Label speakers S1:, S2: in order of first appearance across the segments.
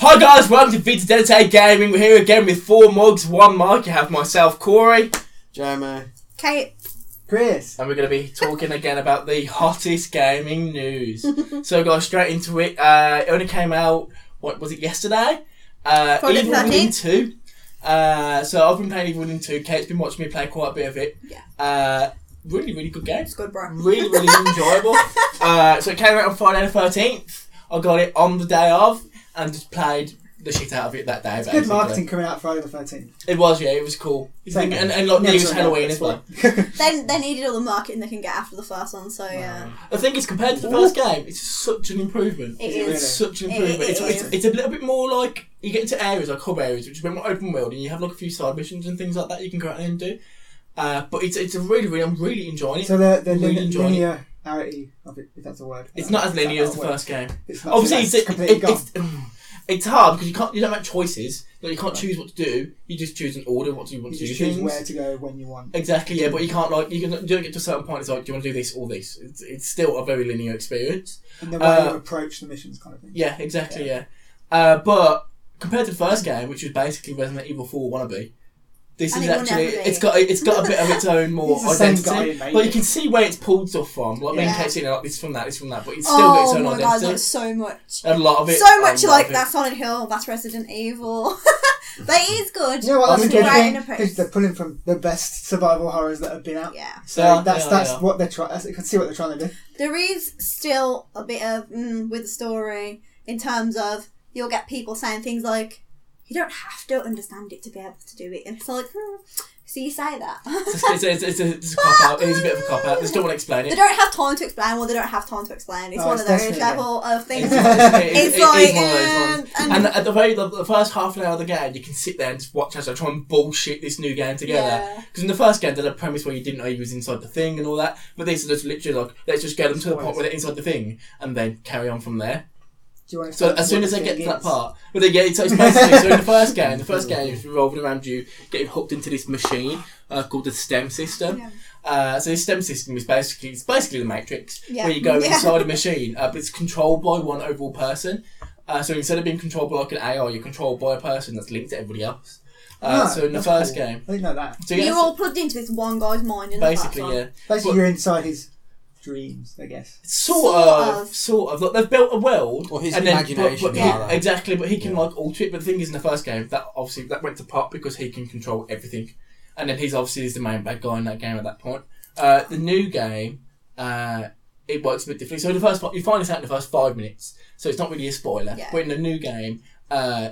S1: Hi guys, welcome to Vita Dedicate Gaming. We're here again with four mugs, one mug. You have myself, Corey,
S2: Jeremy.
S3: Kate.
S2: Chris.
S1: and we're going to be talking again about the hottest gaming news. so, guys, straight into it. Uh, it only came out, what was it, yesterday? Uh,
S3: Friday
S1: Evil
S3: the
S1: Within
S3: 13th.
S1: 2. Uh, so, I've been playing Evil Within 2. Kate's been watching me play quite a bit of it.
S3: Yeah.
S1: Uh, really, really good game.
S3: It's good, bro.
S1: really, really enjoyable. Uh, so it came out on Friday the 13th. I got it on the day of and just played the shit out of it that day.
S4: It's
S1: basically.
S4: good marketing coming out Friday the 13th.
S1: It was, yeah, it was cool. You
S4: Same.
S1: think- and, and like,
S4: No,
S1: it was
S4: sorry,
S1: Oh, Halloween
S4: that's
S1: as well.
S4: fine.
S3: They, they needed all the marketing they can get after the first one, so yeah.
S1: The thing is, compared to the first game, it's such an improvement.
S3: It
S1: It's
S3: is.
S1: such an
S3: It
S1: improvement. it's,
S3: is.
S1: it's, it's a little bit more like you get into areas like hub areas, which is a bit more open world, and you have like a few side missions and things like that you can go out and do. Uh, but it's it's a really really I'm really enjoying it.
S4: so the, the
S1: Really
S4: lin-
S1: enjoying
S4: linearity of it, if that's a word.
S1: it's not as
S4: Is
S1: linear
S4: that
S1: as
S4: a
S1: the
S4: word?
S1: first game.
S4: It's not-
S1: Obviously,
S4: that's
S1: it's, it,
S4: completely
S1: it,
S4: gone.
S1: it's, it's hard because you can't you don't make choices. Like you can't choose what to do. You just choose an order. What do you want
S4: you
S1: to do?
S4: just choose
S1: things.
S4: where to go when you want.
S1: Exactly, yeah, but you can't like you can you don't get to a certain point. It's like, do you want to do this or this? It's, it's still a very linear experience.
S4: And the way
S1: Uh,
S4: you approach the missions kind of thing.
S1: Yeah, exactly, yeah. Uh, but compared to the first game, which was basically Resident Evil Four wannabe, this
S3: And
S1: is
S3: it will
S1: actually
S3: never be.
S1: it's got it's got a bit of its own more
S4: He's the same guy
S1: identity.
S4: who made
S1: But you
S4: it.
S1: can see where it's pulled stuff from. Like me and
S3: Yeah.
S1: Kate's you know, like this from that, this from that, but it's still got its
S3: Oh
S1: own
S3: my god,
S1: identity.
S3: that's so much.
S1: a lot of it.
S3: So
S1: a
S3: much
S1: lot
S3: like
S1: of it-
S3: that Silent Hill, that's Resident Evil. but it is good.
S4: You know what?
S1: That's
S4: That's a
S1: good.
S4: good
S1: Right
S3: in
S4: thing.
S3: a press.
S4: Is they're pulling from the best survival horrors that have been out.
S3: Yeah.
S4: So
S1: Yeah,
S4: that's
S1: yeah,
S4: that's
S1: yeah.
S4: what they're trying. I can see what they're trying to do.
S3: There is still a bit of mm, with the story in terms of you'll get people saying things like, you don't have to understand it to be able to do it. And it's like, hmm, so you say that.
S1: It's, it's, it's, it's, a, it's a cop out. It is a bit of a cop out. I just don't want to explain
S3: They
S1: it.
S3: don't have time to explain. Well, they don't have time to explain. It's
S4: Oh,
S3: one
S4: it's
S3: of those
S4: definitely-
S3: level of
S1: It's,
S3: things.
S1: it's, it's, it
S3: It's
S1: is
S3: like,
S1: one of those ones.
S3: um, and,
S1: And at the very the, the first half an hour of the game, you can sit there and just watch us like, try and bullshit this new game together.
S3: yeah.
S1: Because in the first game, there's a premise where you didn't know you was inside the thing and all that. But this is just literally like, let's just get them to the point where they're inside the thing and then carry on from there.
S4: Do you want to
S1: So
S4: explain
S1: as soon
S4: what
S1: as
S4: the
S1: they get
S4: thing
S1: to that
S4: is?
S1: part, but they get so it's basically so in the first game, the first game is revolving around you getting hooked into this machine uh, called the STEM system.
S3: Yeah.
S1: Uh, so the STEM system is basically it's basically the Matrix,
S3: Yeah.
S1: where you go
S3: Yeah.
S1: inside a machine, uh, but it's controlled by one overall person. Uh, so instead of being controlled by like an AI, you're controlled by a person that's linked to everybody else. Uh,
S4: No,
S1: so in the
S4: that's
S1: first
S4: cool.
S1: game,
S4: I didn't know that.
S1: so yeah,
S3: You're
S1: so
S3: all plugged into this one guy's mind. In
S1: basically
S3: the first one.
S1: yeah,
S4: Basically,
S1: But-
S4: you're inside his dreams, I guess.
S1: sort,
S3: Sort
S1: of,
S3: of.
S1: sort of. Like they've built a world,
S2: Or his
S1: and then,
S2: imagination
S1: But, but
S3: rather.
S1: he, exactly, but he can
S2: Yeah.
S1: like alter it. But the thing is, in the first game, that obviously that went to pot because he can control everything, and then he's obviously is the main bad guy in that game at that point. Uh, the new game, uh, it works a bit differently. So in the first part, you find this out in the first five minutes, so it's not really a spoiler.
S3: Yeah.
S1: But in the new game, uh,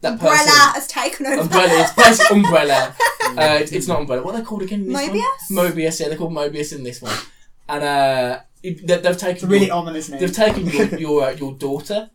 S1: that
S3: Umbrella
S1: person.
S3: has taken over.
S1: Umbrella, it's basically Umbrella. Uh, it's, it's not Umbrella. What are they called again? In this
S3: Mobius?
S1: One? Mobius. Yeah, they're called Mobius in this one. And uh, it- they, they've
S4: It's
S1: taken
S4: a really
S1: your,
S4: ominous name.
S1: they've taken your your, uh, your daughter,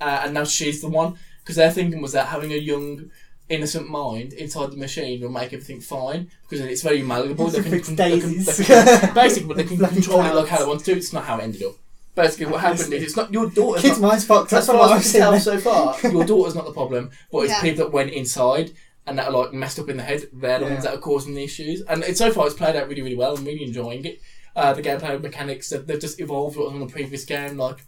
S1: uh, and now she's the one because their thinking was that having a young innocent mind inside the machine will make everything fine because it's very malleable. They can,
S4: Fix
S1: they can- they
S4: daisies.
S1: can- basically, they can
S4: Bloody
S1: control it like
S4: clouds.
S1: how they want to. It's not how it ended up. Basically, what happened is it's not your daughter.
S4: Kids' minds fucked.
S1: That's
S4: That's
S1: what
S4: what
S1: I
S4: I've
S1: can
S4: seen.
S1: tell so far. Your daughter's not the problem, but it's
S3: Yeah.
S1: people that went inside and that are like messed up in the head. They're the
S4: Yeah.
S1: ones that are causing the issues. And it, so far, it's played out really, really well. I'm really enjoying it. Uh, the gameplay mechanics they've, they've just evolved what was on the previous game. Like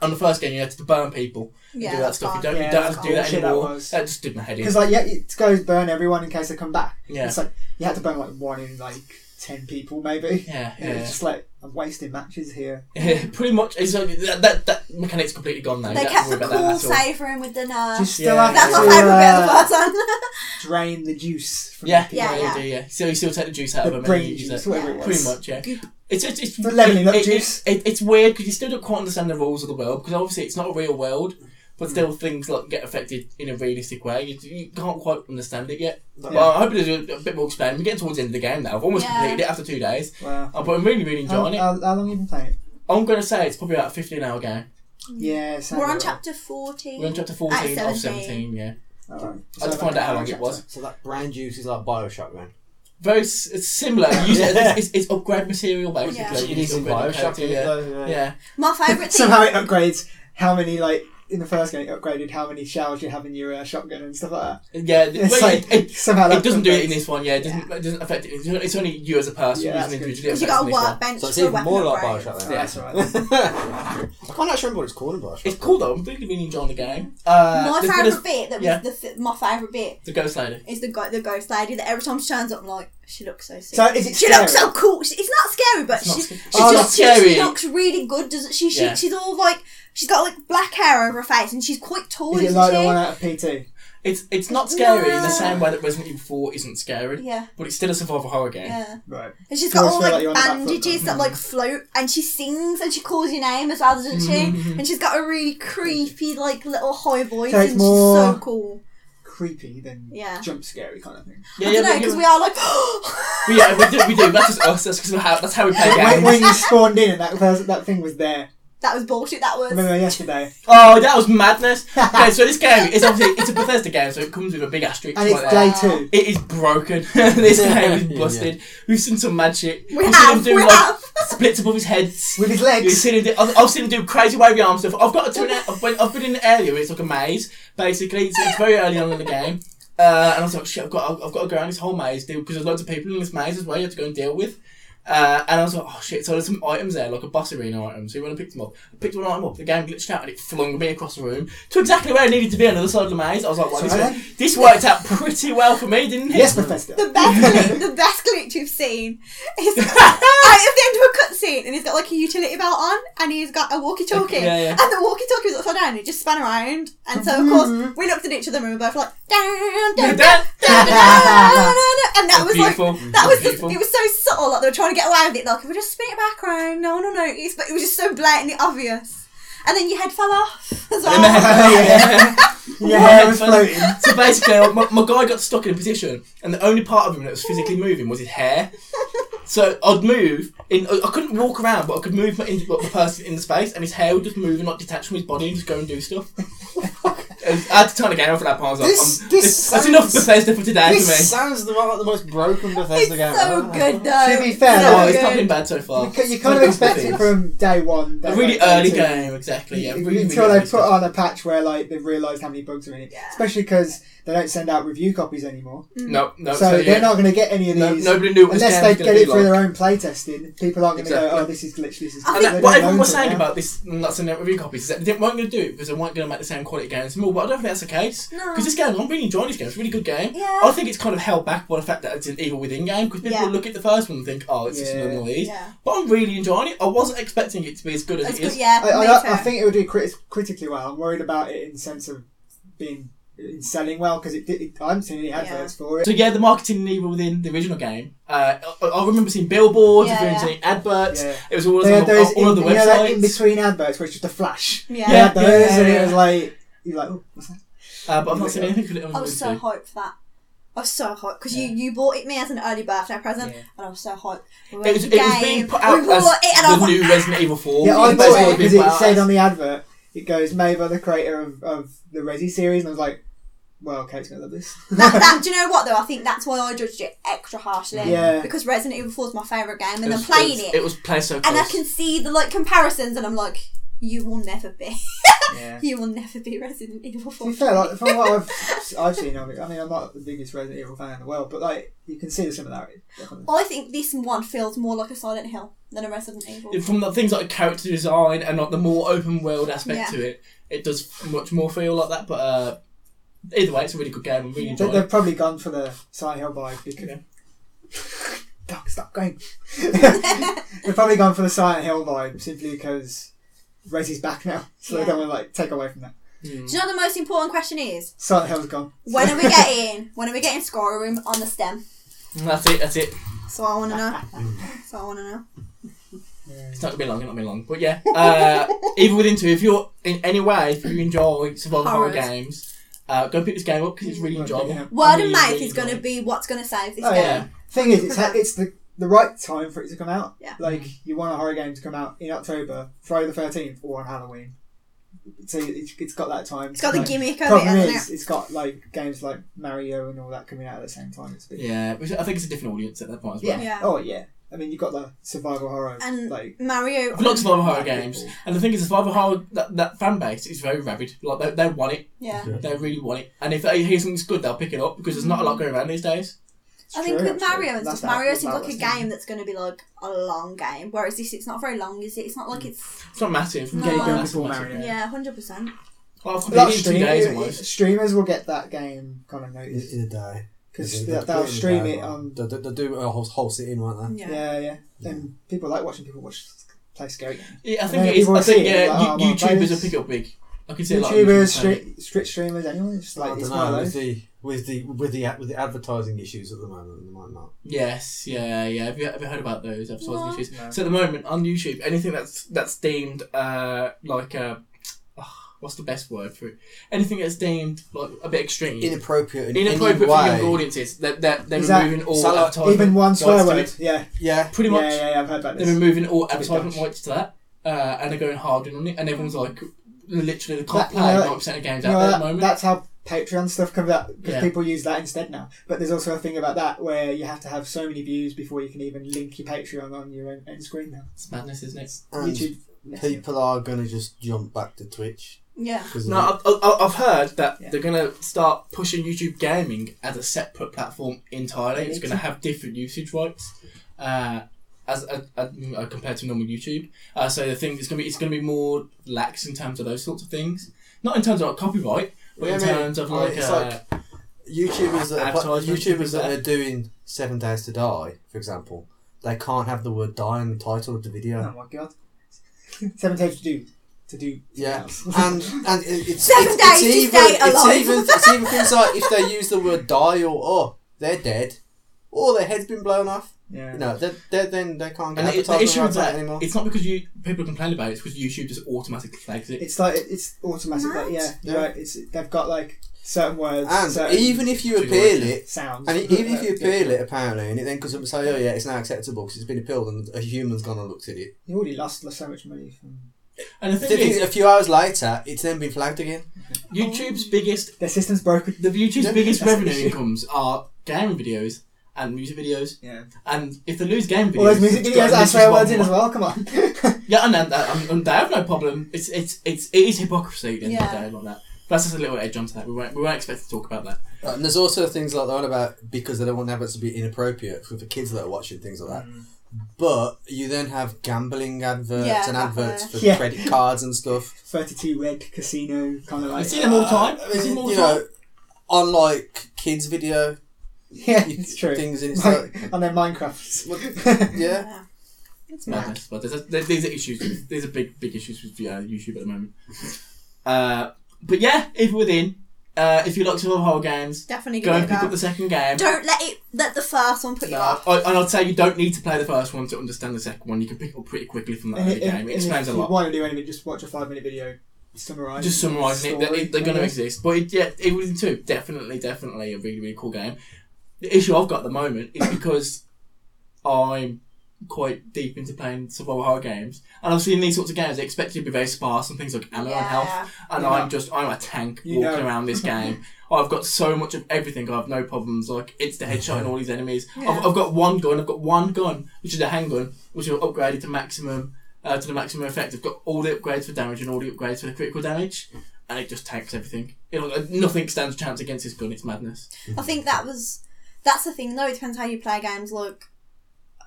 S1: on the first game, you had to burn people and
S3: yeah,
S1: do that
S3: that's
S1: stuff. You
S3: fine.
S1: don't,
S4: Yeah,
S1: you don't have to
S4: that's
S1: do that
S4: bullshit that
S1: anymore.
S4: was.
S1: That just did my head in.
S4: Because like yeah, it goes burn everyone in case they come back.
S1: Yeah.
S4: It's like you had to burn like one in like ten people maybe.
S1: Yeah,
S4: And It's
S1: yeah.
S4: just like I'm wasting matches here.
S1: Pretty much, it's like that, that that mechanic's completely gone now.
S3: They
S1: you don't have
S3: kept
S1: to
S3: the
S1: worry about that
S3: cool
S1: at all.
S3: save room with the nurse.
S4: Just still
S1: yeah.
S3: Uh,
S4: have
S3: that's
S4: to
S3: my
S1: Yeah.
S3: favourite bit of the
S4: uh,
S3: first one.
S4: drain the juice. From
S1: Yeah,
S4: the,
S1: yeah,
S3: Yeah,
S1: yeah,
S3: yeah.
S1: yeah, yeah. So you still take the juice out
S4: the
S1: of them and then
S4: brain
S1: you use it.
S4: juice, whatever it
S3: Yeah.
S4: was.
S1: Pretty much, yeah.
S3: Goop.
S1: It's it's, it's
S4: The levelling up
S1: it- it-
S4: juice.
S1: It, it's weird because you still don't quite understand the rules of the world because obviously it's not a real world, but still
S3: Mm.
S1: things like get affected in a realistic way. You, you can't quite understand it yet. Well, I hope there's a, a bit more explaining. We're getting towards the end of the game now. I've almost
S3: Yeah.
S1: completed it after two days,
S4: Wow.
S1: uh, but I'm really really
S4: How,
S1: enjoying it.
S4: how, how long have you been playing? it?
S1: I'm gonna say it's probably about a 15 hour game.
S4: Yeah, sounds
S3: Mm. We're on
S4: about
S3: chapter 14.
S1: We're on chapter 14
S3: At
S1: of
S3: 17.
S1: 17. Yeah,
S4: right. Alright.
S1: I had to
S4: So
S1: find out how
S4: about
S1: long it
S4: chapter.
S1: was.
S5: So that brand juice is like Bioshock, man.
S1: Very s- it's similar. You use it-
S5: Yeah.
S1: it's, it's upgrade material basically.
S3: Yeah.
S1: You use upgrade character,
S5: isn't it,
S1: yeah.
S5: though?
S1: yeah.
S3: My favourite thing.
S4: Somehow it upgrades how many like in the first game it upgraded how many shells you have in your uh, shotgun and stuff like that.
S1: Yeah, th-
S4: It's
S1: well,
S4: like
S1: it,
S4: somehow
S1: it,
S4: that
S1: it doesn't do it in
S4: compares-
S1: this one. Yeah, it doesn't, it doesn't affect it. It's only- It's only you as a person
S4: Yeah,
S1: yeah,
S4: that's
S1: using
S4: good.
S1: individually.
S3: Because you got a
S1: one.
S3: workbench
S5: So it's
S3: for
S5: even
S3: weapon
S5: more like
S3: upgrades.
S5: Bioshock then.
S4: Yeah, that's right.
S5: I can't actually remember what it's called in Bioshock.
S1: It's cool though. I'm really really enjoying the game. Uh,
S3: my
S1: there's been
S3: favourite
S1: a-
S3: bit, that
S1: yeah.
S3: was the, th- my favourite bit,
S1: the ghost lady.
S3: is the, go- the ghost lady that every time she turns up, I'm like, she looks so sick.
S4: So is it
S3: she
S4: scary?
S3: looks so cool. She- It's not scary, but
S1: It's not
S3: she,
S1: scary.
S3: she
S1: Oh,
S3: just
S1: not
S3: She,
S1: scary.
S3: looks really good, doesn't she? she
S1: Yeah.
S3: She's all like, she's got like black hair over her face and she's quite tall,
S4: Is it
S3: isn't
S4: like
S3: she?
S4: the one out of PT?
S1: It's it's not scary in the
S3: No.
S1: same way that Resident Evil Four isn't scary,
S3: Yeah,
S1: but it's still a survival horror game.
S3: yeah.
S4: Right.
S3: And she's
S4: You
S3: got
S4: always
S3: all
S4: feel
S3: like
S4: like you're on the back foot,
S3: bandages that like float, and she sings and she calls your name as well, doesn't she?
S4: Mm-hmm,
S1: Mhm.
S3: And she's got a really creepy like little high voice,
S4: So
S3: and
S4: it's
S3: she's
S4: more-
S3: so cool.
S4: Creepy than
S3: Yeah.
S4: jump scary kind of thing.
S1: Yeah,
S3: I don't know
S1: but
S3: because
S1: you-
S3: we are like.
S1: But yeah, we do. We do. That's just us. That's because how that's how we play
S4: When,
S1: games.
S4: when you spawned in and that person, that thing was there.
S3: That was bullshit. That was.
S4: I remember yesterday.
S1: Oh, that was madness. okay, so this game is obviously it's a Bethesda game, so it comes with a big asterisk.
S4: And
S1: right
S4: it's
S1: there.
S4: day two.
S1: It is broken. this game is
S5: Yeah.
S1: busted. We've seen some magic.
S3: We
S1: We've seen him
S3: have,
S1: do
S3: we
S1: like
S3: have.
S1: splits above his head.
S4: With
S1: You've
S4: his legs.
S1: seen him do, I've, I've seen him do crazy wavy arm stuff. I've got to an, I've been, I've been in an area where it's like a maze, basically. It's, it's very early on in the game. Uh, and I was like, shit, I've got, I've, got to go around this whole maze deal because there's loads of people in this maze as well you have to go and deal with. Uh, and I was like, oh shit, so there's some items there, like a boss arena item. So when I picked them up, I picked one item up, the game glitched out and it flung me across the room to exactly where I needed to be on the other side of the maze. I was like, well, this,
S4: Sorry.
S1: worked, this worked out pretty well for me, didn't it?
S4: Yes, Bethesda.
S3: The best, glitch, the best glitch you've seen is out at the end of a cutscene, and he's got like a utility belt on, and he's got a walkie-talkie,
S1: Yeah, yeah.
S3: and the walkie-talkie was upside down, and it just spun around, and so of course we looked at each other and we were both like, dun, dun, dun, dun, dun, dun, dun, dun," and that was like.
S1: beautiful.
S3: That was just,
S1: beautiful.
S3: it was so subtle, like they were trying to get away with it, like if we just spin it back around, no one will notice, but it was just so blatantly obvious. And then your head fell off as well.
S1: Yeah.
S4: Your hair was
S1: Yeah.
S4: floating.
S1: so basically, my, my guy got stuck in a position, and the only part of him that was physically moving was his hair. So I'd move in. I I couldn't walk around, but I could move my, in, like, the person in the space, and his hair would just move and not detach from his body and just go and do stuff. And I had to turn the game off at that point. I was like,
S5: This-
S1: I'm-
S5: this
S1: that's
S5: sounds-
S1: enough Bethesda for today
S5: This
S1: for me.
S5: sounds the, like the most broken
S3: it's
S5: Bethesda game.
S3: so
S5: ever.
S3: good though.
S4: To be fair,
S3: so
S1: No, Oh, it's
S3: good.
S1: not been bad so far.
S4: You ca- you kind of expect it from day one. Day
S1: a really
S4: one, day
S1: early
S4: two.
S1: game, exactly. Yeah, really, really
S4: until
S1: early
S4: they put
S1: stuff.
S4: on a patch where like they've realised how many bugs are in it.
S3: Yeah. Mm.
S4: Especially because they don't send out review copies anymore,
S1: No, no,
S4: so
S1: so, yeah.
S4: they're not going to get any of
S1: No,
S4: these
S1: nobody knew what this
S4: unless
S1: game
S4: they
S1: was gonna
S4: get it
S1: be
S4: through
S1: like.
S4: their own playtesting. People aren't going to
S1: Exactly.
S4: go, "Oh, this is glitch, this is."
S3: I
S4: glitch."
S1: And
S3: think
S4: They
S1: that,
S4: don't
S1: what
S4: know
S1: everyone was
S4: until
S1: saying
S4: now.
S1: about this, and that's in their review copies, is that they didn't, weren't going to do it because they weren't going to make the same quality games anymore. But I don't think that's the case.
S3: No.
S1: Because this game, I'm really enjoying this game. It's a really good game.
S3: Yeah.
S1: I think it's kind of held back by the fact that it's an Evil Within game because people
S3: Yeah.
S1: look at the first one and think, oh, it's just
S4: Yeah.
S1: another one of these.
S3: Yeah.
S1: But I'm really enjoying it. I wasn't expecting it to be as good as
S3: That's
S1: it is.
S3: good, yeah.
S4: I,
S3: me
S4: I, I
S3: too.
S4: think it would do crit- critically well. I'm worried about it in the sense of being in selling well because it, did- it. I haven't seen any adverts for it.
S1: So yeah, the marketing in Evil Within the original game, uh, I, I remember seeing billboards,
S3: Yeah,
S1: I remember
S3: yeah.
S1: seeing adverts.
S4: Yeah.
S1: It was all,
S4: They
S1: on,
S4: had those
S1: all, all
S4: in,
S1: of the
S4: you know, that in
S1: websites.
S4: between adverts where it's just a flash.
S3: Yeah.
S4: They
S1: Yeah,
S4: had those,
S1: yeah,
S4: and
S1: yeah.
S4: it was like you're like, oh, what's that?
S1: uh, but I've not seen anything. for it on
S3: I was
S1: YouTube.
S3: so hyped for that. I was so hyped because you, you bought it me as an early birthday present,
S1: Yeah.
S3: and I was so hyped. We went
S1: It was,
S3: to
S1: it was
S3: game,
S1: being put out
S3: we bought it, and I
S1: as
S3: was
S1: the
S3: like,
S1: new Resident Evil 4.
S4: Yeah, I
S1: It's
S4: bought
S1: basically
S4: it
S1: being
S4: because
S1: put
S4: it
S1: out
S4: said
S1: as-
S4: on the advert, it goes made by the creator of, of the Resi series, and I was like, well, Kate's gonna love this.
S3: that, that, do you know what though? I think that's why I judged it extra harshly.
S4: Yeah.
S3: Because Resident Evil 4 is my favourite game,
S1: It
S3: and then
S1: was-
S3: playing
S1: was-
S3: it,
S1: It was played so close.
S3: and I can see the like comparisons, and I'm like, you will never be,
S4: yeah.
S3: you will never be Resident Evil
S4: To
S3: 4.
S4: be fair, like, from what I've, I've seen of it, I mean, I'm not the biggest Resident Evil fan in the world, but like, you can see the similarity. definitely.
S3: I think this one feels more like a Silent Hill than a Resident Evil.
S1: From the things like character design and like the more open world aspect
S3: Yeah.
S1: to it, it does much more feel like that. But uh, either way, it's a really good game. I'm really
S4: They,
S1: enjoying it.
S4: they've probably gone for the Silent Hill vibe because.
S1: Yeah.
S4: Dog, stop going. they've probably gone for the Silent Hill vibe simply because Resi's back now, so they
S3: Yeah.
S4: don't want to like take away from that.
S3: Do you know the most important question is?
S4: Silent Hill's gone. Oh,
S3: When are we getting? When are we getting Skyrim on the stem?
S1: And that's it. That's it.
S3: So I want to know. So I want to know.
S1: It's not gonna be long. It's not gonna be long. But yeah, uh, Evil Within Two. If you're in any way, if you enjoy survival horror
S3: Horrors.
S1: games, uh, go pick this game up because it's really
S4: Right,
S1: enjoyable.
S4: yeah.
S3: Word
S1: Really,
S3: of mouth
S1: really
S3: is going to
S1: enjoying
S3: be what's going to save this
S4: Oh,
S3: game.
S1: yeah.
S4: Thing is, it's,
S3: Okay.
S4: it's the the right time for it to come out.
S3: Yeah.
S4: Like you want a horror game to come out in October, Friday the thirteenth, or on Halloween. So it's, it's got that time.
S3: It's got the
S4: Like,
S3: gimmick of it,
S4: Problem
S3: hasn't
S4: is, it? has got like games like Mario and all that coming out at the same time. It's a bit-
S1: Yeah, which I think it's a different audience at that point as well.
S4: Yeah.
S3: Yeah.
S4: Oh yeah. I mean, you've got the survival horror,
S3: Um, And
S4: like
S3: Mario.
S1: I've looked at survival horror games, and the thing is, the survival horror that, that fan base is very rabid. Like they, they want it,
S3: Yeah.
S1: they really want it, and if they hear something's good, they'll pick it up because there's not a lot going around these days.
S4: it's
S3: I think
S4: true,
S3: with
S4: actually.
S3: Mario and
S4: That's
S3: stuff,
S4: how-
S3: Mario
S4: that's
S3: seems
S4: how
S3: like a
S4: it's
S3: game that's going to be like a long game, whereas this it's not very long, is it? It's not like it's
S1: It's not massive.
S3: No.
S1: It's not
S3: Get it done
S1: massive,
S4: before
S1: massive.
S4: Mario. Yeah.
S3: yeah, hundred percent.
S1: Well, I've
S4: A lot
S1: completed
S4: of
S1: it in two days
S4: streamers,
S1: almost.
S4: streamers will get that game kind of
S5: In,
S4: noticed
S5: in a day.
S4: because
S5: They-
S4: they'll,
S5: they put in a
S4: stream
S5: day,
S4: it um,
S5: right?
S4: on.
S5: They, they, they do a whole, whole sitting, won't they?
S3: Yeah.
S4: Yeah, yeah. And people like watching people watch play scary. games.
S1: Yeah, I
S4: And
S1: think
S4: then
S1: it is.
S4: people
S1: I think
S4: see it,
S1: yeah,
S4: like,
S1: you,
S4: oh, my
S1: YouTubers
S4: face.
S1: will pick it up big. I can see a lot of
S4: YouTubers,
S1: playing Oh, it.
S4: street, street streamers, anyone. It's just
S5: I
S4: like
S5: don't
S4: it's one
S5: know,
S4: of those.
S5: with the with the with the with the advertising issues at the moment, they might not.
S1: Yes, yeah, yeah. Have you, have you heard about those episodes
S3: No.
S1: on YouTube?
S4: No.
S1: So at the moment on YouTube, anything that's that's deemed uh like a what's the best word for it? Anything that's deemed like a bit extreme,
S5: Inappropriate in
S1: inappropriate
S5: any
S1: for
S5: way.
S1: young audiences. They're they're, they're
S4: Is that-
S1: removing all
S5: Sal-
S1: advertisement
S4: Even one
S1: rights
S4: swear
S1: to
S4: word.
S1: it.
S4: Yeah,
S5: Yeah.
S1: Pretty much,
S4: yeah, yeah, yeah. I've heard about
S1: they're
S4: this.
S1: removing all
S4: It's a bit
S1: advertisement
S4: dodgy.
S1: rights to that, uh, and they're going hard in on it. And everyone's like, literally, they can't
S4: That-
S1: play
S4: you know,
S1: ninety percent of games
S4: You
S1: out
S4: know,
S1: there at
S4: that-
S1: the moment.
S4: That's how Patreon stuff comes out because
S1: Yeah.
S4: people use that instead now. But there's also a thing about that where you have to have so many views before you can even link your Patreon on your own, own screen now.
S1: It's madness, isn't it?
S5: And
S4: YouTube. messed it up.
S5: people are going to just jump back to Twitch
S3: Yeah.
S5: because
S1: No, I've, I've- I've heard that
S4: Yeah.
S1: they're going to start pushing YouTube Gaming as a separate platform entirely. It's going to have different usage rights uh, as uh, uh, uh, compared to normal YouTube. Uh, so the thing is going to be it's going to be more lax in terms of those sorts of things. Not in terms of like, copyright, but
S5: Yeah,
S1: in
S5: I mean,
S1: terms of
S5: I mean,
S1: like,
S5: it's
S1: uh,
S5: like- YouTubers that are,
S1: Advertisements and
S5: YouTubers
S1: things
S5: that
S1: like
S5: are doing Seven Days to Die, for example, they can't have the word "die" in the title of the video.
S4: Oh my god. Seven days to do. To do.
S5: Yeah, and and it- it's
S3: Seven
S5: it's, it's
S3: days to
S5: even,
S3: stay alive.
S5: It's even it's even things like if they use the word "die" or "oh," they're dead, or their head's been blown off.
S4: Yeah.
S5: No, they're, they're, then they can't
S1: and
S5: get
S1: it, the issue
S5: advertising
S1: with
S5: about that
S1: that,
S5: anymore.
S1: it's not because you people complain about it, it's because YouTube just automatically flags it.
S4: It's like it's automatic. Like, yeah, you're
S5: Yeah.
S4: right. It's they've got like certain words.
S5: And
S4: certain
S5: even if you
S1: Two
S5: appeal
S1: words.
S5: it,
S4: sounds.
S5: and e-, even if you
S4: Yeah.
S5: appeal it, apparently, and it then comes up and say, "Oh yeah, it's now acceptable because it's been appealed," and a human's gone and looked at it.
S4: you already lost so much money from
S1: And the
S5: The
S1: thing
S5: thing is,
S1: is,
S5: a few hours later, it's then been flagged again.
S1: YouTube's biggest
S4: their system's broken.
S1: the YouTube's
S5: Yeah,
S1: biggest
S4: that's the
S1: revenue
S4: issue.
S1: incomes are gaming videos and music videos.
S4: Yeah.
S1: And if they lose game videos,
S4: All those music
S1: it's got
S4: videos
S1: at
S4: I
S1: least
S4: swear
S1: one
S4: words in
S1: more.
S4: as well. Come on.
S1: Yeah, and, and, and, and they have no problem. It's it's it's it is hypocrisy at the end of the
S3: Yeah.
S1: day like that. That's just a little edge onto that. We weren't we weren't expected to talk about that.
S5: And there's also things like that about because they don't want adverts to be inappropriate for the kids that are watching things like that. But you then have gambling adverts
S3: Yeah,
S5: and adverts for
S4: Yeah.
S5: credit cards and stuff.
S4: Thirty-two red casino kind of
S1: I
S4: like. Ah.
S1: see them all the time.
S5: Uh,
S1: I see them all the
S5: you
S1: time.
S5: know, on like kids video
S4: Yeah,
S5: you-
S4: it's true.
S5: things, and it's
S4: Like,
S5: like,
S4: and then Minecraft.
S5: what- yeah.
S3: It's mad.
S1: Madness. But there's a, there- these are issues. These are big big issues with uh, YouTube at the moment. Uh, but yeah, if within, uh, if you like to love horror games,
S3: Definitely
S1: go
S3: give it
S1: and
S3: a
S1: pick up
S3: go.
S1: the second game.
S3: Don't let it let the first one put you
S1: Uh,
S3: off.
S1: I- and I'd say you don't need to play the first one to understand the second one. You can pick it up pretty quickly from that
S4: And
S1: early
S4: it- and-
S1: game.
S4: and
S1: It explains a
S4: if you
S1: lot.
S4: want to do anything, just watch a five-minute video, summarize.
S1: just summarising it,
S4: story.
S1: they're, they're going to
S4: Yeah.
S1: exist. But it, yeah, it was two definitely, definitely a really, really cool game. The issue I've got at the moment is because I'm quite deep into playing survival horror games, and obviously in these sorts of games, they expect you to be very sparse on things like ammo and health. And
S4: You
S1: I'm
S4: know.
S1: just I'm a tank
S4: You
S1: walking
S4: know.
S1: around this game. I've got so much of everything. I have no problems. Like it's the headshot and all these enemies. I've,
S3: Yeah.
S1: I've got one gun. I've got one gun, which is a handgun, which I've upgraded to maximum uh, to the maximum effect. I've got all the upgrades for damage and all the upgrades for critical damage, and it just tanks everything. It, nothing stands a chance against this gun. It's madness.
S3: I think that was that's the thing though. It depends how you play games. Like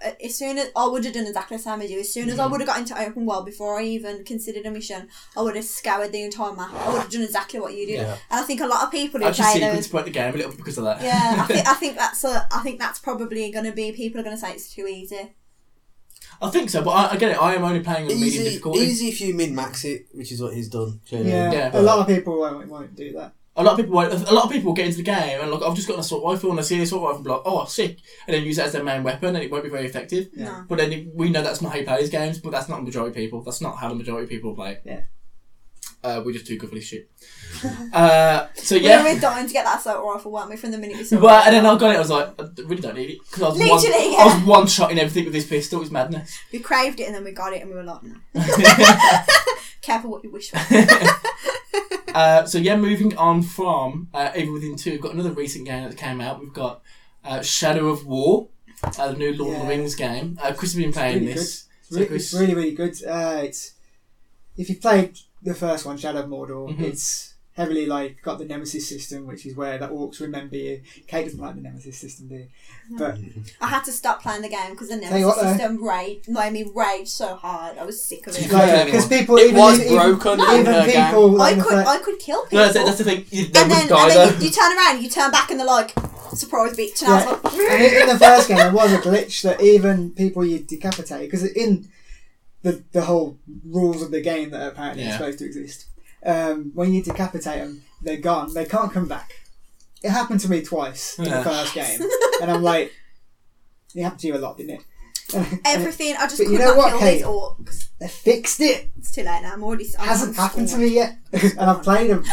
S3: a- as soon as I would have done exactly the same as you. As soon as
S1: Mm-hmm.
S3: I would have got into open world before I even considered a mission, I would have scoured the entire map. I would have done exactly what you did.
S5: Yeah.
S3: And I think a lot of people who
S1: I just
S3: play
S1: secret
S3: those.
S1: to point the game a little bit because of that.
S3: Yeah, I think I think that's a, I think that's probably going to be people are going to say it's too easy.
S1: I think so. But I, I get it. I am only playing on medium
S5: Easy,
S1: difficulty.
S5: easy if you min max it, which is what he's done. clearly.
S4: Yeah,
S1: Yeah.
S4: a lot of people won't, won't do that.
S1: A lot of people, won't- a lot of people get into the game and like, I've just got an assault rifle and I see an assault rifle and be like, oh, sick, and then use it as their main weapon and it won't be very effective.
S4: Yeah.
S3: No.
S1: But then it- we know that's not how you play these games, but that's not the majority of people. That's not how the majority of people play.
S4: Yeah.
S1: Uh, we're just too good for this shit. uh, so yeah.
S3: We were dying to get that assault rifle, weren't we, from the minute we saw it?
S1: Well, and then I got it. I was like, I d- really don't need it because I was one.
S3: Literally,
S1: I was
S3: yeah.
S1: one shot in everything with this pistol. It was madness.
S3: We craved it and then we got it and we were like, no. Careful what you wish for.
S1: Uh, so yeah, moving on from uh, Evil Within Two, we've got another recent game that came out. We've got uh, Shadow of War. uh, the new Lord of the
S4: Yeah.
S1: Rings game. Uh, Chris has been playing
S4: Really
S1: this.
S4: It's, re-
S1: So Chris-
S4: it's really, really good. Uh, it's if you played the first one, Shadow of Mordor,
S1: Mhm.
S4: it's heavily like got the Nemesis system, which is where the orcs remember you. Kate doesn't like the Nemesis system, do you?
S3: I had to stop playing the game because the
S4: you
S3: nervous
S4: what, though.
S3: system rage made me rage so hard. I was sick of
S1: You
S3: it.
S1: can't
S4: Like
S1: anyone.
S4: because people
S1: it
S4: even
S1: was
S4: even,
S1: broken in
S4: even
S1: her game.
S4: people
S3: I
S4: like the
S3: could,
S4: fir-
S3: I could kill people.
S1: No, that's, that's the thing. You, they
S3: and then,
S1: wouldn't
S3: and
S1: die
S3: then
S1: though.
S3: you, you turn around, you turn back, and they're like, "Surprise, bitch!" And I was like,
S4: And in the first game, there was a glitch that even people you decapitate, because in the the whole rules of the game that apparently
S1: Yeah.
S4: are supposed to exist, um, when you decapitate them, they're gone. They can't come back. It happened to me twice in
S1: Yeah.
S4: the first game, and I'm like, it happened to you a lot, didn't it?
S3: "Everything." I just
S4: But
S3: could
S4: you know
S3: not
S4: what,
S3: kill
S4: Kate?
S3: these orcs.
S4: they fixed it.
S3: It's too late now. I'm already. I'm
S4: hasn't
S3: I'm
S4: happened to
S3: scored.
S4: me yet, and I've played a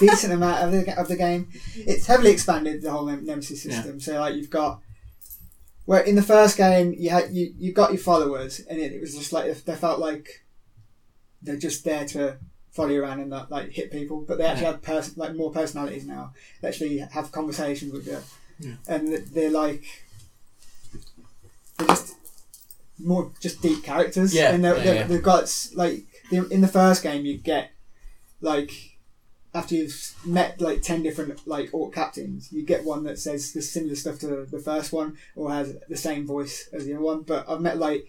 S4: decent amount of the, of the game. It's heavily expanded the whole Nem- Nemesis
S1: Yeah.
S4: system. So like you've got, where in the first game you had you, you got your followers, and it, it was just like they felt like they're just there to follow you around and not, like hit people, but they actually have pers- like more personalities now. They actually have conversations with you,
S1: Yeah.
S4: and they're like they're just more just deep characters.
S1: Yeah,
S4: and they're,
S1: yeah,
S4: they're,
S1: yeah.
S4: they've got s- like the- in the first game you get like after you've met like ten different like orc captains, you get one that says the similar stuff to the first one or has the same voice as the other one. But I've met like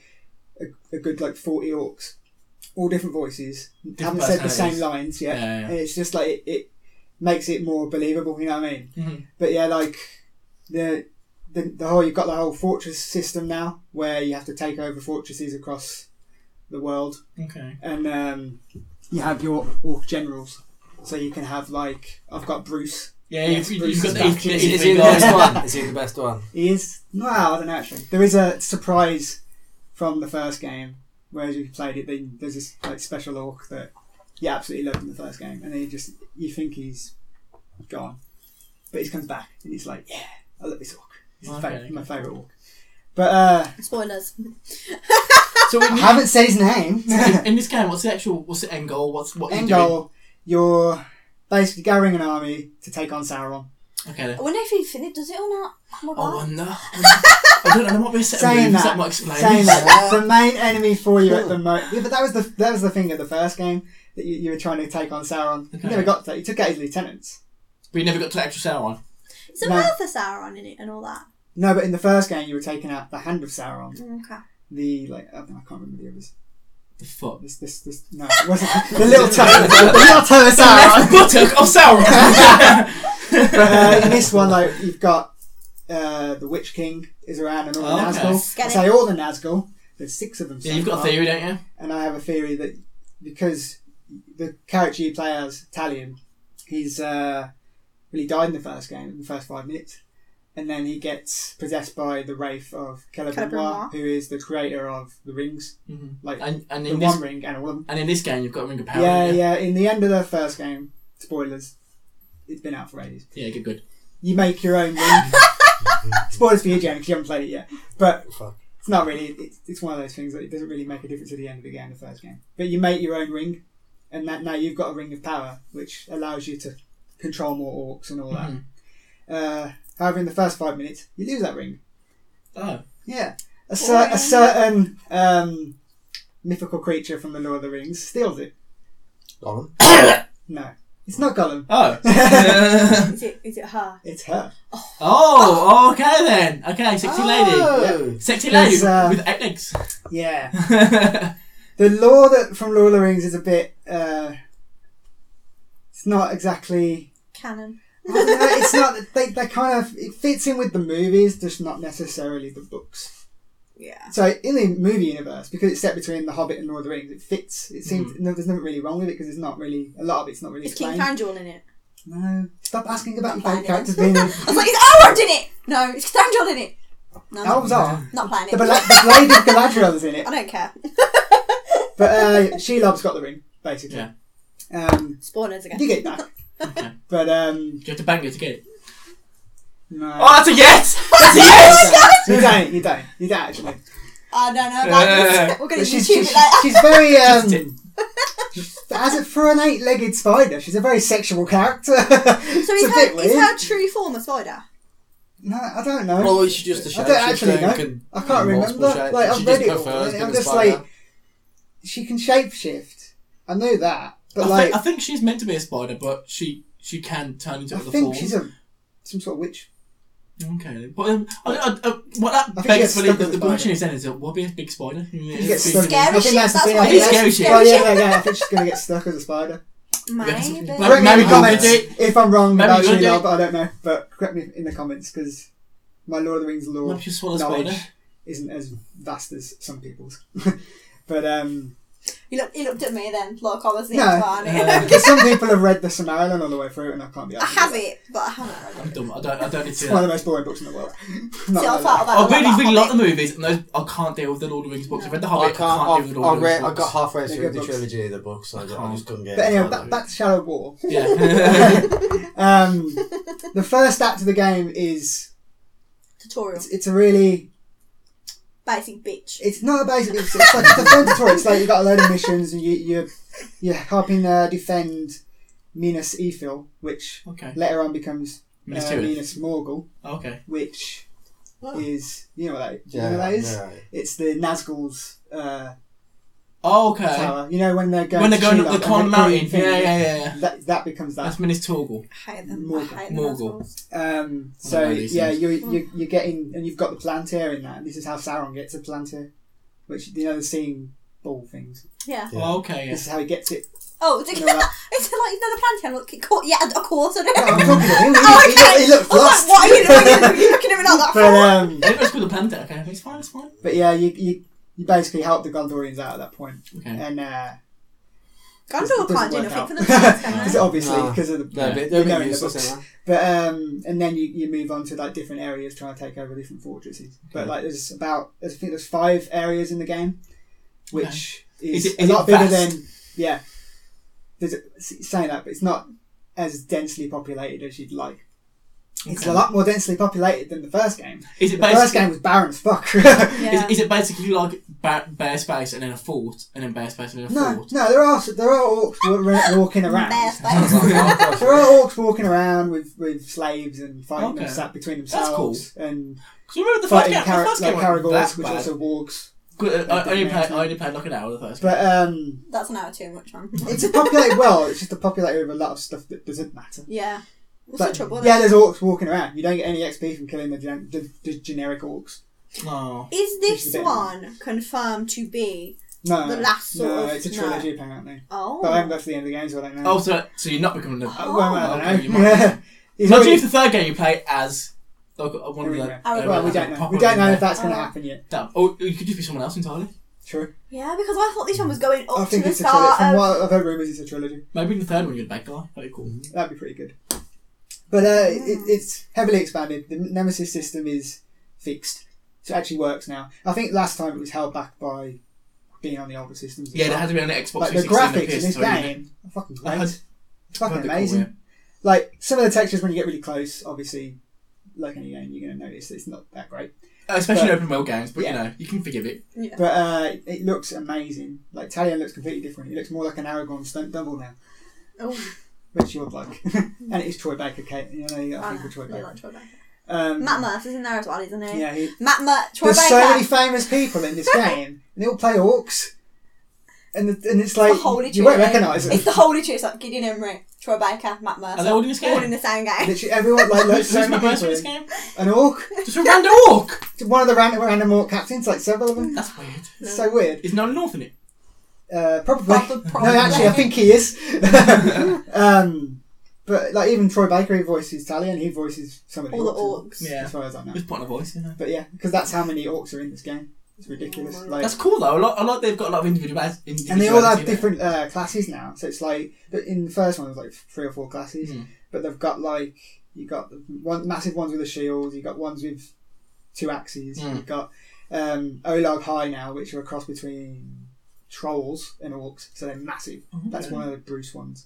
S4: a, a good like forty orcs, all different voices,
S1: Different
S4: haven't said the
S1: personalities.
S4: same lines yet.
S1: Yeah, yeah.
S4: And it's just like it, it makes it more believable. You know what I mean?
S1: Mhm.
S4: But yeah, like the, the the whole you've got the whole fortress system now, where you have to take over fortresses across the world,
S1: Okay.
S4: and um, you have your orc generals, so you can have like I've got Bruce.
S1: Yeah,
S4: Yes,
S1: you've, you've
S4: Bruce
S1: got
S4: is
S1: the
S4: back.
S1: Ethan
S5: Is, is he
S1: Ethan
S5: the
S1: guy.
S5: best one? Is he the best one?
S4: He is no, I don't know, actually. There is a surprise from the first game. Whereas if you played it, then there's this like special orc that you absolutely loved in the first game, and then you just you think he's gone, but he comes back and he's like, yeah, I love this orc. He's
S1: Okay,
S4: fa-
S1: okay.
S4: my favorite orc. But uh,
S3: Spoilers.
S1: So in
S4: I
S1: this,
S4: haven't said his name.
S1: in- in this game, what's the actual what's the end goal? What's what are
S4: End
S1: you doing?
S4: goal: you're basically gathering an army to take on Sauron.
S1: Okay.
S3: I wonder if Infinite does it or not. Oh my god.
S1: I wonder. I don't know. There might be a set of
S4: Saying
S1: moves that,
S4: that-
S1: might explain
S4: Saying
S1: this.
S4: that, that's the main enemy for you at the moment. Yeah, but that was the that was the thing of the first game that you, you were trying to take on Sauron.
S1: Okay.
S4: You never got to. You took out his lieutenants.
S1: We never got to the actual Sauron.
S3: Is there
S4: No.
S3: Arthur Sauron in it and all that?
S4: No, but in the first game you were taking out the hand of Sauron.
S3: Okay.
S4: The like I, don't know, I can't remember the others.
S1: The fuck.
S4: This this this no, it wasn't the little toe, the little toe of Sauron.
S1: Left buttock of Oh, Sauron.
S4: But uh, in this one, like you've got uh, the Witch King is around and all the
S1: Oh, Okay.
S4: Nazgul. I
S3: Get
S4: say all the Nazgul. There's six of them.
S1: yeah,
S4: so
S1: you've got a
S4: far.
S1: theory, don't you?
S4: and I have a theory that because the character you play as Talion, he's uh, well, he died in the first game in the first five minutes, and then he gets possessed by the wraith of
S3: Celebrimbor.
S4: Celebrimbor, who is the creator of the rings,
S1: Mhm.
S4: like
S1: And and
S4: the
S1: in
S4: One
S1: this
S4: Ring and all of them.
S1: and in this game, you've got a ring of power.
S4: Yeah,
S1: haven't you?
S4: yeah. In the end of the first game, spoilers. It's been out for ages
S1: yeah. Good, good.
S4: you make your own ring. Spoilers for you, Jan, because you haven't played it yet. But
S5: Fuck.
S4: it's not really. It's, it's one of those things that it doesn't really make a difference at the end of the game, the first game. But you make your own ring, and that now you've got a ring of power, which allows you to control more orcs and all that.
S1: Mhm.
S4: Uh, however, in the first five minutes, you lose that ring.
S1: Oh,
S4: Yeah, a, cer-
S3: Boing.
S4: a certain um, mythical creature from the Lord of the Rings steals it.
S5: Gollum?
S4: No, it's not Gollum.
S1: oh,
S3: Is it? Is it her?
S4: It's her.
S1: oh. Okay then. Okay, sexy lady.
S5: Oh.
S1: Sexy lady
S4: It's, uh,
S1: with eight legs.
S4: Yeah.
S1: yeah,
S4: The law that from Lord of the Rings is a bit. Uh, it's not exactly.
S3: Canon.
S4: Oh, it's not. They, they kind of. It fits in with the movies, just not necessarily the books.
S3: Yeah.
S4: So in the movie universe, because it's set between The Hobbit and Lord of the Rings, it fits. It seems
S1: Mm.
S4: no, there's nothing really wrong with it because it's not really a lot of it's not really
S3: Is King
S4: explained.
S3: Candle in it?
S4: no, stop asking about your
S3: Not
S4: favourite characters
S3: playing
S4: being
S3: it.
S4: in.
S3: I was like, is Elrond in it? No, it's Candle in it. No, I'm
S4: Elves are.
S3: not playing
S4: The,
S3: it.
S4: Bela- the Blade of Galadriel's in it,
S3: I don't care.
S4: but uh, Shelob's got the ring basically.
S1: Yeah.
S4: Um,
S3: Spawners again.
S4: you get it back,
S1: Okay.
S4: but um,
S1: you have to bang it to get it.
S4: no.
S1: Oh, that's a yes. That's a yes.
S4: you don't. You don't. You don't actually.
S3: I don't know about this. We're going
S4: But
S3: to
S4: she's,
S3: YouTube
S4: she's,
S3: it later.
S4: she's very
S1: Just it.
S4: um as a, for an eight-legged spider she's a very sexual
S3: So
S4: character it's
S3: is
S4: a bit
S3: her, is
S4: weird
S3: her true form a spider?
S4: No, I don't know.
S5: Well, she just a
S4: I don't actually
S5: shapeshifter
S4: know.
S5: and can
S4: I can't
S5: do
S4: remember.
S5: multiple shapes.
S4: Like
S5: she
S4: I've
S5: just
S4: read it all.
S5: prefers
S4: and
S5: being
S4: I'm
S5: a
S4: just
S5: spider.
S4: like, she can shapeshift. I know that, but
S1: I,
S4: like,
S1: think, I think she's meant to be a spider, but she she can turn into
S4: I
S1: other
S4: think
S1: forms.
S4: she's a some sort of witch.
S1: Okay, then. but um, I, I, I, what that
S4: think
S1: begs
S4: she gets
S1: believe
S4: stuck
S1: that
S4: in
S1: the
S4: the
S1: bullshit is then is that what be a big spider? Yeah,
S4: gets
S1: big-
S4: stuck in-
S3: Scary
S4: I think
S3: shit,
S4: that's
S3: that's
S4: the thing,
S3: why
S4: I
S1: It's
S4: think-
S1: scary
S4: Oh
S1: shit.
S4: yeah, yeah, yeah. I think she's gonna get stuck as a spider.
S3: Maybe.
S1: Like,
S4: Correct me in
S1: maybe
S4: the comments
S1: you'll do
S4: if I'm wrong
S1: Maybe
S4: about
S1: you'll do
S4: Sheila,
S1: it.
S4: but I don't know. But correct me in the comments because my Lord of the Rings lore
S1: Maybe she'll swallow a
S4: knowledge
S1: spider.
S4: isn't as vast as some people's. but um,
S3: You look, you looked at me then, look, I was the
S4: No.
S3: Antoine.
S4: some people have read the Samarillion all the way through, and I can't be.
S3: I
S4: arsed.
S3: have it, but I haven't read it.
S1: I'm dumb. I don't. I don't need to.
S4: It's
S1: See
S4: one of
S1: that.
S4: the most boring books in the world.
S3: See,
S4: Not
S3: I
S4: gonna
S3: thought
S4: lie.
S3: about
S1: I
S3: that.
S1: really, really like
S3: Hobbit.
S1: the movies, and those I can't deal with the Lord of the Rings books. I read the
S5: I
S1: Hobbit.
S5: can't. I've,
S1: deal with the
S5: I
S1: Lord
S5: read. I
S1: of the
S5: got
S1: Rings
S5: halfway
S4: They're
S5: through
S4: good
S5: the
S4: books.
S5: trilogy of the books. I, I just couldn't get.
S4: But anyway,
S5: it.
S4: back, back to Shallow War.
S1: Yeah.
S4: Um, the first act of the game is
S3: Tutorial.
S4: it's, it's a really
S3: Basic bitch.
S4: it's not a basic it's, it's like it's a fun tutorial. It's like you got a load of missions and you you you're helping uh, defend Minas Ethil, which
S1: okay.
S4: later on becomes uh,
S1: Minas Tirith.
S4: Minas Morgul,
S1: Okay.
S4: which
S5: Oh.
S4: is you know what that, you
S5: yeah,
S4: know what that is.
S5: yeah.
S4: It's the Nazgul's uh,
S1: Oh, okay.
S4: tower. You know when they're going
S1: When
S4: to
S1: they're going up
S4: Shelob
S1: the
S4: and
S1: Con
S4: the
S1: Mountain.
S4: green thing,
S1: Yeah, yeah, yeah. yeah.
S4: That that becomes that.
S1: That's Minas Torgul.
S3: I hate them.
S4: Morgul.
S3: I hate them.
S1: Morgul.
S3: assholes.
S4: Um, so
S1: One of these
S4: yeah,
S1: things.
S4: you're, you're you're getting and you've got the Palantir in that. And this is how Sauron gets a Palantir, which you know the seeing ball things.
S3: Yeah.
S5: Yeah.
S1: Oh, okay. Yeah.
S4: This is how he gets it.
S3: Oh, it's like,
S4: You
S3: it's
S4: know that.
S3: like you know the plantain. Look, it caught. Yeah, a quarter.
S4: No, I'm talking to him. He,
S3: Oh,
S4: he looked- he looked
S3: I was like,
S4: lost.
S3: what are you doing? Are you looking at me like that
S4: but
S3: for?
S4: um,
S1: I think that's called the planet. Okay, it's fine. It's fine.
S4: but yeah, you you you basically help the Gondorians out at that point,
S1: Okay.
S4: and uh,
S3: Gondor
S4: it doesn't
S3: can't do
S4: work
S3: nothing
S4: out.
S3: for themselves, can
S4: it's
S3: they?
S1: No.
S4: obviously
S5: Nah.
S4: because of the
S5: No,
S1: Yeah.
S5: but
S4: You
S5: they're a
S4: know
S5: bit
S4: in the
S5: useless.
S4: books.
S5: aren't
S4: But um, and then you, you move on to like different areas trying to take over different fortresses. But
S5: Okay.
S4: like there's about I think there's five areas in the game, which
S1: Is
S4: is,
S1: it- is
S4: a
S1: it
S4: lot bigger
S1: vast?
S4: than yeah. There's a, s- saying that, but it's not as densely populated as you'd like. It's
S1: Okay.
S4: a lot more densely populated than the first game.
S1: Is
S4: The
S1: it
S4: first
S1: basically?
S4: game was barren as fuck. no,
S3: Yeah.
S1: Is, is it basically like ba- bare space and then a fort and then bare space and then a fort?
S4: no, there are there are orcs wa- walking around.
S3: Bare
S5: they?
S3: space.
S4: There are orcs walking around with, with slaves and fighting
S1: Okay.
S4: them sat between
S1: cool.
S4: themselves and
S1: Because remember the first
S4: fighting
S1: game,
S4: Car-
S1: the first
S4: like
S1: game wasn't
S4: Caragors,
S1: that
S4: which
S1: bad.
S4: also walks.
S1: Good, I, I, only
S4: Yeah.
S1: played, I only played like an hour of the first
S4: But um,
S3: That's an hour too much, man.
S4: it's a populated world. It's just a populated with a lot of stuff that doesn't matter.
S3: Yeah. What's
S4: But,
S3: the trouble?
S4: yeah, there's orcs walking around. You don't get any XP from killing the, gen- the, the generic orcs.
S1: game. Oh.
S3: Is
S4: It's a
S3: this
S4: bit-
S3: one confirmed to be?
S4: No,
S3: The last
S4: no,
S3: sort of-
S4: it's a
S3: no.
S4: trilogy apparently.
S3: Oh.
S4: But I haven't got to the end of the game, so I don't know.
S1: oh, so, so you're not becoming a.
S4: Uh, well, I
S1: okay, you
S4: don't know.
S1: might.
S4: He's
S1: Imagine
S4: already-
S1: if the third game you play as like a- one of the.
S4: Everywhere.
S1: uh,
S4: well, we
S1: like a
S4: don't know. We
S1: proper
S4: don't know if
S1: leader.
S4: that's going to
S3: Oh.
S4: happen yet.
S1: Damn. Or you could just be someone else entirely.
S4: True.
S3: Yeah, because I thought this one was going
S4: I
S3: up to
S4: think
S3: the
S4: it's a trilogy.
S3: start
S4: From
S3: of.
S4: what I've heard, rumours it's a trilogy.
S1: Maybe in the third one you're the bad guy. That'd be cool.
S4: That'd be pretty good. But uh, it, it's heavily expanded. The Nemesis system is fixed. So it actually works now. I think last time it was held back by being on the older systems. as
S1: Yeah, there
S4: well.
S1: had to be on the Xbox
S4: like
S1: 360
S4: the
S1: and the
S4: graphics in this
S1: PS3, didn't it?
S4: game are fucking
S1: I
S4: great.
S1: had-
S4: It's fucking
S1: That'd be cool,
S4: amazing.
S1: yeah.
S4: Like some of the textures when you get really close, obviously, like any game, you're gonna notice that it's not that great.
S1: Uh, Especially in
S4: But-
S1: open world games, but
S4: Yeah.
S1: you know, you can forgive it.
S3: Yeah.
S4: But uh, it looks amazing. Like Talion looks completely different. It looks more like an Aragorn stunt double now,
S3: Oh,
S4: which you'll like. and it is Troy Baker, Kate. You know, you got
S3: I
S4: to
S3: know.
S4: think of Troy
S3: Ah, I
S4: Baker.
S3: like Troy Baker.
S4: Um,
S3: Matt Mercer's in there as well, isn't he?
S4: Yeah, he,
S3: Matt Mer- Troy
S4: there's
S3: Baker.
S4: so many famous people in this game, and they all play orcs, and the, and it's like
S3: the holy
S4: you won't
S3: trinity.
S4: recognise them.
S3: It's the holy trinity. It's like Gideon Emery, Troy Baker, Matt Mercer.
S1: Are they all in this
S3: all in
S1: game?
S3: the same game.
S4: Literally everyone like loads
S1: Who's
S4: so
S1: who's my
S4: many
S1: person
S4: people.
S1: in this
S4: in-
S1: game?
S4: An orc,
S1: Just a random orc!
S4: one of the random random orc captains, like several of them.
S1: That's weird.
S4: It's so weird.
S1: Is Nolan North in it?
S4: Uh, probably.
S3: Probably-
S4: No, actually, I think he is. um, but like even Troy Baker, he voices Talion. He voices some of the
S3: All the
S4: orcs,
S3: orcs.
S1: Yeah.
S4: as far as I know.
S1: Just putting a voice, you know.
S4: But yeah, because that's how many orcs are in this game. It's
S3: Oh
S4: ridiculous. Like,
S1: That's cool though. I like, I like they've got a lot of individual uh,
S4: and they all have different uh, classes now. So it's like but in the first one, there's like three or four classes,
S1: Mm.
S4: but they've got like you got the one massive ones with a shield, you got ones with two axes,
S1: Mm.
S4: you've got um, Olag High now, which are a cross between trolls and orcs, so they're massive. That's one of the Bruce ones.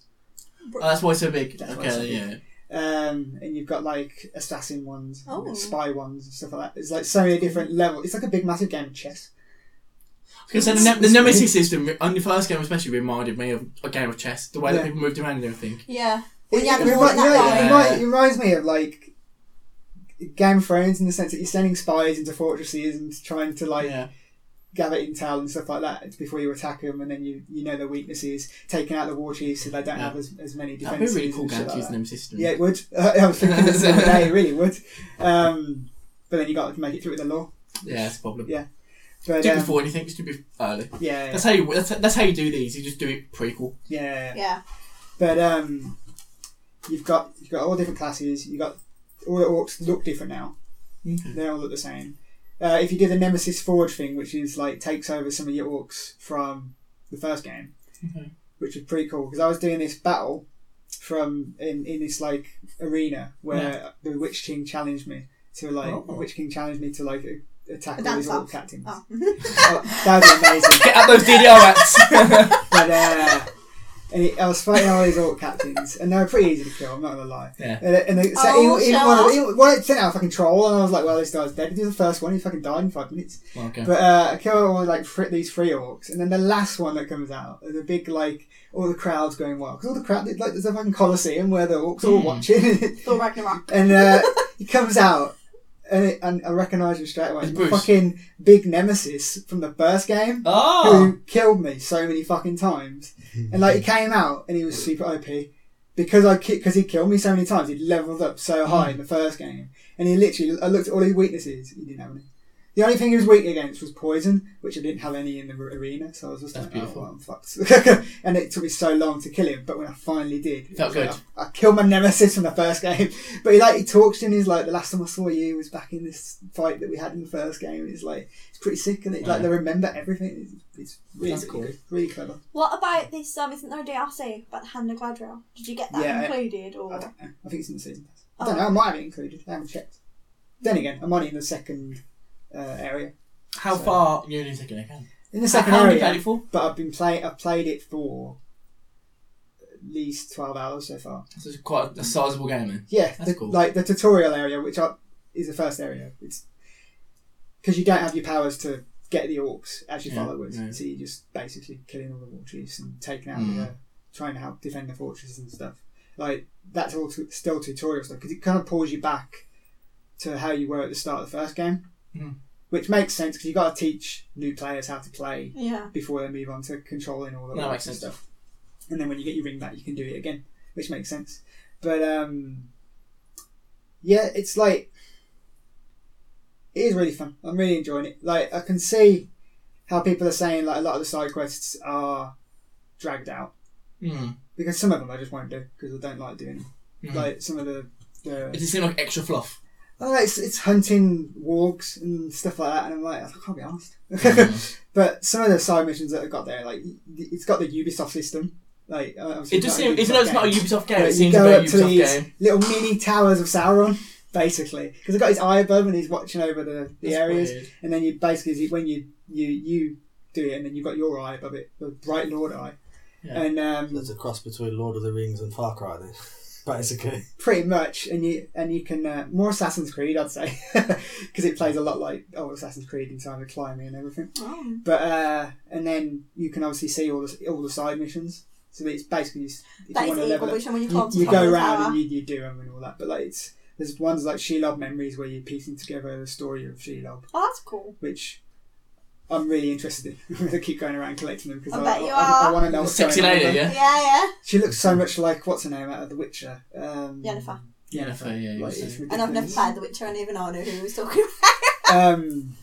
S1: Oh, that's why it's so big.
S4: That's why
S1: okay,
S4: it's so big.
S1: yeah.
S4: Um, and you've got like assassin ones,
S3: Oh.
S4: spy ones, and stuff like that. It's like so many different levels. It's like a big, massive game of chess.
S1: Because the, ne- the Nemesis system re- on the first game especially reminded me of a game of chess. The way
S4: Yeah.
S1: that people moved around and everything.
S3: Yeah.
S4: It,
S3: Well, yeah,
S4: it
S3: the
S4: remi-
S3: more that
S4: yeah, it
S1: line.
S4: remi- it reminds me of like Game of Thrones in the sense that you're sending spies into fortresses and trying to like
S1: yeah.
S4: gather intel and stuff like that before you attack them, and then you, you know their weaknesses, taking out the war chiefs so they don't
S1: Yeah.
S4: have as, as many
S1: That'd be
S4: defenses.
S1: a really cool
S4: and
S1: game
S4: shit
S1: to
S4: like
S1: use
S4: that.
S1: an M system.
S4: Yeah, it would. I was thinking this the other day, it really would. Um, but then you got to make it through with the law.
S1: Yeah, that's a problem.
S4: Yeah, But
S1: Do it
S4: um,
S1: before anything, just do it early.
S4: yeah,
S1: That's how you. That's, that's how you do these. You just do it prequel.
S4: yeah, yeah,
S3: Yeah.
S4: But um, you've got you've got all different classes. You have got all the orcs look different now.
S1: Mm-hmm.
S4: They all look the same. Uh, if you do the Nemesis Forge thing, which is like takes over some of your orcs from the first game,
S1: Okay.
S4: which is pretty cool because I was doing this battle from in, in this like arena where the Witch King challenged me to like
S1: Oh.
S4: Witch King challenged me to like attack
S3: A
S4: all these
S3: dance-off.
S4: orc captains.
S3: Oh.
S4: Oh, that would be amazing.
S1: Get out those DDR rats.
S4: But uh, and it, I was fighting all these orc captains, and they were pretty easy to kill. I'm not gonna lie.
S1: Yeah.
S4: And, and they, so
S3: Oh,
S4: he, he,
S3: shut
S4: one, of
S3: up.
S4: the- he, one of the- sent out a fucking troll, and I was like, "Well, this guy's dead." He was the first one. He fucking died in five minutes.
S1: Well, okay.
S4: But uh, I kill all like three, these three orcs, and then the last one that comes out, the big like all the crowds going wild because all the crowd like there's a fucking coliseum where the orcs are all
S1: Hmm.
S4: watching,
S3: Thor Ragnarok.
S4: and uh, he comes out. And, it, and I recognise him straight away.
S1: It's Bruce.
S4: Fucking big nemesis from the first game
S1: oh,
S4: who killed me so many fucking times. And like he came out and he was super OP because I because he killed me so many times. He leveled up so high in the first game, and he literally I looked at all his weaknesses. He didn't have any. The only thing he was weak against was poison, which I didn't have any in the ar- arena, so I was just
S1: That's
S4: like,
S1: beautiful.
S4: "Oh, well, I'm fucked." and it took me so long to kill him, but when I finally did, it
S1: Felt
S4: was like,
S1: good.
S4: I, I killed my nemesis from the first game. But he like he talks to him. He's like, "The last time I saw you was back in this fight that we had in the first game." And it's like it's pretty sick, and it like
S1: Yeah.
S4: they remember everything. It's, it's really
S1: That's
S4: really
S1: cool.
S4: good, really clever.
S3: What about this? Um, isn't there a DLC about the Hand of Gladriel? Did you get that
S4: Yeah.
S3: included or?
S4: I don't know. I think it's in the season pass. I
S3: Oh.
S4: don't know. I might have it included. I haven't checked. Then again, I'm only in the second uh, area.
S1: how
S4: so-
S1: far? You only second account.
S4: In the second
S1: how long have Oh, you played
S4: area,
S1: it for?
S4: but I've been play. I've played it for at least twelve hours so far.
S1: This is quite a sizable game then.
S4: Yeah,
S1: That's
S4: the,
S1: cool.
S4: like the tutorial area, which I, is the first area. It's because you don't have your powers to get the orcs as your
S1: Yeah,
S4: followers,
S1: yeah.
S4: so you're just basically killing all the war chiefs and taking out
S1: Mm.
S4: the, uh, trying to help defend the fortresses and stuff. Like that's all t- still tutorial stuff because it kind of pulls you back to how you were at the start of the first game,
S1: Mm.
S4: which makes sense because you got to teach new players how to play
S3: Yeah.
S4: before they move on to controlling all the
S1: No, that
S4: orcs
S1: makes
S4: and
S1: sense.
S4: stuff. And then when you get your ring back, you can do it again, which makes sense. But um, yeah, it's like it is really fun. I'm really enjoying it. Like I can see how people are saying like a lot of the side quests are dragged out
S1: Mm.
S4: because some of them I just won't do because I don't like doing them.
S1: Mm.
S4: Like some of the
S1: it
S4: the
S1: just seemed like extra fluff.
S4: I don't know, it's it's hunting wargs and stuff like that, and I'm like I can't be honest.
S1: Mm.
S4: But some of the side missions that I got there, like it's got the Ubisoft system. Like uh, obviously
S1: it just
S4: not a
S1: seemed, even though it's not a
S4: game,
S1: Ubisoft game,
S4: but
S1: it
S4: you
S1: seems
S4: go
S1: like a
S4: up to
S1: Ubisoft
S4: these
S1: game.
S4: Little mini towers of Sauron, basically, because I got his eye above and he's watching over the, the
S1: That's
S4: areas,
S1: weird.
S4: and then you basically when you you you do it, and then you've got your eye above it, the bright Lord eye,
S1: Yeah.
S4: and um,
S5: There's a cross between Lord of the Rings and Far Cry, then. Basically.
S4: pretty much, and you and you can uh, more Assassin's Creed, I'd say, because it plays a lot like old Assassin's Creed in terms of climbing and everything.
S3: Oh.
S4: But uh, and then you can obviously see all the all the side missions. So it's basically just, if
S3: That
S4: you
S3: is
S4: want to
S3: the eagle
S4: level up,
S3: vision when you
S4: you,
S3: climb to the
S4: you
S3: top of
S4: go
S3: the
S4: around
S3: tower.
S4: and you, you do them and all that. But like it's there's ones like Shelob memories where you're piecing together the story of Shelob,
S3: Oh, that's cool.
S4: which I'm really interested in. I'm gonna keep going around collecting them because
S3: I
S4: I,
S3: bet you
S4: I,
S3: are.
S4: want to know what's
S1: Sexy
S4: going on with
S1: lady,
S4: her.
S1: yeah.
S3: Yeah, yeah.
S4: She looks so much like what's her name out of The Witcher, um,
S3: Yennefer.
S1: Yennefer, yeah, you were
S4: like, it's
S1: saying.
S3: And I've never
S4: ridiculous.
S3: played The Witcher, and even I know who he was talking about.
S4: um,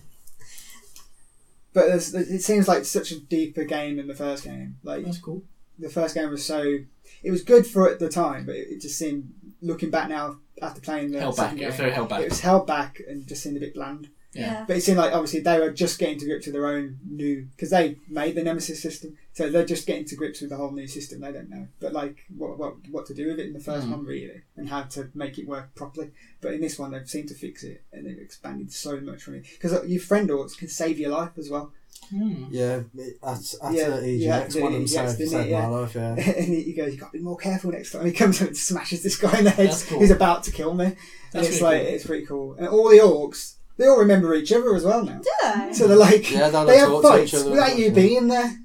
S4: but there's, it seems like such a deeper game than the first game. Like
S1: That's cool.
S4: the first game was so it was good for at the time, but it, it just seemed looking back now after playing the
S1: Held back.
S4: second
S1: It was
S4: game,
S1: very held
S4: it
S1: back.
S4: was held back and just seemed a bit bland.
S1: Yeah.
S4: But it seemed like obviously they were just getting to grips with their own new because they made the Nemesis system, so they're just getting to grips with the whole new system. They don't know, but like what what, what to do with it in the first
S1: Mm.
S4: one really, and how to make it work properly. But in this one, they've seemed to fix it and they've expanded so much from it because your friend orcs can save your life as well.
S1: Mm.
S5: Yeah, it- at, at
S4: Yeah,
S5: uh,
S4: you had
S5: EGX,
S4: to
S5: one
S4: do
S5: of them
S4: EGX,
S5: saved,
S4: didn't
S5: saved
S4: it?
S5: my
S4: Yeah.
S5: life, yeah.
S4: and he he goes, "You got to be more careful next time." He comes up and smashes this guy in the head.
S1: That's cool.
S4: He's about to kill me, and
S1: That's
S4: it's
S1: really
S4: like
S1: cool.
S4: it's pretty cool. And all the orcs, they all remember each other as well now.
S3: Yeah.
S4: So they're like,
S5: Yeah, they'll
S4: they have
S5: talk to
S4: fights
S5: each other.
S4: without you
S5: Yeah.
S4: being there.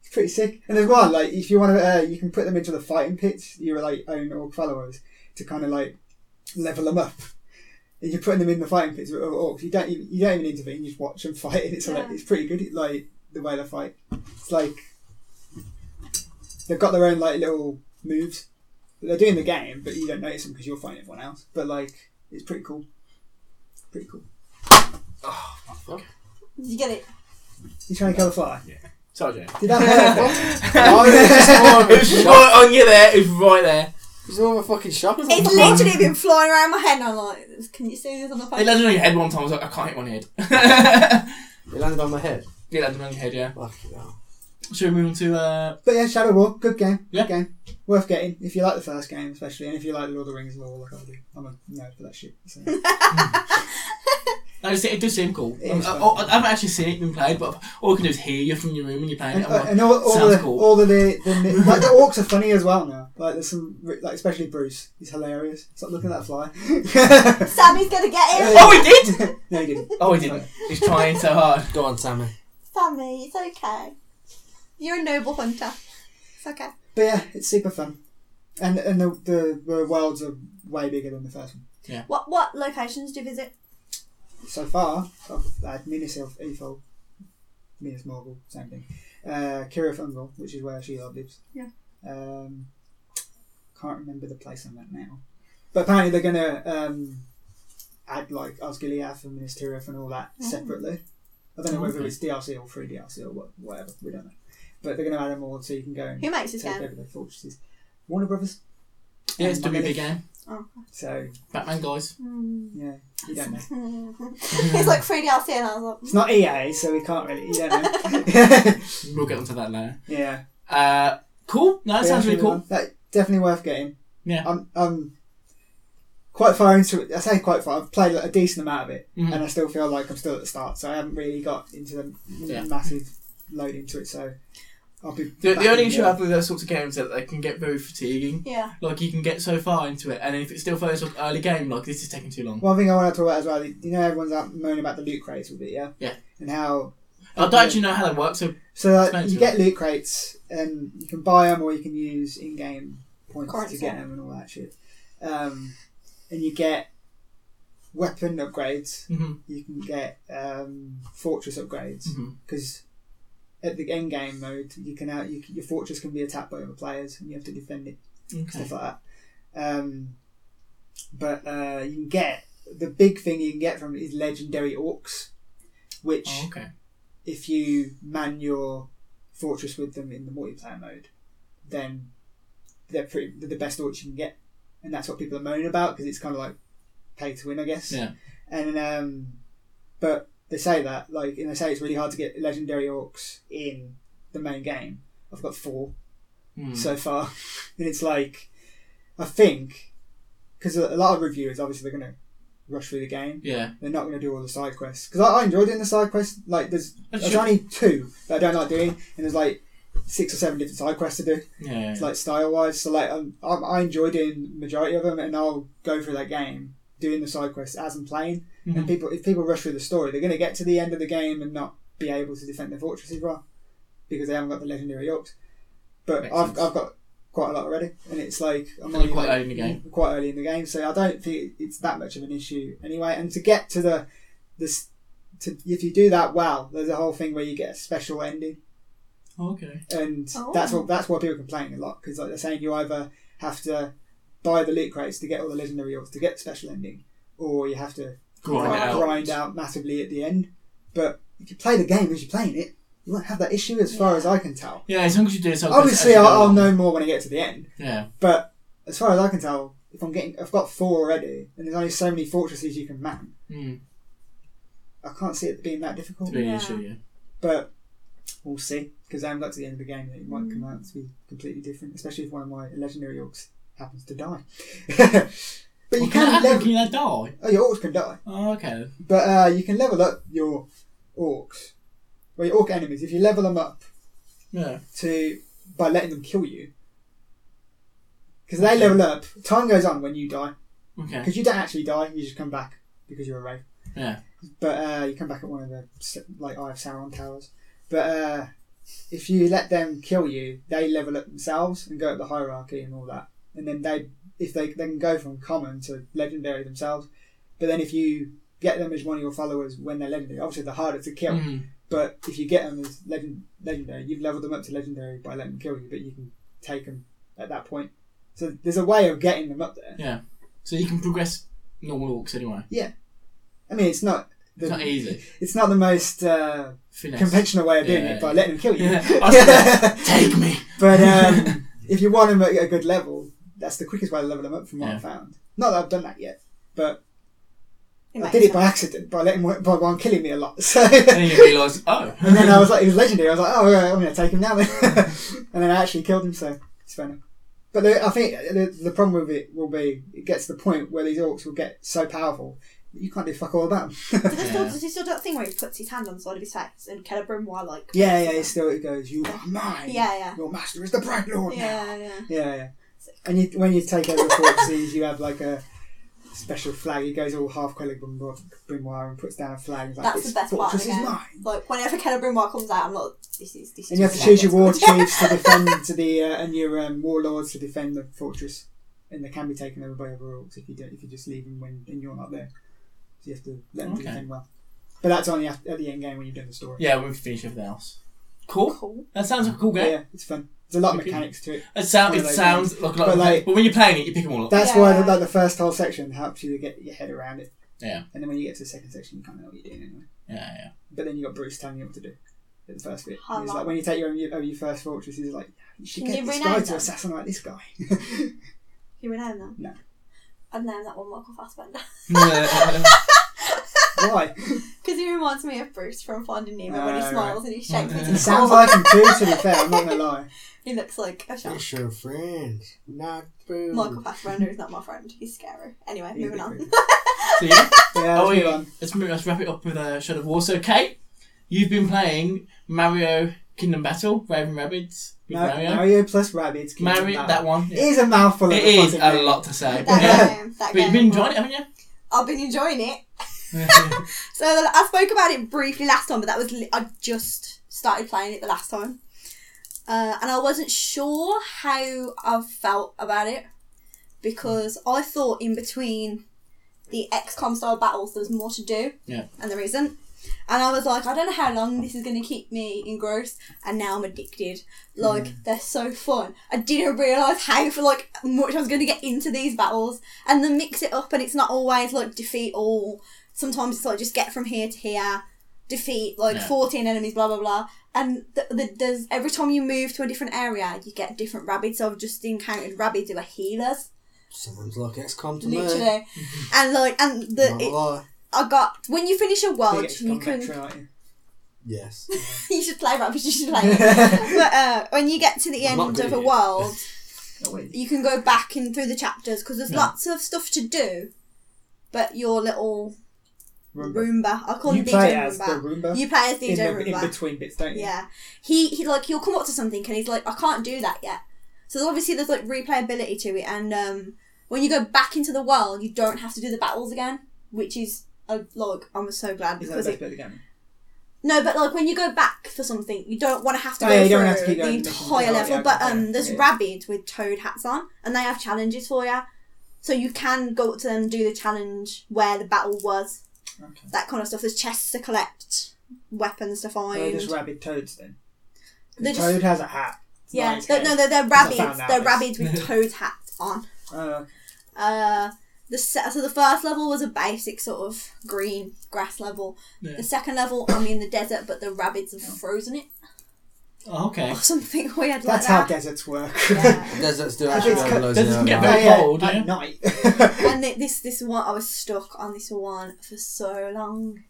S4: It's pretty sick. And as well, like if you want to, uh, you can put them into the fighting pits. Your like own orc followers to kind of like level them up. and you're putting them in the fighting pits with other orcs. You don't even you don't even intervene. You just watch them fight, and it's like
S3: Yeah.
S4: it's pretty good. It, like the way they fight, it's like they've got their own like little moves that they're doing the game, but you don't notice them because you're fighting everyone else. But like it's pretty cool, pretty cool.
S3: Did you get it?
S4: You trying to kill the fly?
S1: Told you.
S4: Did that work?
S5: Oh, yeah,
S1: It was
S5: it's more of a
S1: right on you there. It was right there.
S5: shock. It's more of a fucking shock.
S3: It's literally been flying around my head, and I'm like, can you see this on the
S1: It
S3: phone?
S1: landed on your head one time. I was like, I can't hit one head. yeah,
S5: It landed on my head.
S1: it landed on your head. Yeah.
S5: Fucking hell.
S1: Should we move on to uh,
S4: But yeah, Shadow War, good game.
S1: Yeah.
S4: Good game. Worth getting if you like the first game, especially, and if you like the Lord of the Rings lore, like I do. I'm a nerd for that shit. So.
S1: No, it's- it does seem cool.
S4: It
S1: Um,
S4: is
S1: I,
S4: fun.
S1: I, I haven't actually seen it being played, but all I can do is hear you from your room and you're playing
S4: and, uh,
S1: it. I'm like,
S4: and all, all
S1: sounds
S4: the
S1: cool.
S4: all of the, the ni- like the orcs are funny as well now. Like there's some re- like especially Bruce, he's hilarious. Stop looking at that
S1: Hmm.
S4: fly.
S3: Sammy's gonna get it.
S4: Uh,
S1: oh, he did!
S4: no, he didn't.
S1: Oh, he didn't. He's trying so hard.
S5: Go on, Sammy.
S3: Sammy, it's okay. You're a noble hunter. It's okay.
S4: But yeah, it's super fun, and and the the, the worlds are way bigger than the first one.
S3: What what locations do you visit?
S4: So far, I've had E Minas Ethel, Minas Morgul, same thing. Uh, Kirith Ungol, which is where she lives.
S3: Yeah.
S4: Um, can't remember the place I'm at now, but apparently they're gonna um, add like Osgiliath and Minas Tirith and all that
S3: Oh.
S4: separately. I don't know whether
S1: Okay.
S4: it's DLC or free DLC or what- whatever. We don't know, but they're gonna add them all so you can go and
S3: Who makes this
S4: take
S3: game?
S4: over their fortresses. Warner Brothers.
S1: Yeah, it's
S4: Um,
S1: WB game.
S3: Oh.
S4: So
S1: Batman guys.
S3: Hmm.
S4: yeah, you don't know.
S3: it's like 3 DLC, and I was mm,
S4: It's not EA, so we can't really. You don't know.
S1: We'll get onto that later.
S4: Yeah.
S1: Uh, cool. No, that
S4: Yeah,
S1: sounds really
S4: definitely
S1: cool.
S4: worth- That, definitely worth getting.
S1: Yeah.
S4: I'm, I'm quite far into it. I say quite far. I've played like, a decent amount of it,
S1: Mhm.
S4: and uh, I still feel like I'm still at the start, so I haven't really got into the
S1: Yeah.
S4: massive load into it, so I'll be.
S1: The,
S4: back
S1: the only
S4: in
S1: issue I have with those sorts of games is that they can get very fatiguing.
S3: like, yeah.
S1: Like, you can get so far into it, and if it still feels like early game, like, this is taking too long.
S4: One thing I want to talk about as well, you know, everyone's out moaning about the loot crates with it, yeah?
S1: Yeah.
S4: And how.
S1: I don't actually know how that works, so
S4: So like,
S1: Explain
S4: you
S1: to
S4: get loot crates, and you can buy them or you can use in game points to
S3: Currency.
S4: get them and all that shit. Um, and you get weapon upgrades
S1: mhm,
S4: you can get um, fortress upgrades
S1: mhm.
S4: because at the end game mode you can out you, can- your fortress can be attacked by other players and you have to defend it
S1: okay.
S4: stuff like that um, but uh, you can get the big thing you can get from it is legendary orcs which
S1: Oh, okay.
S4: if you man your fortress with them in the multiplayer mode then they're pretty they're the best orcs you can get and that's what people are moaning about because it's kind of like pay to win I guess
S1: Yeah.
S4: and um, but they say that like and they say it's really hard to get legendary orcs in the main game. I've got four
S1: Hmm.
S4: so far, and it's like I think because a a lot of reviewers obviously they're gonna rush through the game.
S1: Yeah.
S4: They're not gonna do all the side quests because I, I enjoy doing the side quests. Like there's
S1: That's
S4: there's
S1: true.
S4: only two that I don't like doing, and there's like six or seven different side quests to do.
S1: Yeah, yeah,
S4: It's
S1: yeah.
S4: like style wise. So like um, I, I enjoy doing majority of them, and I'll go through that game doing the side quests as I'm playing. And
S1: Mhm.
S4: people, if people rush through the story, they're going to get to the end of the game and not be able to defend their fortresses well because they haven't got the legendary orcs. But
S1: Makes
S4: I've,
S1: sense.
S4: I've got quite a lot already, and it's like I'm
S1: And
S4: only,
S1: you're quite
S4: like, mm.
S1: early in the game.
S4: Quite early in the game, so I don't think it's that much of an issue anyway. And to get to the this. To, if you do that well, there's a whole thing where you get a special ending
S1: Okay.
S4: and
S3: Oh.
S4: that's what that's why people complain a lot because like they're saying you either have to buy the loot crates to get all the legendary orcs to get the special ending, or you have to
S1: Grind it out.
S4: grind out massively at the end. But if you play the game as you're playing it, you won't have that issue as far as I can tell.
S1: Yeah, as long as you do it. So
S4: Obviously, I'll,
S1: as you go
S4: I'll
S1: along.
S4: know more when I get to the end.
S1: Yeah.
S4: But as far as I can tell, if I'm getting, I've got four already, and there's only so many fortresses you can man.
S1: Mm.
S4: I can't see it being that difficult.
S1: To be an
S3: Yeah.
S1: issue, yeah.
S4: but we'll see because I haven't got to the end of the game and it might come out to be completely different, especially if one of my legendary orcs happens to die. but you
S1: Well, can that happen?
S4: can level.
S1: Can they die?
S4: Oh, your orcs can die,
S1: Oh, okay. then.
S4: but uh, you can level up your orcs, well, your orc enemies. If you level them up
S1: Yeah.
S4: to by letting them kill you, because they level up, time goes on when you die.
S1: Okay.
S4: Because you don't actually die, you just come back because you're a wraith.
S1: Yeah.
S4: But uh, you come back at one of the s- like Eye of Sauron towers. But uh, if you let them kill you, they level up themselves and go up the hierarchy and all that. And then they, if they, they can go from common to legendary themselves, But then if you get them as one of your followers when they're legendary, obviously they're harder to kill.
S1: Mm.
S4: But if you get them as legend, legendary, you've leveled them up to legendary by letting them kill you, but you can take them at that point. So there's a way of getting them up there.
S1: So you can progress normal orcs anyway.
S4: I mean, it's not the,
S1: It's not easy.
S4: it's not the most uh,
S1: Finesse.
S4: conventional way of doing
S1: Yeah,
S4: it by
S1: yeah.
S4: letting them kill you.
S1: Yeah. I was gonna- Take me.
S4: But um, if you want them at a good level, that's the quickest way to level them up, from what
S1: Yeah.
S4: I found. Not that I've done that yet, but
S3: It
S4: I
S3: might
S4: did
S3: be
S4: it by accident by letting one- by one killing me a lot. So
S1: And then you realise, oh.
S4: and then I was like, he was legendary. I was like, oh, yeah, I'm going to take him now. then. and then I actually killed him, so it's fair enough. But the, I think the, the problem with it will be it gets to the point where these orcs will get so powerful that you can't do fuck all about them.
S3: Does he still,
S1: Yeah.
S3: does he still do that thing where he puts his hand on the side of his face and Celebrimbor while like
S4: yeah, yeah, it still it goes, you are mine.
S3: yeah yeah
S4: Your master is the Bright Lord now.
S3: yeah yeah
S4: Yeah, yeah. And you, when you take over corpses, you have like a special flag. He goes all half Quellig Brimoire and puts down a flag. He's like,
S3: That's
S4: this
S3: the best part of
S4: fortress
S3: the
S4: is
S3: game.
S4: mine.
S3: like whenever Celebrimbor comes out I'm like this is this is
S4: And you have to
S3: just
S4: choose your war
S3: what's good.
S4: chiefs to defend to the uh, and your um, warlords to defend the fortress, and they can be taken over by other orcs if you don't if you just leave them when and you're not there. So you have to let them
S1: Okay.
S4: defend well. But that's only at at the end game when you've done the story.
S1: Yeah, we've finished everything else. Cool.
S3: cool
S1: That sounds like a cool
S4: But
S1: game.
S4: yeah, it's fun. There's a lot of
S1: Okay.
S4: mechanics to it.
S1: It, sound,
S4: One
S1: it
S4: of those
S1: sounds like a lot
S4: But
S1: of
S4: like-
S1: But when you're playing it, you pick them all up.
S4: That's why the,
S3: Yeah.
S4: like the first whole section helps you to get your head around it.
S1: Yeah.
S4: And then when you get to the second section, you kind of know what you're doing anyway.
S1: Yeah, yeah.
S4: But then you got Bruce telling you what to do at the first bit.
S3: How
S4: He's like,
S3: long?
S4: when you take your, your, your first fortress, he's like, you should
S3: Can
S4: get
S3: you
S4: this
S3: rename
S4: guy to
S3: them?
S4: assassinate this guy.
S3: you rename them
S4: No.
S3: I'd name that one Michael Fassbender
S1: Yeah,
S4: why?
S3: because he reminds me of Bruce from Finding Nemo when he
S4: Oh,
S3: smiles and he shakes me to
S4: He
S3: the
S4: sounds
S3: core.
S4: like him too, to be fair, I'm not going to lie.
S3: he looks like a shark
S5: It's your friend, not food.
S3: Michael Fassbender is not my friend he's scary anyway
S4: He's a
S3: moving
S4: bit
S3: on
S4: creepy.
S1: So, yeah.
S4: Yeah,
S1: Oh,
S4: let's move
S1: yeah.
S4: on.
S1: Let's, move, let's wrap it up with uh, Shadow of War. So, Kate, you've been playing Mario Kingdom Battle, Raven Rabbids with
S4: Ma- Mario.
S1: Mario.
S4: plus rabbits. Kingdom
S1: Mario,
S4: Battle.
S1: that one.
S4: It is a mouthful.
S1: It
S4: of
S1: is
S4: fucking
S1: a
S4: name.
S1: lot to say.
S3: that
S1: Yeah.
S3: game that
S1: But you've
S3: game
S1: been enjoying it, haven't
S3: I've been enjoying it
S1: you?
S3: So the- I spoke about it briefly last time, but that was li- I just started playing it the last time, uh, and I wasn't sure how I felt about it because I thought in between the XCOM style battles there was more to do,
S1: Yeah.
S3: and there isn't. And I was like, I don't know how long this is going to keep me engrossed, and now I'm addicted. Like they're so fun. I didn't realize how for like much I was going to get into these battles, and then mix it up, and it's not always like defeat all sometimes it's like just get from here to here, defeat like
S1: Yeah.
S3: 14 enemies, blah blah blah. And th the, there's every time you move to a different area, you get different rabbits. So I've just encountered rabbits who are healers,
S5: Sounds like XCOM to me.
S3: literally. and like, and the
S5: Not a
S3: it,
S5: lie.
S3: I got when you finish a
S4: Big
S3: world,
S4: X
S3: you
S4: Combat
S3: can
S4: Trail, aren't you?
S5: Yes.
S3: you should play rabbits. You should play. it. but uh, when you get to the
S5: I'm
S3: end
S5: not good
S3: of
S5: at
S3: a
S5: it.
S3: world,
S4: Oh, wait.
S3: you can go back in through the chapters because there's
S1: Yeah.
S3: lots of stuff to do. But your little
S4: Roomba.
S3: Roomba, I call
S4: You
S3: him DJ
S4: play as the
S3: Roomba.
S4: Roomba.
S3: You play as DJ
S4: in, the,
S3: Roomba.
S4: in between bits, don't you?
S3: Yeah. He he like he'll come up to something and he's like, I can't do that yet. So there's obviously there's like replayability to it and um when you go back into the world you don't have to do the battles again, which is a like I'm so glad
S4: Is that the
S3: because
S4: best
S3: it,
S4: bit of the game?
S3: No, but like when you go back for something, you don't want to have to
S4: Oh,
S3: go
S4: yeah, you
S3: through
S4: don't have to keep
S3: the
S4: going to missions.
S3: entire
S4: Oh,
S3: level.
S4: yeah,
S3: but
S4: okay,
S3: um
S4: yeah,
S3: there's
S4: yeah.
S3: rabbits with toad hats on and they have challenges for you. So you can go up to them, do the challenge where the battle was,
S4: Okay.
S3: that kind of stuff. There's chests to collect, weapons to find.
S4: They're just rabid toads then.
S3: They're just-
S4: Toad has a hat. It's
S3: Yeah,
S4: nice,
S3: they're,
S4: eh?
S3: no, they're, they're
S4: Because I
S3: rabbits.
S4: found out
S3: They're
S4: this.
S3: rabbits with toad hats on.
S4: Uh,
S3: Uh, the se- so the first level was a basic sort of green grass level.
S1: Yeah.
S3: The second level, I'm in the desert, but the rabbits have frozen it
S1: Oh, okay.
S3: or something weird like
S4: that's how
S3: that.
S4: deserts work.
S3: Yeah.
S5: Deserts do
S4: I think
S5: actually
S4: it's
S5: have
S4: cut-
S5: loads
S1: doesn't
S5: of
S1: get
S5: yellow.
S1: very-
S4: Yeah, yeah,
S1: cold,
S4: at
S1: yeah.
S4: night.
S3: and thi- this this one, I was stuck on this one for so long.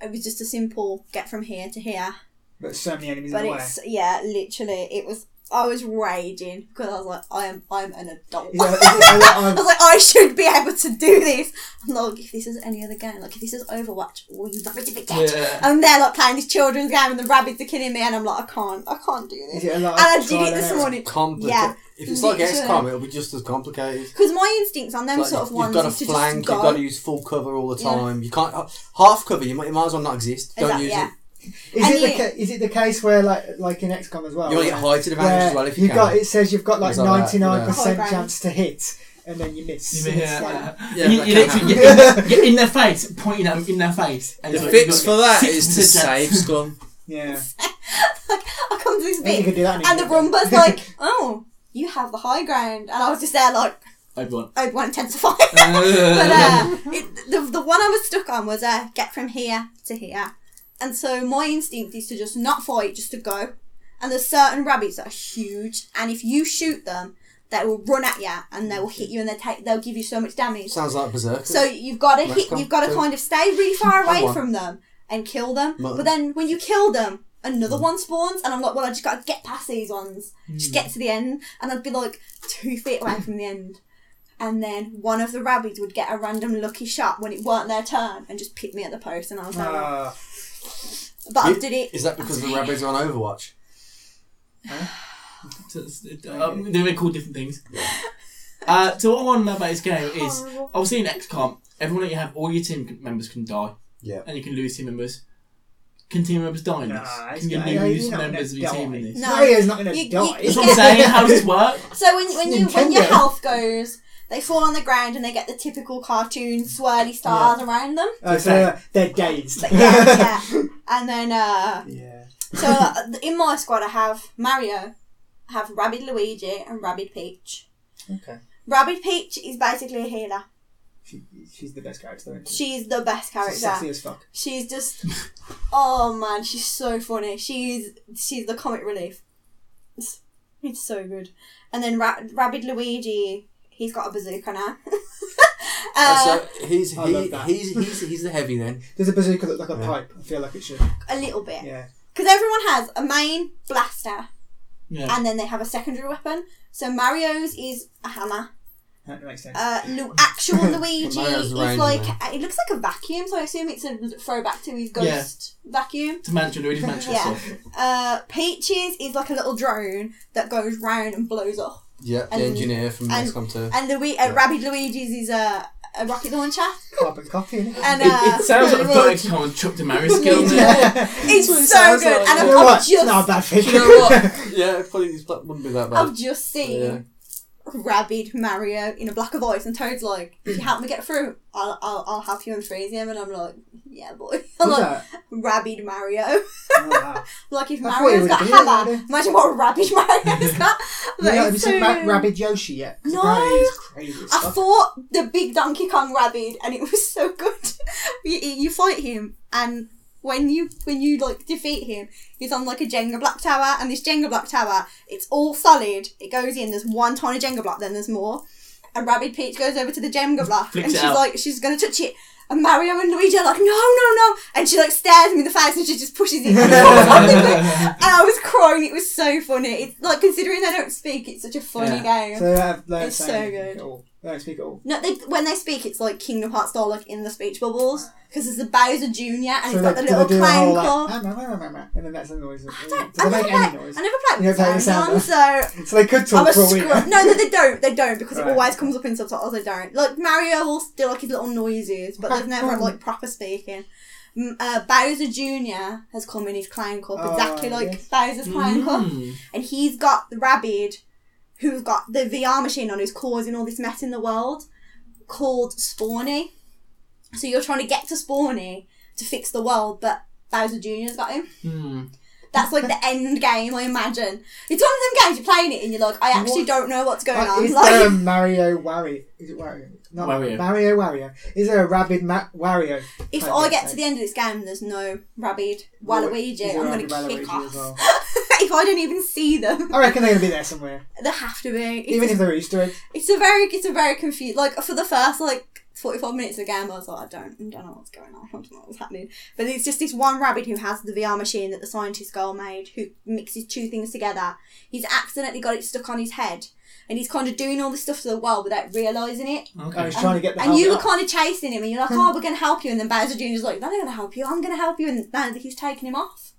S3: It was just a simple get from here to here,
S4: but so many enemies
S3: but
S4: in the way.
S3: it's yeah, literally, it was. I was raging because I was like, I am, I'm an adult.
S4: Is it- is it a
S3: I
S4: lot
S3: was
S4: of-
S3: like, I should be able to do this. I'm like, if this is any other game, like if this is Overwatch, all you rabbits are dead.
S1: Yeah.
S3: And they're like playing this children's game, and the rabbits are killing me, and I'm like, I can't, I can't do
S4: is
S3: this.
S4: it a lot
S3: And I
S4: of
S3: did it
S4: trial
S3: this
S4: and error?
S3: morning
S5: Complicated.
S3: Yeah,
S5: if it's like
S3: literally.
S5: XCOM, it'll be just as complicated.
S3: because my instincts on them
S5: Like,
S3: sort of
S5: you've
S3: ones
S5: got to
S3: is to
S5: flank,
S3: just go.
S5: you've got to use full cover all the
S3: Yeah.
S5: time. You can't uh, half cover. You might, you might as well not exist. Don't
S3: Exact-
S5: use
S3: yeah.
S5: it.
S4: Is
S3: And
S4: it, the
S3: you-
S4: ca- is it the case where, like, like in XCOM as well?
S5: You want to
S4: where-
S5: get heighted
S4: where
S5: advantage as well if you
S4: you've
S5: can.
S4: got it says you've got like
S5: Things like that,
S4: ninety
S3: yeah.
S4: nine
S3: High
S4: percent
S3: ground.
S4: chance to hit, and then you miss.
S1: You mean,
S4: It's like-
S1: yeah.
S5: Yeah,
S1: you,
S5: that
S1: you
S5: can
S1: literally
S5: happen.
S1: get in, get in their face, pointing at them in their face. And
S5: The
S1: it's like,
S5: fix
S1: you've
S5: for
S1: got
S5: that
S1: six
S5: is to
S1: percent
S5: save
S1: chance.
S5: scum.
S4: yeah.
S3: I come to this
S4: I think you
S3: bit,
S4: could do that. in
S3: and the
S4: England.
S3: Rumba's like, "Oh, you have the high ground," and I was just there like,
S1: I'd want.
S3: "I want intensify." but uh, it, the the one I was stuck on was uh, get from here to here, and so my instinct is to just not fight, just to go. And there's certain rabbits that are huge, and if you shoot them, they will run at you and they will hit you, and they take they'll give you so much damage.
S5: Sounds like Berserk.
S3: So you've got to
S5: Let's
S3: hit.
S5: come
S3: You've got to
S5: to-
S3: kind of stay really far
S5: Come
S3: away
S5: on.
S3: from them and kill them.
S5: Mutton.
S3: But then when you kill them, another one spawns, and I'm like, well, I just got to get past these ones, just get to the end, and I'd be like two feet away from the end. And then one of the rabbits would get a random lucky shot when it weren't their turn and just pick me at the post, and I was like, oh.
S4: Ah,
S3: but I
S5: You-
S3: did it.
S5: Is that because the rabbits are on Overwatch?
S1: So it's- it- um, they're called different things. Uh, so what I want to know about this game is
S3: Horrible.
S1: obviously in XCOM, everyone that you have, all your team members can die.
S5: Yeah.
S1: And you can lose team members. Can team members die in this?
S4: Nah,
S1: can you
S4: it's- yeah,
S1: lose
S4: you're not
S1: members of
S4: gonna
S1: your team in
S4: die.
S1: this?
S3: No.
S4: Mario's not gonna
S3: You- you-
S4: die.
S1: That's what I'm saying. How does this work?
S3: So when when you when your
S4: Nintendo.
S3: health goes, they fall on the ground and they get the typical cartoon swirly stars around them.
S4: Oh, so they're- they're dazed.
S3: But yeah, yeah. And then uh,
S4: Yeah.
S3: So uh, in my squad, I have Mario, I have Rabid Luigi, and Rabid Peach.
S4: Okay.
S3: Rabid Peach is basically a healer.
S4: She, she's the best character. Though.
S3: She's the best
S4: She's sexy
S3: character.
S4: as fuck.
S3: She's just, oh man, she's so funny. She's she's the comic relief. It's, it's so good. And then Ra- Rabid Luigi, he's got a bazooka now. uh,
S5: so he's
S4: I
S5: he,
S4: love that.
S5: he's he's he's the heavy then.
S4: Does a bazooka look like a
S5: Yeah.
S4: pipe? I feel like it should.
S3: a little bit.
S4: Yeah.
S3: Because everyone has a main blaster,
S1: Yeah.
S3: and then they have a secondary weapon. So Mario's is a hammer.
S4: That makes sense.
S3: uh, Lu- actual Luigi
S5: Mario's
S3: is
S5: range,
S3: like
S5: isn't
S3: it looks like a vacuum, so I assume it's a throwback to his ghost vacuum.
S1: To Manchester, Luigi's Manchester.
S3: Yeah. Uh, Peaches is like a little drone that goes round and blows up,
S5: Yeah, the
S3: And-
S5: engineer from
S3: and-
S5: XCOM 2.
S3: and Lu- uh,
S5: Yeah.
S3: Rabid Luigi's is a, a rocket launcher,
S4: Carbon copy. innit?
S3: and uh,
S1: It, it sounds like
S5: pretty
S1: a put XCOM and chucked a Mario skill in there.
S4: Yeah.
S3: it's
S5: what it
S3: so
S5: sounds
S3: good.
S5: like.
S3: And
S5: You
S3: I've,
S4: You know
S3: I've just
S4: what? Not a bad thing.
S5: Do you know what? yeah, probably this black wouldn't be that bad.
S3: I've just seen
S5: Yeah.
S3: Rabid Mario in a black of voice, and Toad's like,
S5: Mm.
S3: "If you help me get through, I'll I'll, I'll help you and freeze him," and I'm like, "Yeah, boy." I'm
S4: Who's
S3: like,
S4: that?
S3: Rabid Mario.
S4: Oh, wow.
S3: Like if
S4: I thought
S3: Mario's
S4: it
S3: got
S4: was
S3: hammer,
S4: Yoda.
S3: imagine what rubbish Mario's got.
S4: You
S3: That
S4: know,
S3: is
S4: have you
S3: so
S4: seen Ra-
S3: good.
S4: Rabid Yoshi yet? 'Cause
S3: No.
S4: apparently It's crazy. as
S3: I
S4: fuck.
S3: fought the big Donkey Kong rabbit, and it was so good. you, you fight him, and when you when you like defeat him, he's on like a Jenga block tower, and this Jenga block tower, it's all solid. It goes in. There's one tiny Jenga block, then there's more. And Rabbit Peach goes over to the Jenga block,
S1: Flicks
S3: and
S1: it
S3: she's
S1: out.
S3: like, she's gonna touch it. And Mario and Luigi are like, no, no, no. And she like stares me in the face and she just pushes it. and I was crying. It was so funny. It's like considering they don't speak, it's such a funny game.
S4: So uh, they have learned
S3: It's so good.
S4: They don't speak at all.
S3: No, they, when they speak, it's like Kingdom Hearts style, like in the speech bubbles, because there's the Bowser Junior and
S4: so
S3: he's got
S4: they,
S3: the
S4: do
S3: little
S4: they do the
S3: clown
S4: whole
S3: claw.
S4: like, "Ah, rah, rah, rah, rah," and then that's the noise. of-
S3: don't-
S4: Do they
S3: I
S4: make
S3: never
S4: any
S3: played-
S4: noise?
S3: I never played
S4: You don't play
S3: with
S4: the
S3: Sound on,
S4: sound
S3: so
S4: So they could
S3: I'm
S4: talk
S3: a
S4: for a week.
S3: screw. No, no, they don't. They don't because it
S4: Right.
S3: always comes up in subtitles. They don't. Like Mario will do like his little noises, but they've never like proper speaking. Mm, Uh, Bowser Junior has come in his clown cup,
S4: Oh, Hmm.
S3: exactly like
S4: yes.
S3: Bowser's clown cup,
S1: Mm.
S3: and he's got the rabbit, who's got the VR machine on, who's causing all this mess in the world, called Spawny. So you're trying to get to Spawny to fix the world, but Bowser Junior's got him.
S4: Hmm.
S1: Mm.
S3: That's like the end game, I imagine. It's one of them games you're playing it and you're like, I actually
S4: What?
S3: don't know what's going
S4: Uh,
S3: on.
S4: is
S3: like,
S4: there a Mario Wario? Is it Wario? Not
S1: Wario.
S4: Mario Wario. Is there a rabid Ma- Wario?
S3: if
S4: Okay,
S3: I get to
S4: okay.
S3: the end of this game, and there's no Rabid
S4: Is
S3: Waluigi,
S4: there
S3: I'm
S4: a
S3: going to
S4: rabid
S3: kick
S4: Waluigi
S3: off.
S4: as well?
S3: if I don't even see them,
S4: I reckon they're gonna be there somewhere,
S3: they have to be. It's,
S4: even if they're Easter eggs.
S3: it's a very, it's a very confused. Like for the first like 45 minutes of the game, I was like, I don't, I don't know what's going on. I don't know what's happening. But it's just this one rabbit who has the VR machine that the scientist girl made, who mixes two things together. He's accidentally got it stuck on his head. And he's kind of doing all this stuff to the world without realising it.
S4: I
S1: Okay.
S4: was trying to get the
S3: and you were
S4: helmet up.
S3: kind of chasing him, and you're like, "Oh, we're going to help you," and then Bowser Jr. is like, "No, "I'm going to help you. I'm going to help you," and then he's taking him off.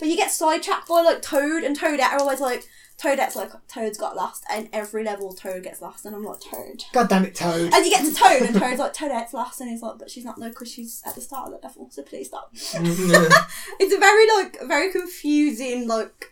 S3: But you get sidetracked by like Toad and Toadette are always like, Toadette's like, Toad's got lost, and every level Toad gets lost, and I'm like, Toad.
S4: God damn it, Toad!
S3: And you get to Toad, and Toad's like, Toadette's lost, and he's like, but she's not though, because she's at the start of the level, so please stop. It's a very like, very confusing like.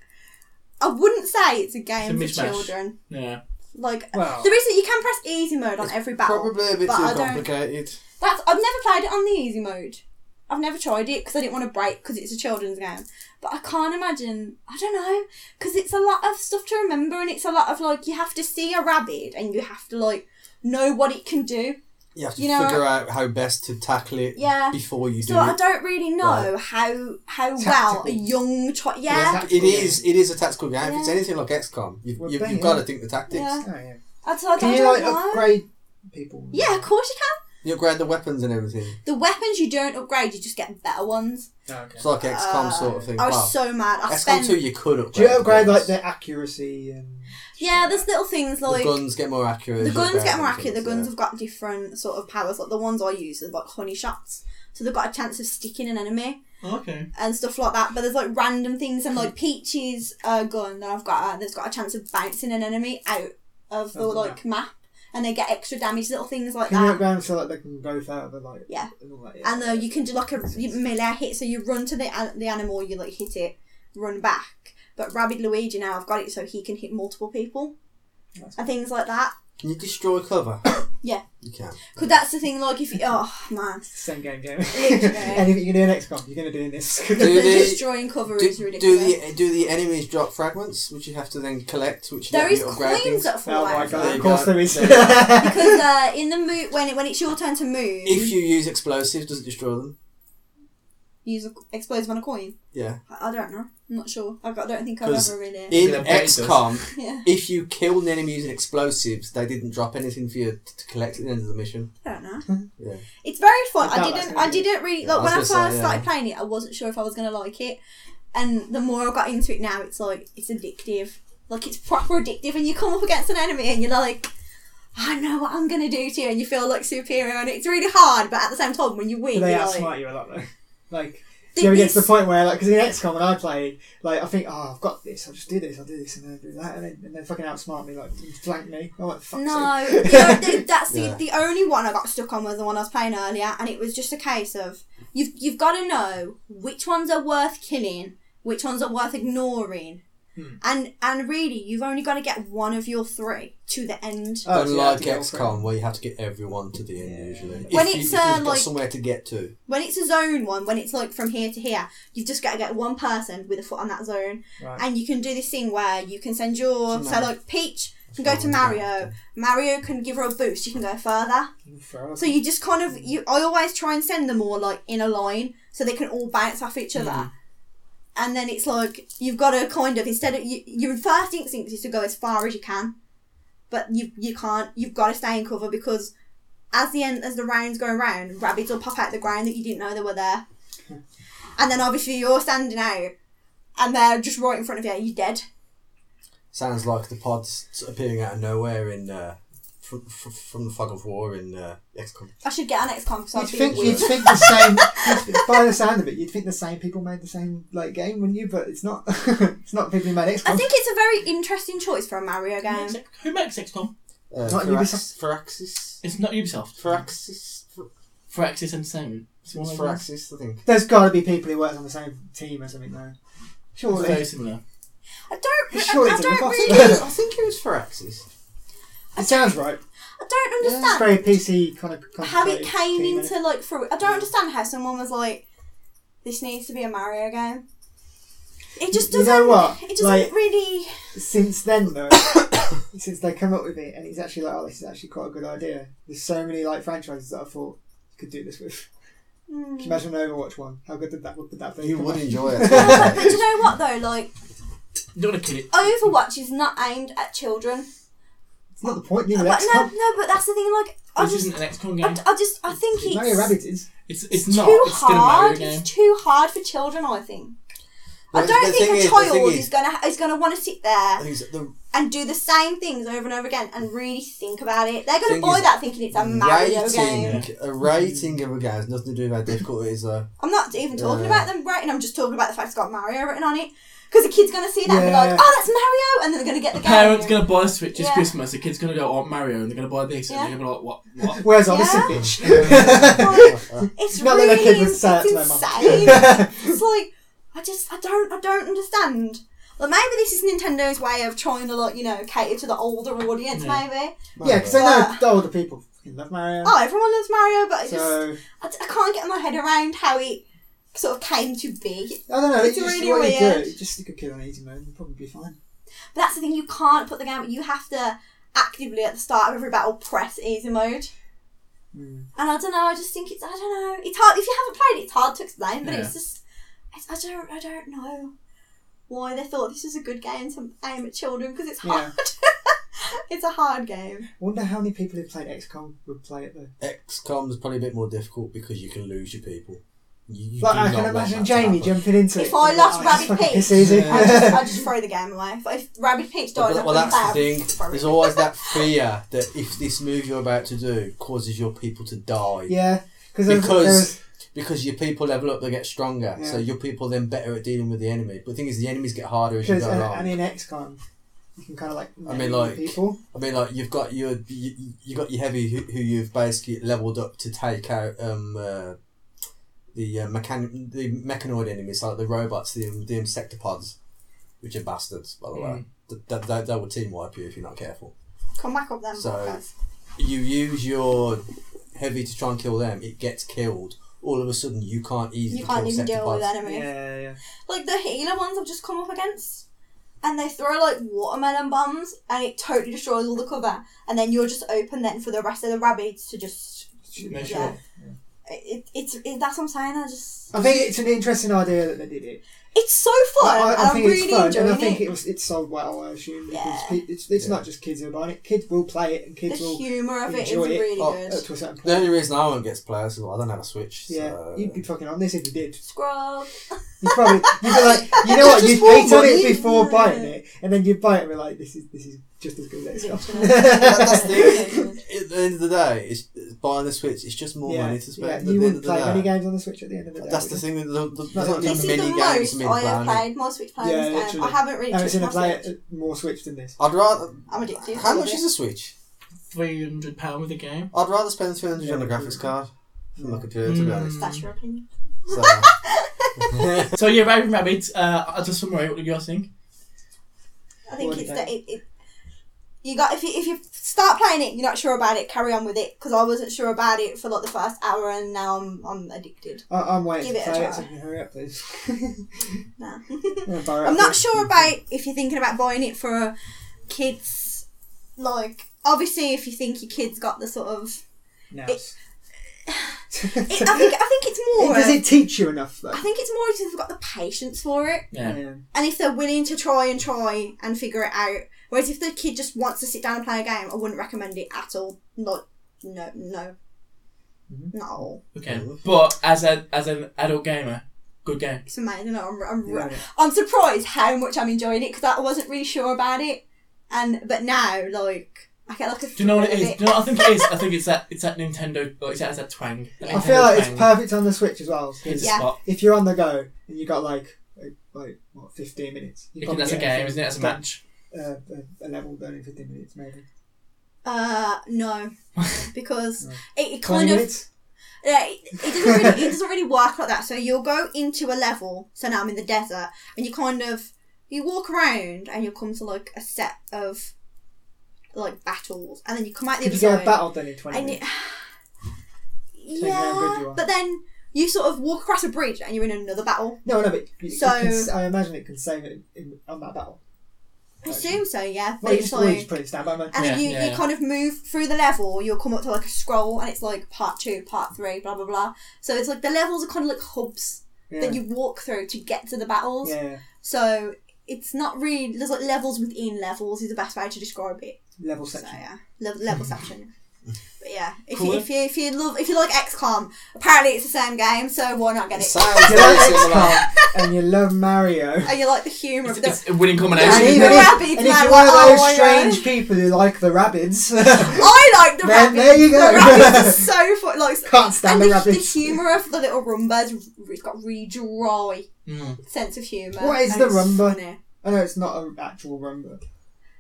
S3: I wouldn't say it's a game for
S1: mishmash.
S3: children.
S1: yeah.
S3: Like
S4: Well-
S3: the reason you can press easy mode on every battle.
S5: Probably a bit
S3: but I
S5: too
S3: don't-
S5: complicated.
S3: That's I've never played it on the easy mode. I've never tried it because I didn't want to break because it's a children's game. But I can't imagine. I don't know because it's a lot of stuff to remember and it's a lot of like you have to see a rabbit and you have to like know what it can do.
S5: You have to
S3: You know,
S5: figure out how best to tackle it
S3: Yeah.
S5: before you
S3: So
S5: do
S3: I
S5: it.
S3: don't really know how how well a
S4: Tactical.
S3: young child.
S4: Yeah,
S3: Yeah,
S4: tactical
S5: It is it is a tactical game. If it's
S3: Yeah.
S5: anything like XCOM, you've,
S4: Well,
S5: you've,
S4: then,
S5: you've got to think the tactics.
S3: Yeah.
S4: Oh, yeah.
S3: I, so I
S4: Can
S3: don't
S4: you like
S3: know.
S4: upgrade people?
S3: Yeah, of course you can.
S5: You upgrade the weapons and everything.
S3: The weapons you don't upgrade, you just get better ones.
S4: Oh, Okay.
S5: It's like XCOM
S3: Uh,
S5: sort of thing.
S3: I was
S5: Wow.
S3: so mad. I
S5: XCOM
S3: spent.
S5: 2 you could upgrade.
S4: Do you upgrade
S5: the
S4: like
S5: guns.
S4: their accuracy and?
S3: Yeah, there's little things like
S5: the guns get more accurate.
S3: The
S5: you
S3: guns
S5: upgrade
S3: get more
S5: them,
S3: accurate. The
S5: so-
S3: guns have got different sort of powers. Like the ones I use are like honey shots, so they've got a chance of sticking an enemy
S1: Okay.
S3: and stuff like that. But there's like random things and like Peach's uh, gun that I've got uh, that's got a chance of bouncing an enemy out of the
S4: Of the
S3: like map, and they get extra damage. Little things like
S4: Can you
S3: that.
S4: upgrade them so like they can go further like?
S3: Yeah.
S4: And, all that, yeah.
S3: And uh, you can do like a you- melee hit, so you run to the an- the animal, you like hit it, run back. But Rabid Luigi now I've got it, so he can hit multiple people,
S4: That's
S3: and things like that.
S5: Can you destroy cover?
S3: Yeah.
S5: You can.
S3: Cause that's the thing. Like if you, oh man.
S4: Same game, game.
S3: Literally.
S4: Anything you can do in XCOM, you're gonna do in this.
S5: Do
S3: the
S5: they-
S3: destroying cover
S5: Do,
S3: is
S5: do
S3: ridiculous.
S5: the do the enemies drop fragments, which you have to then collect, which
S3: there
S5: let you
S3: is
S5: upgrade
S3: coins
S5: things?
S3: that fall
S4: Oh my
S3: out
S4: god!
S5: There
S4: Of
S5: you
S4: course
S5: go.
S4: there is.
S3: because uh, in the move when it, when it's your turn to move,
S5: If you use explosives, does it destroy them?
S3: use an explosive on a coin.
S5: Yeah.
S3: I, I don't know. I'm not sure. I've got, I don't think I've
S5: 'Cause
S3: ever really.
S5: In
S1: Yeah, but it
S5: XCOM,
S3: yeah,
S5: if you kill an enemy using explosives, they didn't drop anything for you to collect at the end of the mission.
S3: I don't know.
S5: Yeah.
S3: It's very fun.
S4: I
S3: I,
S4: doubt that's
S3: didn't.
S4: gonna
S3: I
S4: be-
S3: didn't really
S5: Yeah, I
S3: like when I
S5: was
S3: first
S5: gonna say, yeah.
S3: started playing it. I wasn't sure if I was gonna like it, and the more I got into it now, it's like it's addictive. Like it's proper addictive, and you come up against an enemy, and you're like. I know what I'm gonna do to you, and you feel like superior, and it's really hard. But at the same time, when you win,
S4: they
S3: you're like,
S4: outsmart you a lot though. Like
S3: They-
S4: you ever get to the
S3: it's-
S4: point where like because in XCOM when I play, like I think oh I've got this, I'll just do this, I'll do this, and then do that, and then and they fucking outsmart me like and flank me. I'm like fuck.
S3: No, the, o- the, that's the,
S5: Yeah.
S3: the only one I got stuck on was the one I was playing earlier, and it was just a case of you've you've got to know which ones are worth killing, which ones are worth ignoring, and and really you've only got to get one of your three to the end.
S4: Oh, so you have
S5: Unlike
S4: to get all three.
S5: XCOM, where you have to get everyone to the end usually.
S3: When
S5: if you,
S3: it's,
S5: if
S3: uh,
S5: you've got
S3: like-
S5: somewhere to get to,
S3: When it's a zone one, when it's like from here to here, you've just got to get one person with a foot on that zone,
S4: Right.
S3: and you can do this thing where you can send your so
S5: Mario.
S3: like Peach can go to Mario, Mario can give her a boost, you can go further.
S4: Throw
S3: So you just kind of you. I always try and send them all like in a line so they can all bounce off each other.
S4: Mm.
S3: And then it's like you've got to kind of instead of you, your first instinct is to go as far as you can, but you you can't. You've got to stay in cover because as the end as the rounds go around, rabbits will pop out the ground that you didn't know they were there. And then obviously you're standing out, and they're just right in front of you. You're dead.
S5: sounds like the pods appearing out of nowhere in uh, from, from, from the fog of war in uh, XCOM.
S3: I should get our next comp. So
S4: You'd
S3: I'd be
S4: think
S3: weird.
S4: you'd think the same. you'd th- by the sound of it, you'd think the same people made the same like game, wouldn't you? But it's not. it's not the people who made
S3: I
S4: XCOM.
S3: think it's a very interesting choice for a Mario game.
S1: Who makes XCOM?
S5: Uh,
S4: Not
S5: Firax- Firaxis.
S1: It's not Ubisoft.
S5: Firaxis.
S1: Firaxis Entertainment. It's one
S5: It's
S1: of those.
S5: Firaxis, I think.
S4: There's got to be people who work on the same team or something though.
S1: It's very
S4: Surely.
S1: similar.
S3: I don't. re-
S4: Surely
S3: I, I
S4: it's a
S3: don't
S4: knockoff.
S3: really.
S5: I think it was Firaxis.
S4: It sounds right.
S3: I don't
S4: It's
S3: understand
S4: very PC kind of.
S3: how it
S4: concentrated
S3: came
S4: team,
S3: into like fruit. I don't understand how someone was like, "This needs to be a Mario game." It just
S4: You
S3: doesn't.
S4: know what?
S3: It doesn't
S4: Like-
S3: really.
S4: since then though since they come up with it and it's actually like oh this is actually quite a good idea there's so many like franchises that I thought you could do this with
S3: Mm.
S4: can you imagine an Overwatch one how good did that would that be
S5: You
S4: Come
S5: would
S4: on.
S5: enjoy
S3: but, but
S5: it.
S3: you know what though? Like
S1: You don't want to kill it.
S3: Overwatch is not aimed at children.
S4: it's not the point you
S3: But
S4: would
S3: no,
S4: X come
S3: no. But that's the thing. Like I
S1: This
S3: just,
S1: isn't an XCOM
S3: I,
S1: game.
S3: I just, I think it's
S4: Mario Rabbit is
S1: It's it's
S3: too
S1: not. It's still a Mario
S3: hard.
S1: game.
S3: It's too hard for children. I think. I
S5: But
S3: don't
S5: the
S3: think
S5: thing
S3: a
S5: is- the
S3: child
S5: thing
S3: is,
S5: is-
S3: gonna is gonna want to sit there
S5: I think it's the
S3: and do the same things over and over again and really think about it. They're going
S5: Thing
S3: to buy
S5: is,
S3: that thinking it's a Mario game.
S5: rating, a rating of a game has nothing to do with how difficult it is. Uh,
S3: I'm not even talking
S5: Yeah.
S3: about them rating, I'm just talking about the fact it's got Mario written on it. Because the kid's going to see that and be like,
S4: Yeah.
S3: oh, that's Mario! And then they're going to get
S1: A
S3: the
S1: parent's
S3: game.
S1: gonna buy a Switch this
S3: Yeah.
S1: Christmas. The kid's gonna go Aunt Mario, and they're gonna buy this,
S3: Yeah.
S1: and they're gonna be like, what? What?
S4: where's Odyssey
S3: Yeah.
S4: bitch
S3: It's
S4: not
S3: really
S4: that the kid would say
S3: it's
S4: that to their
S3: insane.
S4: mum
S3: it's like, I just, I don't, I don't understand. Well, maybe this is Nintendo's way of trying to, like, you know, cater to the older audience,
S1: Yeah.
S3: maybe.
S4: Yeah, because I know the older people fucking love Mario.
S3: Oh, everyone loves Mario, but I just,
S4: so
S3: I, d- I can't get my head around how it sort of came to be.
S4: I don't know.
S3: It's
S4: It's just
S3: really
S4: what you do,
S3: weird.
S4: it, just stick a kid on easy mode, and you'll probably be fine.
S3: But that's the thing, you can't put the game, you have to actively at the start of every battle press easy mode.
S4: Mm.
S3: And I don't know, I just think it's, I don't know, it's hard, if you haven't played it, it's hard to explain, but it's just, it's, I don't, I don't know why they thought this was a good game to aim at children, because it's hard.
S4: Yeah.
S3: it's a hard game.
S4: Wonder how many people who played XCOM would play it though.
S5: XCOM is probably a bit more difficult because you can lose your people. You, you
S4: Like
S5: do
S4: I
S5: not
S4: can
S5: want
S4: imagine
S5: that to
S4: Jamie
S5: happen.
S4: jumping into it.
S3: If I
S4: and
S3: lost
S4: like, oh, it's
S3: Rabbit
S4: fucking
S3: Peach,
S4: piss easy.
S5: Yeah.
S3: I just, I just throw the game away. If, if Rabbit Peach dies,
S5: Well, well, that's the
S3: I'm
S5: thing.
S3: sorry.
S5: There's always that fear that if this move you're about to do causes your people to die,
S4: yeah, because
S5: because because your people level up, they get stronger.
S4: Yeah.
S5: So your people then better at dealing with the enemy. But the thing is, the enemies get harder as you
S4: because
S5: go
S4: and,
S5: along.
S4: and in XCOM, you can kind of like
S5: mean,
S4: name
S5: like-
S4: people.
S5: I mean, like you've got your you, you got your heavy who, who you've basically leveled up to take out um uh, the uh, mechan the mechanoid enemies like the robots the um, the insectopods, which are bastards by the
S4: Mm.
S5: way. Th- That that that would team wipe you if you're not careful.
S3: Come back up then.
S5: So-
S3: fuckers.
S5: You use your heavy to try and kill them. It gets killed. All of a sudden, you can't easily
S3: you can't
S5: kill
S3: even deal with
S5: insectopods.
S4: Yeah,
S3: enemies.
S4: yeah, yeah.
S3: Like the healer ones I've just come up against, and they throw like watermelon bombs, and it totally destroys all the cover. And then you're just open then for the rest of the rabbits to just.
S1: No, sure.
S3: Yeah. It, it's it, that's what I'm saying. I just
S4: I think it's an interesting idea that they did it.
S3: it's so fun.
S4: I, I- I
S3: and I'm
S4: think
S3: really
S4: it's fun,
S3: enjoying
S4: and I think
S3: it.
S4: it was it's sold well. I assume because
S3: Yeah.
S4: pe- it's, it's
S5: Yeah.
S4: not just kids who are buying it. Kids will play it, and
S3: The
S4: kids will
S3: humour of it is
S4: enjoy it.
S3: really
S5: Oh,
S3: good.
S4: up to a certain
S5: The
S4: point.
S5: only reason I won't get to play is 'cause I don't have a switch.
S4: Yeah,
S5: so-
S4: you'd be fucking on this if you did.
S3: Scrub.
S4: You probably you'd be like, you know what,
S3: Just
S4: you'd
S3: more
S4: hate on
S3: money.
S4: it before buying
S3: Yeah.
S4: it, and then you'd buy it and be like, this is this is just as good as
S5: That- that's the
S4: XCOM.
S5: At the end of the day, it's, it's buying the Switch. It's just more money to spend.
S4: you
S5: at the end
S4: wouldn't
S5: of
S4: play
S5: the day.
S4: many games on the Switch at the end of the day.
S5: That's the
S4: would you?
S5: thing. There's not- there's
S4: That's
S5: not
S4: the
S5: even
S3: This is the
S5: many games
S3: most
S5: being
S3: I have
S5: planned.
S3: played. More Switch players.
S4: Yeah,
S3: Yeah,
S4: literally.
S3: I haven't really.
S4: I was
S3: touched
S4: going
S3: my
S4: to play
S3: Switch.
S4: it more Switch than this.
S5: I'd rather.
S3: I'm addicted.
S5: How
S3: to
S5: much
S3: it.
S5: is a Switch?
S1: Three hundred pound with a game.
S5: I'd rather spend three hundred
S4: Yeah,
S5: on a
S4: yeah.
S5: graphics card. than Like a computer, to be
S1: Mm.
S5: honest.
S3: That's your opinion.
S5: So,
S1: So yeah, Raven Rabbit. Uh, I'll just summarize what you guys think.
S3: I think
S4: What do
S3: it's
S4: you
S3: that it, it. You got if you if you start playing it, you're not sure about it. Carry on with it because I wasn't sure about it for like the first hour, and now I'm I'm addicted.
S4: I, I'm waiting
S3: Give
S4: to
S3: it a
S4: play it,
S3: try.
S4: so can you hurry up, please.
S3: Nah.
S4: Yeah, borrow it
S3: I'm
S4: off
S3: not
S4: you.
S3: sure about if you're thinking about buying it for kids. Like obviously, if you think your kid's got the sort of,
S4: No.
S3: It- it, I think I think it's more.
S4: Does it teach you enough, though?
S3: I think it's more if they've got the patience for it,
S1: Yeah.
S3: and if they're willing to try and try and figure it out. Whereas if the kid just wants to sit down and play a game, I wouldn't recommend it at all. Not no no,
S1: Mm-hmm.
S3: not at all.
S1: Okay. But as a as an adult gamer, good game.
S3: It's amazing. I'm, I'm,
S4: Yeah.
S3: I'm surprised how much I'm enjoying it because I wasn't really sure about it, and but now like I get like a.
S1: Do you know what it is?
S3: thrill of
S1: Do you know what I think it is? I think it's that it's that Nintendo. Like, it's that, it's that twang. that
S4: I
S1: Nintendo
S4: feel like it's
S1: twang.
S4: perfect on the Switch as well. 'cause
S1: Hits the
S3: Yeah.
S1: spot.
S4: If you're on the go and you got like, like, like what, 15 minutes? You
S1: I think that's a game, isn't it? That's a match.
S4: Uh, a, a level done in 15 minutes, maybe.
S3: Uh no, because
S4: No.
S3: it, it
S4: 20
S3: kind of
S4: minutes?
S3: yeah, it, it doesn't really it doesn't really work like that. So you'll go into a level. So now I'm in the desert, and you kind of you walk around and you'll come to like a set of like battles, and then you come out the other
S4: Could you get
S3: side.
S4: a battle done in 20
S3: And you,
S4: minutes? how good you
S3: yeah,
S4: are.
S3: but then you sort of walk across a bridge and you're in another battle.
S4: No, no, but it- it
S3: So-
S4: can s- I imagine it can save it in, on that battle.
S3: I assume so, yeah. But
S4: Well, you
S3: it's
S4: just, well, you just
S3: like,
S4: put it down by man.
S3: and then
S1: Yeah,
S3: you,
S1: yeah.
S3: you kind of move through the level. You'll come up to like a scroll, and it's like part two, part three, blah blah blah. So it's like the levels are kind of like hubs
S4: Yeah.
S3: that you walk through to get to the battles.
S4: yeah,
S3: So it's not really there's like levels within levels is the best way to describe it.
S4: level
S3: So
S4: section.
S3: yeah, Le- level section. But yeah, if
S1: Cool.
S3: you if you if you love if you like XCOM, apparently it's the same game, so why not get
S5: it
S3: it?
S5: sounds
S4: You
S5: very
S4: like
S5: similar.
S4: XCOM and you love Mario.
S3: And Oh, you like the humour
S1: It's,
S3: of the
S1: it's a winning combination.
S4: And
S3: the
S4: even if,
S3: rabbits,
S4: and if
S3: man,
S4: you're one of
S3: what
S4: those
S3: are
S4: strange
S3: you?
S4: people who like the rabbits,
S3: I like the
S4: There-
S3: rabbits.
S4: there you go.
S3: The rabbits are so fun. Like
S4: can't
S3: and
S4: stand the
S3: the, the
S4: rabbits.
S3: humour of the little Rumba is it's got really dry
S1: Mm.
S3: sense of humour.
S4: What is
S3: and
S4: the
S3: it's
S4: Roomba?
S3: funny.
S4: I know it's not an actual rumba.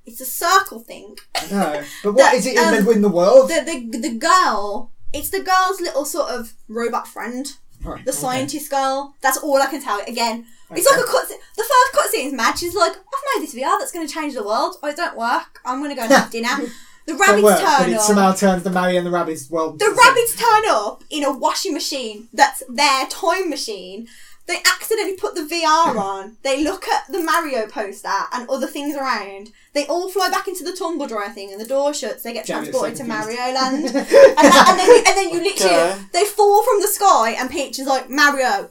S3: It's a circle thing.
S4: No, but what
S3: That-
S4: is it in,
S3: um,
S4: the, in the world?
S3: The, the the girl. It's the girl's little sort of robot friend.
S4: Right.
S3: the
S4: okay.
S3: scientist girl. That's all I can tell. Again, it's
S4: Okay.
S3: like a cut. The first cutscene is mad. She's like, "I've made this VR that's going to change the world. I don't work. I'm going to go and have dinner." The
S4: Don't
S3: rabbits
S4: work, but
S3: turn
S4: it
S3: up.
S4: somehow turns the Mario and the rabbits well.
S3: the rabbits turn up in a washing machine that's their time machine. They accidentally put the VR on. They look at the Mario poster and other things around. They all fly back into the tumble dryer thing, and the door shuts. They get
S4: Jamie, it's
S3: transported
S4: so
S3: to
S4: confused.
S3: Mario Land, and, that, and, then, you- and then you literally
S5: Okay.
S3: they fall from the sky, and Peach is like, "Mario,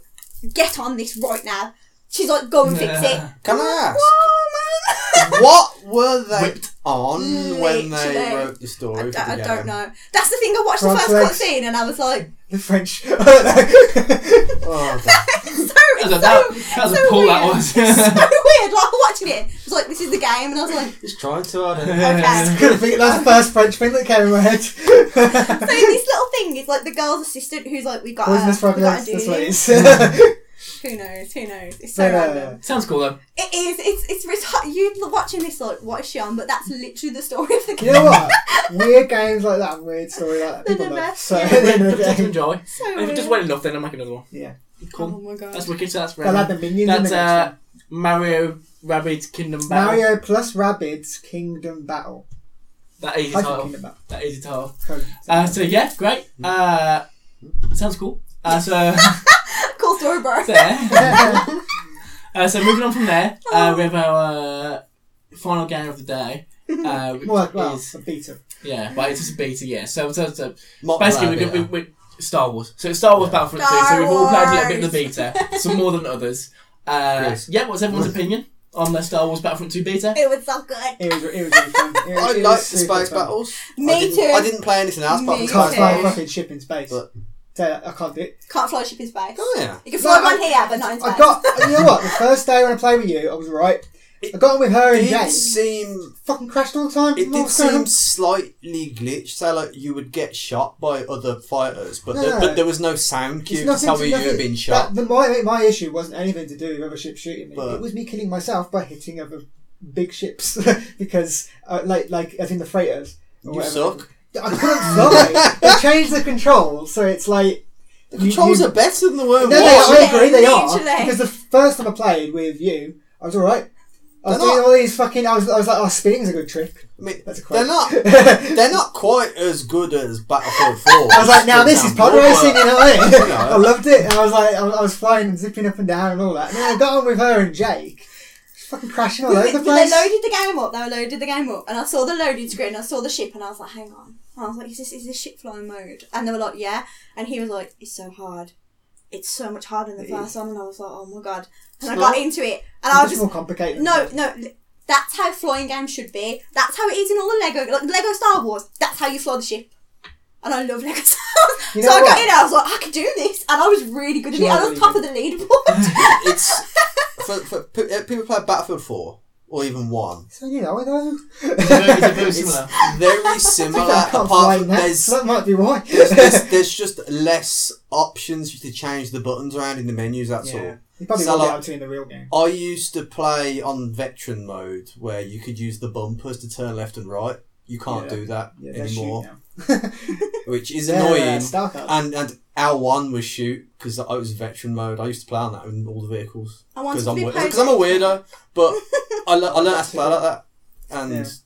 S3: get on this right now." She's like, "Go and fix it."
S5: Can I
S3: Whoa, man.
S5: ask? what were they
S1: Whipped.
S5: on when they
S3: Literally.
S5: wrote the story?
S3: I,
S5: for
S3: don't,
S5: the
S3: I
S5: game?
S3: don't know. That's the thing. I watched
S4: Frog
S3: the
S4: legs.
S3: first cutscene, and I was like,
S4: The French. I
S5: Oh, God.
S1: That
S3: "So it's
S1: was a,
S3: so."
S1: that, that was
S3: so
S1: a pull that
S3: weird.
S1: was.
S3: so weird. Like watching it, it was like this is the game, and I was like,
S5: It's trying to hard. isn't it?
S3: okay.
S4: couldn't think that's the first French thing that came in my head.
S3: so this little thing is like the girl's assistant who's like, we got to,
S4: Poisonous frog
S3: we got
S4: legs,
S3: to do
S4: that's what it
S3: this.
S4: is. But,
S3: Who knows? Who knows? It's so
S4: uh,
S3: random.
S1: Sounds cool though.
S3: It is. It's it's reti- you l- watching this like, what is she on? But that's literally the story of the game.
S4: you know what? Weird games like that, weird story like that.
S3: They're
S4: People
S3: the
S4: love.
S3: best,
S4: So,
S3: yeah.
S4: at the end of the
S1: Just
S4: day,
S1: enjoy.
S3: So
S1: And if it
S3: weird.
S1: doesn't went enough, then I'll make another one.
S4: Yeah.
S3: Oh
S1: Cool.
S3: my god.
S1: That's wicked. So that's
S4: they'll add
S1: random.
S4: the minions in
S1: That's
S4: the next
S1: uh,
S4: one.
S1: Mario Rabbids Kingdom Battle.
S4: Mario plus Rabbids Kingdom Battle.
S1: That easy
S4: I
S1: title.
S4: Kingdom Battle.
S1: That easy title.
S4: Sorry.
S1: Uh, so yeah, great. Uh, sounds cool. Uh, so
S3: cool story, bro.
S1: there. Uh, so moving on from there, uh, we have our uh, final game of the day. Uh, which
S4: Well, well,
S1: is,
S4: a beta.
S1: yeah, but it's just a beta, yeah. So, so, so
S5: Mock
S1: basically, we're,
S5: rabbit,
S1: we we Star Wars. So it's Star Wars
S5: Yeah.
S1: Battlefront 2,
S3: Star
S1: so we've all played a little bit of the
S3: Wars.
S1: beta, some more than others. Uh,
S5: Chris.
S1: yeah, what's everyone's opinion on the Star Wars Battlefront 2 beta?
S3: It was so good.
S4: It was, it was really fun. It was,
S5: I
S4: it was
S5: liked the
S4: super
S5: space
S4: fun.
S5: battles.
S3: Me
S5: I didn't,
S3: too.
S5: I didn't play anything else but
S3: Me
S5: the
S4: You
S5: space
S4: can't
S3: too.
S4: fly a
S5: battles.
S4: fucking ship in space.
S5: But-
S4: Tell you that, I can't do it.
S3: Can't fly a ship in space.
S5: Oh yeah.
S3: You can fly
S4: No,
S3: one
S4: I-
S3: here, but not in space.
S4: I got. You know what? The first day when I played with you, I was right. I got on with her and
S5: It did
S4: James.
S5: seem
S4: Fucking crashed all the time.
S5: it
S4: What
S5: did
S4: was going
S5: seem
S4: on?
S5: slightly glitched. So like you would get shot by other fighters, but
S4: No,
S5: there,
S4: no.
S5: but there was no sound
S4: It's
S5: cue to tell
S4: to-
S5: you you had been shot.
S4: That, the, my, my issue wasn't anything to do with other ships shooting me.
S5: But-
S4: it was me killing myself by hitting other big ships because, uh, like, like as in the freighters. or
S5: you
S4: whatever.
S5: suck.
S4: I couldn't fly. they changed the controls, so it's like
S5: The
S4: You-
S5: controls
S4: you-
S5: are better than the were.
S4: No, they,
S5: once.
S4: I agree they
S3: Literally.
S4: are. Because the first time I played with you, I was alright. I was
S5: They're
S4: doing
S5: not-
S4: all these fucking. I was, I was like, oh, spinning's a good trick.
S5: I mean,
S4: That's a
S5: they're
S4: quote.
S5: not. They're not quite as good as Battlefield Four.
S4: I was like, now
S5: for
S4: this is
S5: example,
S4: pod racing, you
S5: but-
S4: know what I mean?
S5: No.
S4: I loved it. And I was like, I was, I was flying and zipping up and down and all that. And then I got on with her and Jake. Fucking crashing all
S3: When
S4: over
S3: they
S4: the place.
S3: loaded the game up. They loaded the game up, and I saw the loading screen. I saw the ship, and I was like, "Hang on." I was like, "Is this is this ship flying mode?" And they were like, "Yeah." And he was like, "It's so hard. It's so much harder than the first one." And I was like, "Oh my god!" And I got into it, and I was
S4: It's
S3: just
S4: more complicated.
S3: no, no. li- That's how flying games should be. That's how it is in all the Lego, like Lego Star Wars. That's how you fly the ship. And I love Lego Star Wars.
S4: You
S3: so
S4: know
S3: I got
S4: what?
S3: in. I was like, I could do this, and I was really good at
S4: You
S3: it.
S4: are
S3: I was
S4: really
S3: top
S4: good.
S3: of the leaderboard.
S5: It's for, for pe- uh, people play Battlefield Four or even one.
S4: So you know, I know.
S1: It's very- it's very
S5: It's
S1: similar.
S5: very
S4: I
S5: similar.
S4: can't
S5: apart
S4: fly
S5: from
S4: now.
S5: there's
S4: So that might be why.
S5: there's, there's, there's just less options to change the buttons around in the menus. That's
S4: Yeah. You probably
S5: So
S4: won't be
S5: like-
S4: able to in the real game.
S5: all. I used to play on veteran mode where you could use the bumpers to turn left and right. You can't
S4: Yeah.
S5: do that
S4: Yeah, they're
S5: anymore,
S4: shooting
S5: which is
S4: now. Yeah,
S5: annoying. Uh,
S4: Starcraft.
S5: and and L one was shoot because I was veteran mode. I used to play on that in all the vehicles
S3: I wanted
S5: because
S3: to
S5: I'm
S3: be
S5: because I'm a weirdo. But I, le- I learned how to play like that, and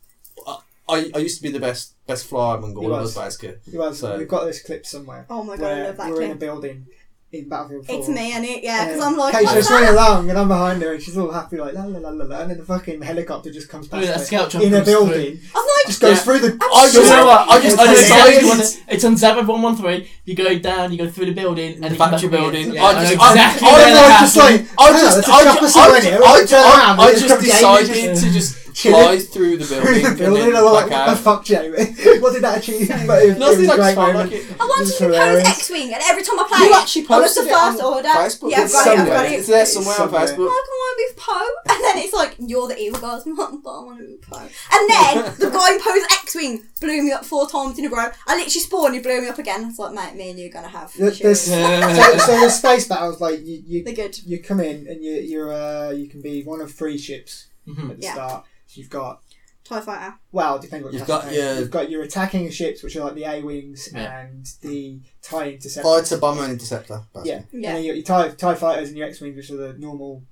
S5: I, I I used to be the best best flyer among all
S4: You
S5: of us
S4: was.
S5: basically.
S4: Well,
S5: So-
S4: we've got this clip somewhere
S3: Oh my god, I
S4: where
S3: love that
S4: we're in a
S3: clip.
S4: building in Battlefield 4.
S3: It's me and it, yeah, because I'm like,
S4: Kate's
S3: what's
S4: just
S3: that?
S4: running along and I'm behind her and she's all happy like la la la la la and then the fucking helicopter just comes
S1: Oh,
S4: past
S1: yeah, that
S4: her
S1: scout jump
S4: in a
S1: comes through.
S4: building,
S3: I'm like,
S4: just goes
S5: Yeah.
S4: through the.
S5: I
S1: You know what? I just I know
S4: It's
S1: exactly
S4: on
S1: what
S4: Zappos.
S1: it- it's on Zappa one one three. You go down, you go through the building, and
S5: The
S1: you come back
S5: factory
S1: up again.
S5: building.
S1: Yeah,
S5: I
S1: know
S5: just- I-
S1: exactly
S5: I
S1: where
S5: was
S1: that
S4: just
S1: happened.
S4: like-
S5: I
S4: Yeah,
S5: just
S4: that's a
S5: I
S4: shop or
S5: just I,
S4: something,
S5: ju-
S4: yeah,
S5: I,
S4: we
S5: ju-
S4: turn
S5: I,
S4: around,
S5: I
S4: it's
S5: just
S4: got Jamie
S5: decided
S1: just-
S5: to just
S4: Chill.
S5: fly through the
S4: through
S5: building
S4: the
S5: and
S4: building
S5: then
S4: and I'm like, what
S5: back
S4: the
S5: out.
S4: fuck, Jamie? What did that achieve? But it, was- it
S5: Nothing
S4: was a
S5: like
S4: great
S5: fun,
S4: moment.
S5: like it.
S3: I wanted
S4: It's
S3: to be Paris
S4: hilarious.
S3: X-wing, and every time I play
S5: You
S3: it,
S5: actually
S3: I was the
S5: posted it on
S3: first order.
S5: Facebook.
S3: Yeah, I've
S5: It's
S3: got it, I've
S5: somewhere.
S3: got it.
S5: It's there
S4: It's
S5: somewhere on
S4: somewhere.
S5: Facebook.
S3: Like, I want to be Poe, and then it's like you're the evil girl. I'm like, but I want to be Poe. And then the guy in Poe's X-wing blew me up four times in a row. I literally spawned, he blew me up again. I was like, mate, me and you're gonna have
S4: Th-
S3: issues.
S4: this- so,
S1: Yeah.
S4: so the space battles like you, you
S3: They're good.
S4: you come in and you you're uh, you can be one of three ships
S1: Mhm.
S5: Mm-hmm.
S4: at the
S3: Yeah.
S4: start. So you've got
S3: TIE fighter.
S4: Well, depending what
S5: You've
S4: class
S5: got
S4: you're playing.
S5: your-
S4: you've got your attacking ships, which are like the A wings
S1: Yeah.
S4: and the tie interceptors.
S5: Fighter, bomber, and interceptor. basically.
S4: Yeah. And
S3: Yeah.
S4: then you got your E, tie, tie fighters and your X wings, which are the normal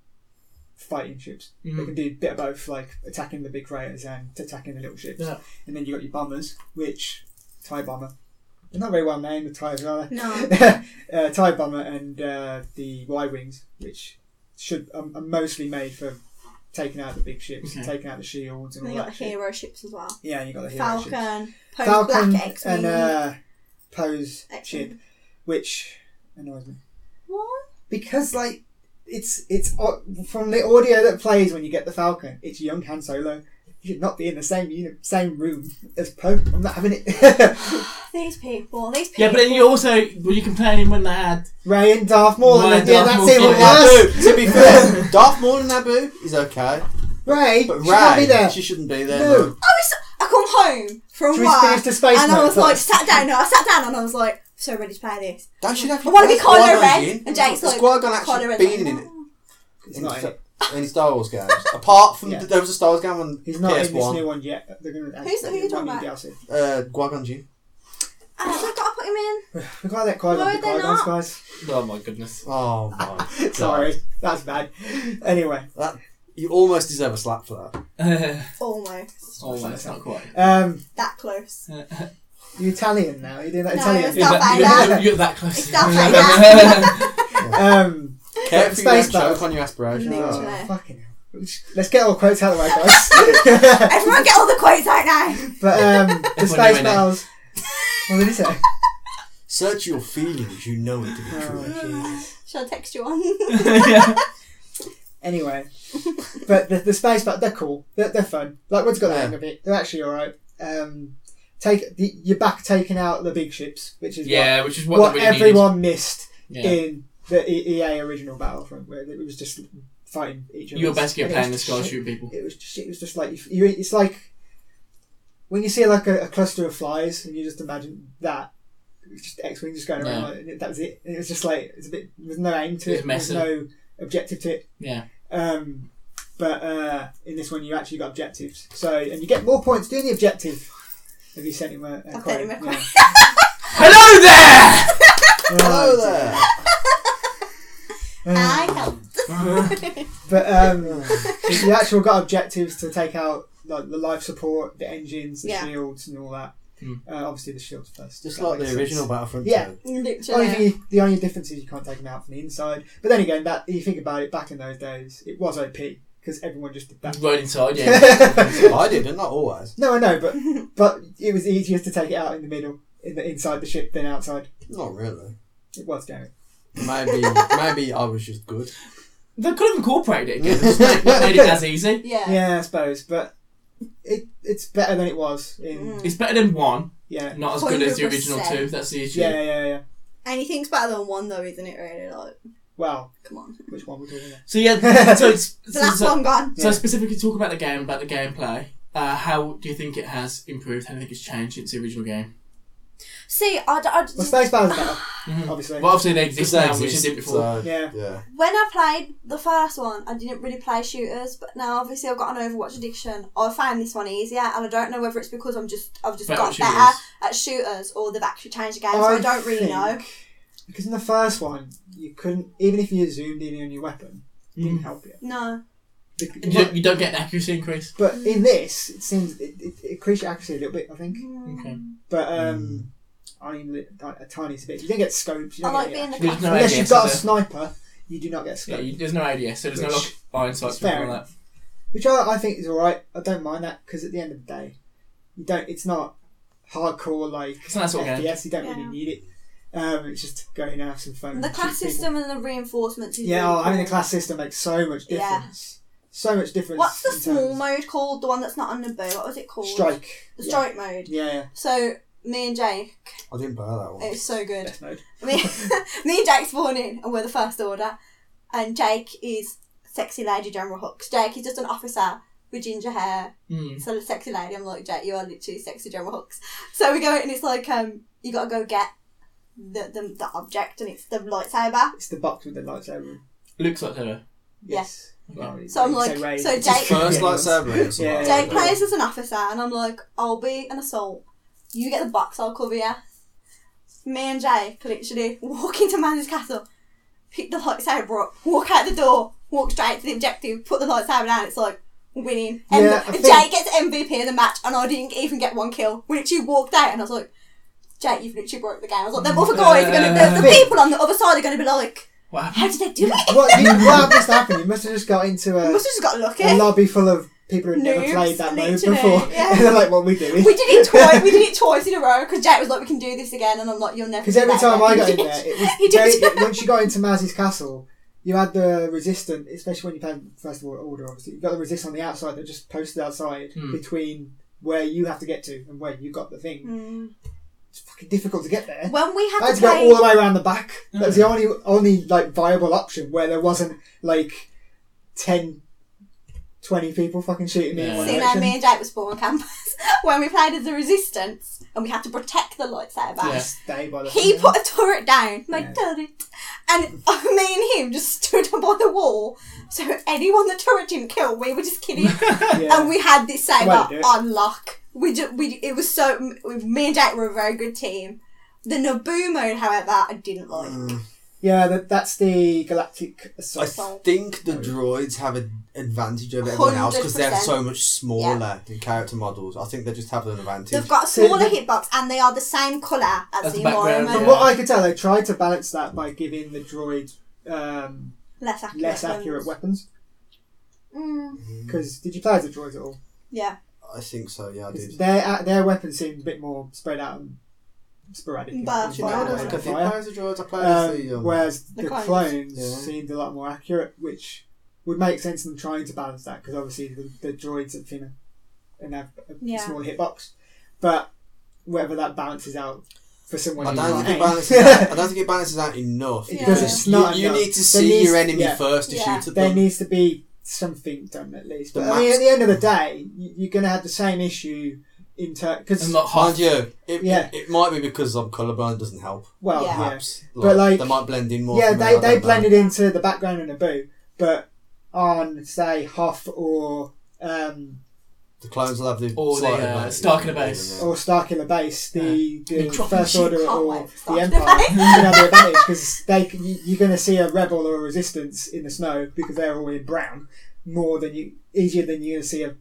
S4: fighting ships. They
S5: Mm-hmm.
S1: Mhm.
S4: can do a bit of both, like attacking the big freighters and attacking the little ships.
S1: Yeah.
S4: And then you got your bombers, which tie bomber. They're not very well named, the ties are they?
S3: No.
S4: uh, tie bomber and uh, the Y wings, which should um, are mostly made for taking out the big ships,
S1: Okay.
S4: taking out the shields and
S3: And you
S4: all
S3: got
S4: that.
S3: the
S4: shit.
S3: hero ships as well.
S4: Yeah, you got the hero ships.
S3: Falcon, Poe
S4: Falcon
S3: Black X Wing.
S4: and uh, Poe's
S3: X-Wing.
S4: ship, which annoys me
S3: what?
S4: because like it's it's au- from the audio that plays when you get the Falcon. It's young Han Solo. You should not be in the same uni- same room as Poe. I'm not having it.
S3: These people. These people.
S1: Yeah, but then you also were you complaining when they had
S4: Ray and Darth Maul.
S1: Ray
S4: and
S1: and
S4: yeah,
S1: Darth
S4: that's
S1: Maul,
S4: even
S1: yeah.
S4: worse.
S5: Naboo, to be fair, Darth Maul and Naboo is okay,
S4: Ray,
S5: but
S4: should not be
S5: Ray,
S4: there.
S5: she shouldn't be there.
S4: No.
S5: No.
S3: I was. I come home from
S4: Should we
S3: work,
S4: speed us to space
S3: and I
S4: mode
S3: was like,
S4: first?
S3: sat down. No, I sat down, and I was like, I'm so ready to play this.
S5: Don't she have
S3: I wanna be
S5: that's why
S3: Kylo
S5: I'm
S3: Ren,
S5: in.
S3: and Jake's like,
S5: Squire Gun actually
S3: Kylo Ren's
S5: been
S3: like,
S5: in it.
S4: He's not in it.
S5: in Star Wars games. Apart from
S4: Yeah.
S5: there was a Star Wars game on
S4: He's not in this
S5: PS1.
S4: new one yet. They're gonna add-
S3: Who's- who are you
S4: it might
S3: talking
S4: be
S3: about?
S4: DLC.
S5: Uh, Guagon Jin.
S3: And Ah, I was like, gotta put him in.
S4: We can't let Qui-Gon
S3: Why
S4: be
S3: would they
S4: Qui-Gon's
S3: not?
S4: guys.
S1: Oh my goodness.
S5: Oh my. God.
S4: Sorry, that's bad. Anyway,
S5: You almost deserve a slap for that.
S3: Almost
S1: oh, that's not quite.
S4: um,
S3: that close.
S1: you're,
S4: you Italian now. You're doing that
S3: No,
S4: Italian.
S3: it's not
S1: that,
S3: like
S1: you're,
S3: that.
S1: you're, you're that close.
S3: It's stuff like that.
S4: Um,
S5: Careful, you
S4: Space
S5: don't choke
S4: Battle.
S5: on your aspirations.
S3: No.
S5: Oh.
S4: oh,
S3: Literally.
S4: fucking hell. Let's get all quotes out of the way, guys.
S3: Everyone get all the quotes out now.
S4: But um, the
S1: Everyone knew
S4: space
S1: my name.
S4: battles. What did he say?
S5: Search your feelings. You know it to be
S4: Oh,
S5: true.
S3: Shall I text you on?
S1: yeah.
S4: anyway, but the, the space battles they're cool. They're, they're fun. Like one's got the hang of it. They're actually all right. Um, take the, you're back taking out the big ships, which is what,
S1: yeah, which is what,
S4: what
S1: they really
S4: everyone missed
S1: needed. Yeah.
S4: in the E- EA original Battlefront, where it was just fighting each other.
S1: You were basically
S4: And it
S1: playing the
S4: was
S1: sky
S4: shit.
S1: shoot people.
S4: It was just, it was just like you, it's like when you see like a, a cluster of flies and you just imagine that it's just X wing just going around
S1: Yeah.
S4: like, and that was it. And it was just like it's a bit there's no aim to
S1: It
S4: it,
S1: was messy.
S4: there's no objective to it.
S1: Yeah.
S4: Um, but uh, in this one you actually got objectives, so and you get more points doing the objective. Have you sent him a, a
S3: I've sent him a
S4: quote?
S3: quote.
S4: Yeah.
S1: Hello there!
S5: Hello
S4: Oh,
S5: there.
S4: dear.
S3: I helped.
S4: But um, you actually got objectives to take out like the life support, the engines, the
S3: Yeah.
S4: shields, and all that.
S1: Hmm.
S4: Uh, obviously, the shields first.
S5: Just
S4: That
S5: like
S4: makes
S5: the
S4: sense.
S5: original Battlefront.
S4: Oh, Yeah.
S5: too.
S4: Only
S3: Literally.
S4: thing you- the only difference is you can't take them out from the inside. But then again, that you think about it, back in those days, it was OP because everyone just did that.
S1: right inside, yeah.
S5: I didn't. Not always.
S4: no, I know, but but it was easier to take it out in the middle, in the inside the ship than outside.
S5: Not really.
S4: It was, Gary.
S5: Maybe. maybe I was just good.
S1: they could have incorporated it again. Just made, made it as easy.
S3: Yeah.
S4: Yeah, I suppose, but it it's better than it was. In
S3: Mm.
S1: It's better than one,
S4: yeah,
S1: not as good as the original
S3: 100%.
S1: two. That's the issue.
S4: yeah, yeah, yeah.
S3: Anything's better than one though, isn't it? Really, like,
S4: Well,
S3: come on.
S4: which one we're doing? There?
S1: So yeah, so it's
S3: The
S1: so,
S3: last
S1: so,
S3: one gone.
S4: Yeah.
S1: so specifically talk about the game, about the gameplay. Uh, how do you think it has improved? How do you think it's changed since the original game?
S3: See, I, d- I d-
S4: Well, space battles better,
S1: Mhm.
S4: obviously.
S1: Well, obviously they exist now, which
S5: Exist,
S1: is it before.
S5: so,
S4: Yeah.
S5: Yeah.
S3: when I played the first one, I didn't really play shooters, but now obviously I've got an Overwatch addiction. I find this one easier, and I don't know whether it's because I'm just I've just
S1: Better at
S3: got better at shooters, or they've actually changed the game, so I don't really
S4: think-
S3: know.
S4: Because in the first one, you couldn't, even if you zoomed in on your weapon, it
S1: Mm.
S4: didn't help you.
S3: No,
S4: Bec-
S1: You don't, you don't get an accuracy increase.
S4: But in this, it seems it, it, it increased your accuracy a little bit, I think.
S1: Okay.
S4: But
S1: Mm.
S4: um, I mean, li- like, a tiny bit. You don't get scopes. You
S3: I
S4: don't
S3: like
S4: get
S3: being the
S1: There's
S3: captain.
S1: no
S4: unless
S1: ADS,
S4: you've got a
S1: is
S4: sniper, you do not get
S1: there?
S4: scopes,
S1: Yeah, you- there's no ADS, so there's no
S4: Which-
S1: like iron sights
S4: it's
S1: or
S4: fair
S1: anything like that.
S4: which I, I think is all right. I don't mind that because at the end of the day, you don't. It's not hardcore like
S1: It's not that sort of game.
S4: FPS. You don't really
S3: Yeah.
S4: need it. Um, it's just going and have some fun.
S3: the
S4: and
S3: class
S4: shoot people.
S3: system and the reinforcements. Is
S4: Yeah,
S3: really
S4: oh, having
S3: cool.
S4: the class system makes so much
S3: Yeah.
S4: difference. So much difference.
S3: What's the
S4: in
S3: small
S4: terms-
S3: mode called? The one that's not on the bow. What was it called?
S4: Strike.
S3: The strike mode.
S4: Yeah, yeah.
S3: So me and Jake,
S5: I didn't buy that one.
S3: it was so good.
S4: Best mode.
S3: Me, me and Jake's sworn in, and we're the first order. And Jake is sexy lady General Hooks. Jake is just an officer with ginger hair,
S1: Mm.
S3: so a sexy lady. I'm like, Jake, you are literally sexy General Hooks. So we go, and it's like, um, you gotta go get the the, the object, and it's the lightsaber.
S4: It's the box with the lightsaber.
S1: Luke's like that.
S4: Yes. Well,
S3: So I'm
S4: you
S3: like,
S4: say raid.
S3: so
S5: It's his
S3: Jake,
S5: first
S4: Yeah.
S5: lightsaber. or something
S4: Yeah.
S5: like that.
S3: Jake plays as an officer, and I'm like, I'll be an assault. You get the box, I'll cover you. Me and Jake literally walk into Manny's castle, pick the lightsaber up, walk out the door, walk straight to the objective, put the lightsaber down. It's like winning. And
S4: Yeah, I think-
S3: Jake gets MVP of the match, and I didn't even get one kill. We literally walked out, and I was like, Jake, you've literally broke the game. I was like, the other guys are gonna,
S4: Uh,
S3: the, the people on the other side are gonna be like,
S1: Wow.
S3: how did they do it?
S4: what, you, what must happen? You must have just got into
S3: We
S4: a,
S3: must have just got lucky.
S4: a lobby full of people who'd never
S3: Noobs,
S4: played that mode
S3: literally,
S4: before.
S3: yeah.
S4: and they're like, what are we doing?
S3: We did it twice. We did it twice in a row because Jack was like, "We can do this again," and I'm like, "You'll never."
S4: Because
S3: do
S4: every
S3: that
S4: time I
S3: again."
S4: got in
S3: You
S4: there,
S3: did.
S4: it was
S3: You
S4: very,
S3: did.
S4: it, once you got into Mazzy's castle, you had the resistant, especially when you played First of All Order, obviously, you got the resist on the outside that just posted outside
S1: Hmm.
S4: between where you have to get to and where you got the thing.
S3: Mm.
S4: It's fucking difficult to get there.
S3: When we
S4: I
S3: had
S4: had
S3: to
S4: to go
S3: play,
S4: all the way around the back. That was the only only like viable option where there wasn't like 10, 20 people fucking shooting me in one
S3: see now
S4: direction.
S3: uh, me and Jake was born on campus. when we played as the resistance and we had to protect the lightsaber,
S1: Yeah.
S4: Stay by the
S3: he
S4: fucking-
S3: put a turret down. My
S4: Yeah.
S3: turret, and me and him just stood up on the wall. So anyone the turret didn't kill, we were just kidding.
S4: yeah.
S3: and we had this
S4: Well,
S3: saber
S4: do it.
S3: on lock. We ju- we it was so me and Jake were a very good team. The Naboo mode, however, I didn't like.
S4: yeah, that, that's the galactic
S5: I
S4: assault.
S5: think the droids have an advantage over everyone else because they're
S3: 100%.
S5: so much smaller than character models. I think they just have an advantage.
S3: They've got a
S4: So
S3: smaller
S4: the-
S3: hitbox and they are the same colour as,
S1: As
S3: the
S1: the background,
S4: From
S1: Yeah.
S3: environment.
S4: what I could tell, they tried to balance that by giving the droid um,
S3: Less accurate.
S4: less
S3: ones.
S4: accurate weapons.
S3: Mm,
S4: Because did you play as a droid at all?
S3: yeah.
S5: I think so. Yeah, I
S4: 'Cause
S5: did.
S4: Their uh, their weapons seemed a bit more spread out and sporadic. in
S3: But-
S4: nature
S5: No, I
S4: than
S5: don't
S4: they
S5: think
S4: were
S5: I
S4: in
S5: did
S4: Fire.
S5: play as a droid. I played as the
S4: Um,
S5: um,
S4: whereas
S3: The
S4: the clones,
S3: clones.
S5: Yeah.
S4: seemed a lot more accurate, which would make sense in them trying to balance that because obviously the, the droids are thinner and have a
S3: Yeah.
S4: smaller hitbox. But whether that balances out for someone,
S5: I
S4: who
S5: don't
S4: can't
S5: think it
S4: aim-
S5: balances. out, I don't think it balances out enough.
S4: It
S3: Yeah.
S5: because
S4: doesn't- it's not
S5: you, you
S4: enough.
S5: need to
S4: There
S5: see
S4: needs-
S5: your enemy
S4: yeah.
S5: first to
S3: Yeah.
S5: shoot at
S4: there
S5: them.
S4: needs to be something done at least.
S5: The
S4: But I mean,
S5: max-
S4: at the end of the day, you- you're going to have the same issue in terms
S1: And
S4: because
S1: not hard.
S5: Mind you, it,
S4: Yeah.
S5: it, it might be because I'm colourblind. Doesn't help.
S4: well,
S3: Yeah.
S4: yeah,
S5: Perhaps.
S4: But, like,
S5: they might blend in more.
S4: yeah,
S5: for me, I
S4: they
S5: don't
S4: they
S5: know.
S4: blended into the background and a boo, but on say Hoff or um,
S5: The clones will have the
S1: Or the,
S5: slight
S1: uh,
S5: advantage.
S1: Starkiller base.
S4: or Starkiller Base, the, the
S1: Necropolis.
S4: First Order
S3: Can't
S4: or
S3: wait for
S4: the
S3: Starkiller
S4: Empire,
S3: Base.
S4: you can have the advantage because they can- you- you're going to see a rebel or a resistance in the snow because they're all in brown more than you easier than you're going to see a a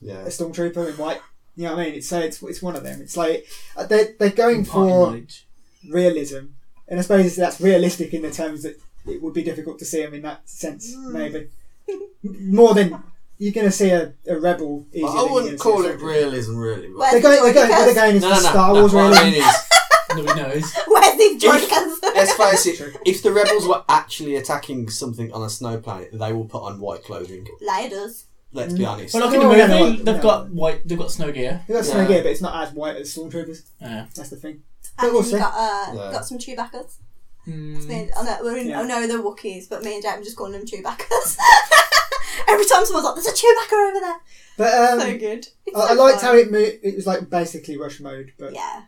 S5: Yeah.
S4: stormtrooper in white. You know what I mean? It's so it's, it's one of them. It's like uh, they're, they're going
S1: Imparting
S4: for
S1: knowledge.
S4: realism, and I suppose that's realistic in the terms that it would be difficult to see them in that sense,
S3: Hmm.
S4: maybe more than you're going to see a, a rebel. Easier
S5: But
S4: than
S5: I
S4: you're gonna see
S5: wouldn't call
S4: a
S5: it
S4: soldier.
S5: realism, really. but-
S3: Where's
S4: They're going,
S3: the
S4: they're going,
S3: Joy
S4: they're going into
S5: no, no, no.
S4: Star
S5: no,
S4: Wars
S5: what I
S4: realism.
S5: mean is,
S1: Nobody knows.
S3: Where's the Joy
S5: Let's face it,
S4: True.
S5: if the rebels were actually attacking something on a snow planet, they will put on white clothing.
S3: Ladders.
S5: Let's be
S4: Mm.
S5: honest.
S1: Well, like in
S4: Oh, yeah,
S1: the
S4: no,
S1: movie,
S4: no,
S1: they've
S4: no.
S1: got white. They've got snow gear.
S4: They've got
S5: Yeah.
S4: snow gear, but it's not as white as stormtroopers.
S1: Yeah.
S4: That's the thing. But
S3: And
S4: we'll
S3: then you
S4: see.
S3: got, uh,
S5: Yeah.
S3: got some Chewbacca's. Me
S1: Mm.
S3: and- Oh, no, we're in,
S4: Yeah.
S3: oh no, they're Wookiees, but me and Jake were just calling them Chewbacca's. Every time someone's like, there's a Chewbacca over there.
S4: But um,
S3: so good. It's
S4: I, I
S3: so
S4: liked
S3: fun.
S4: how it moved. It was like basically rush mode, but
S3: Yeah,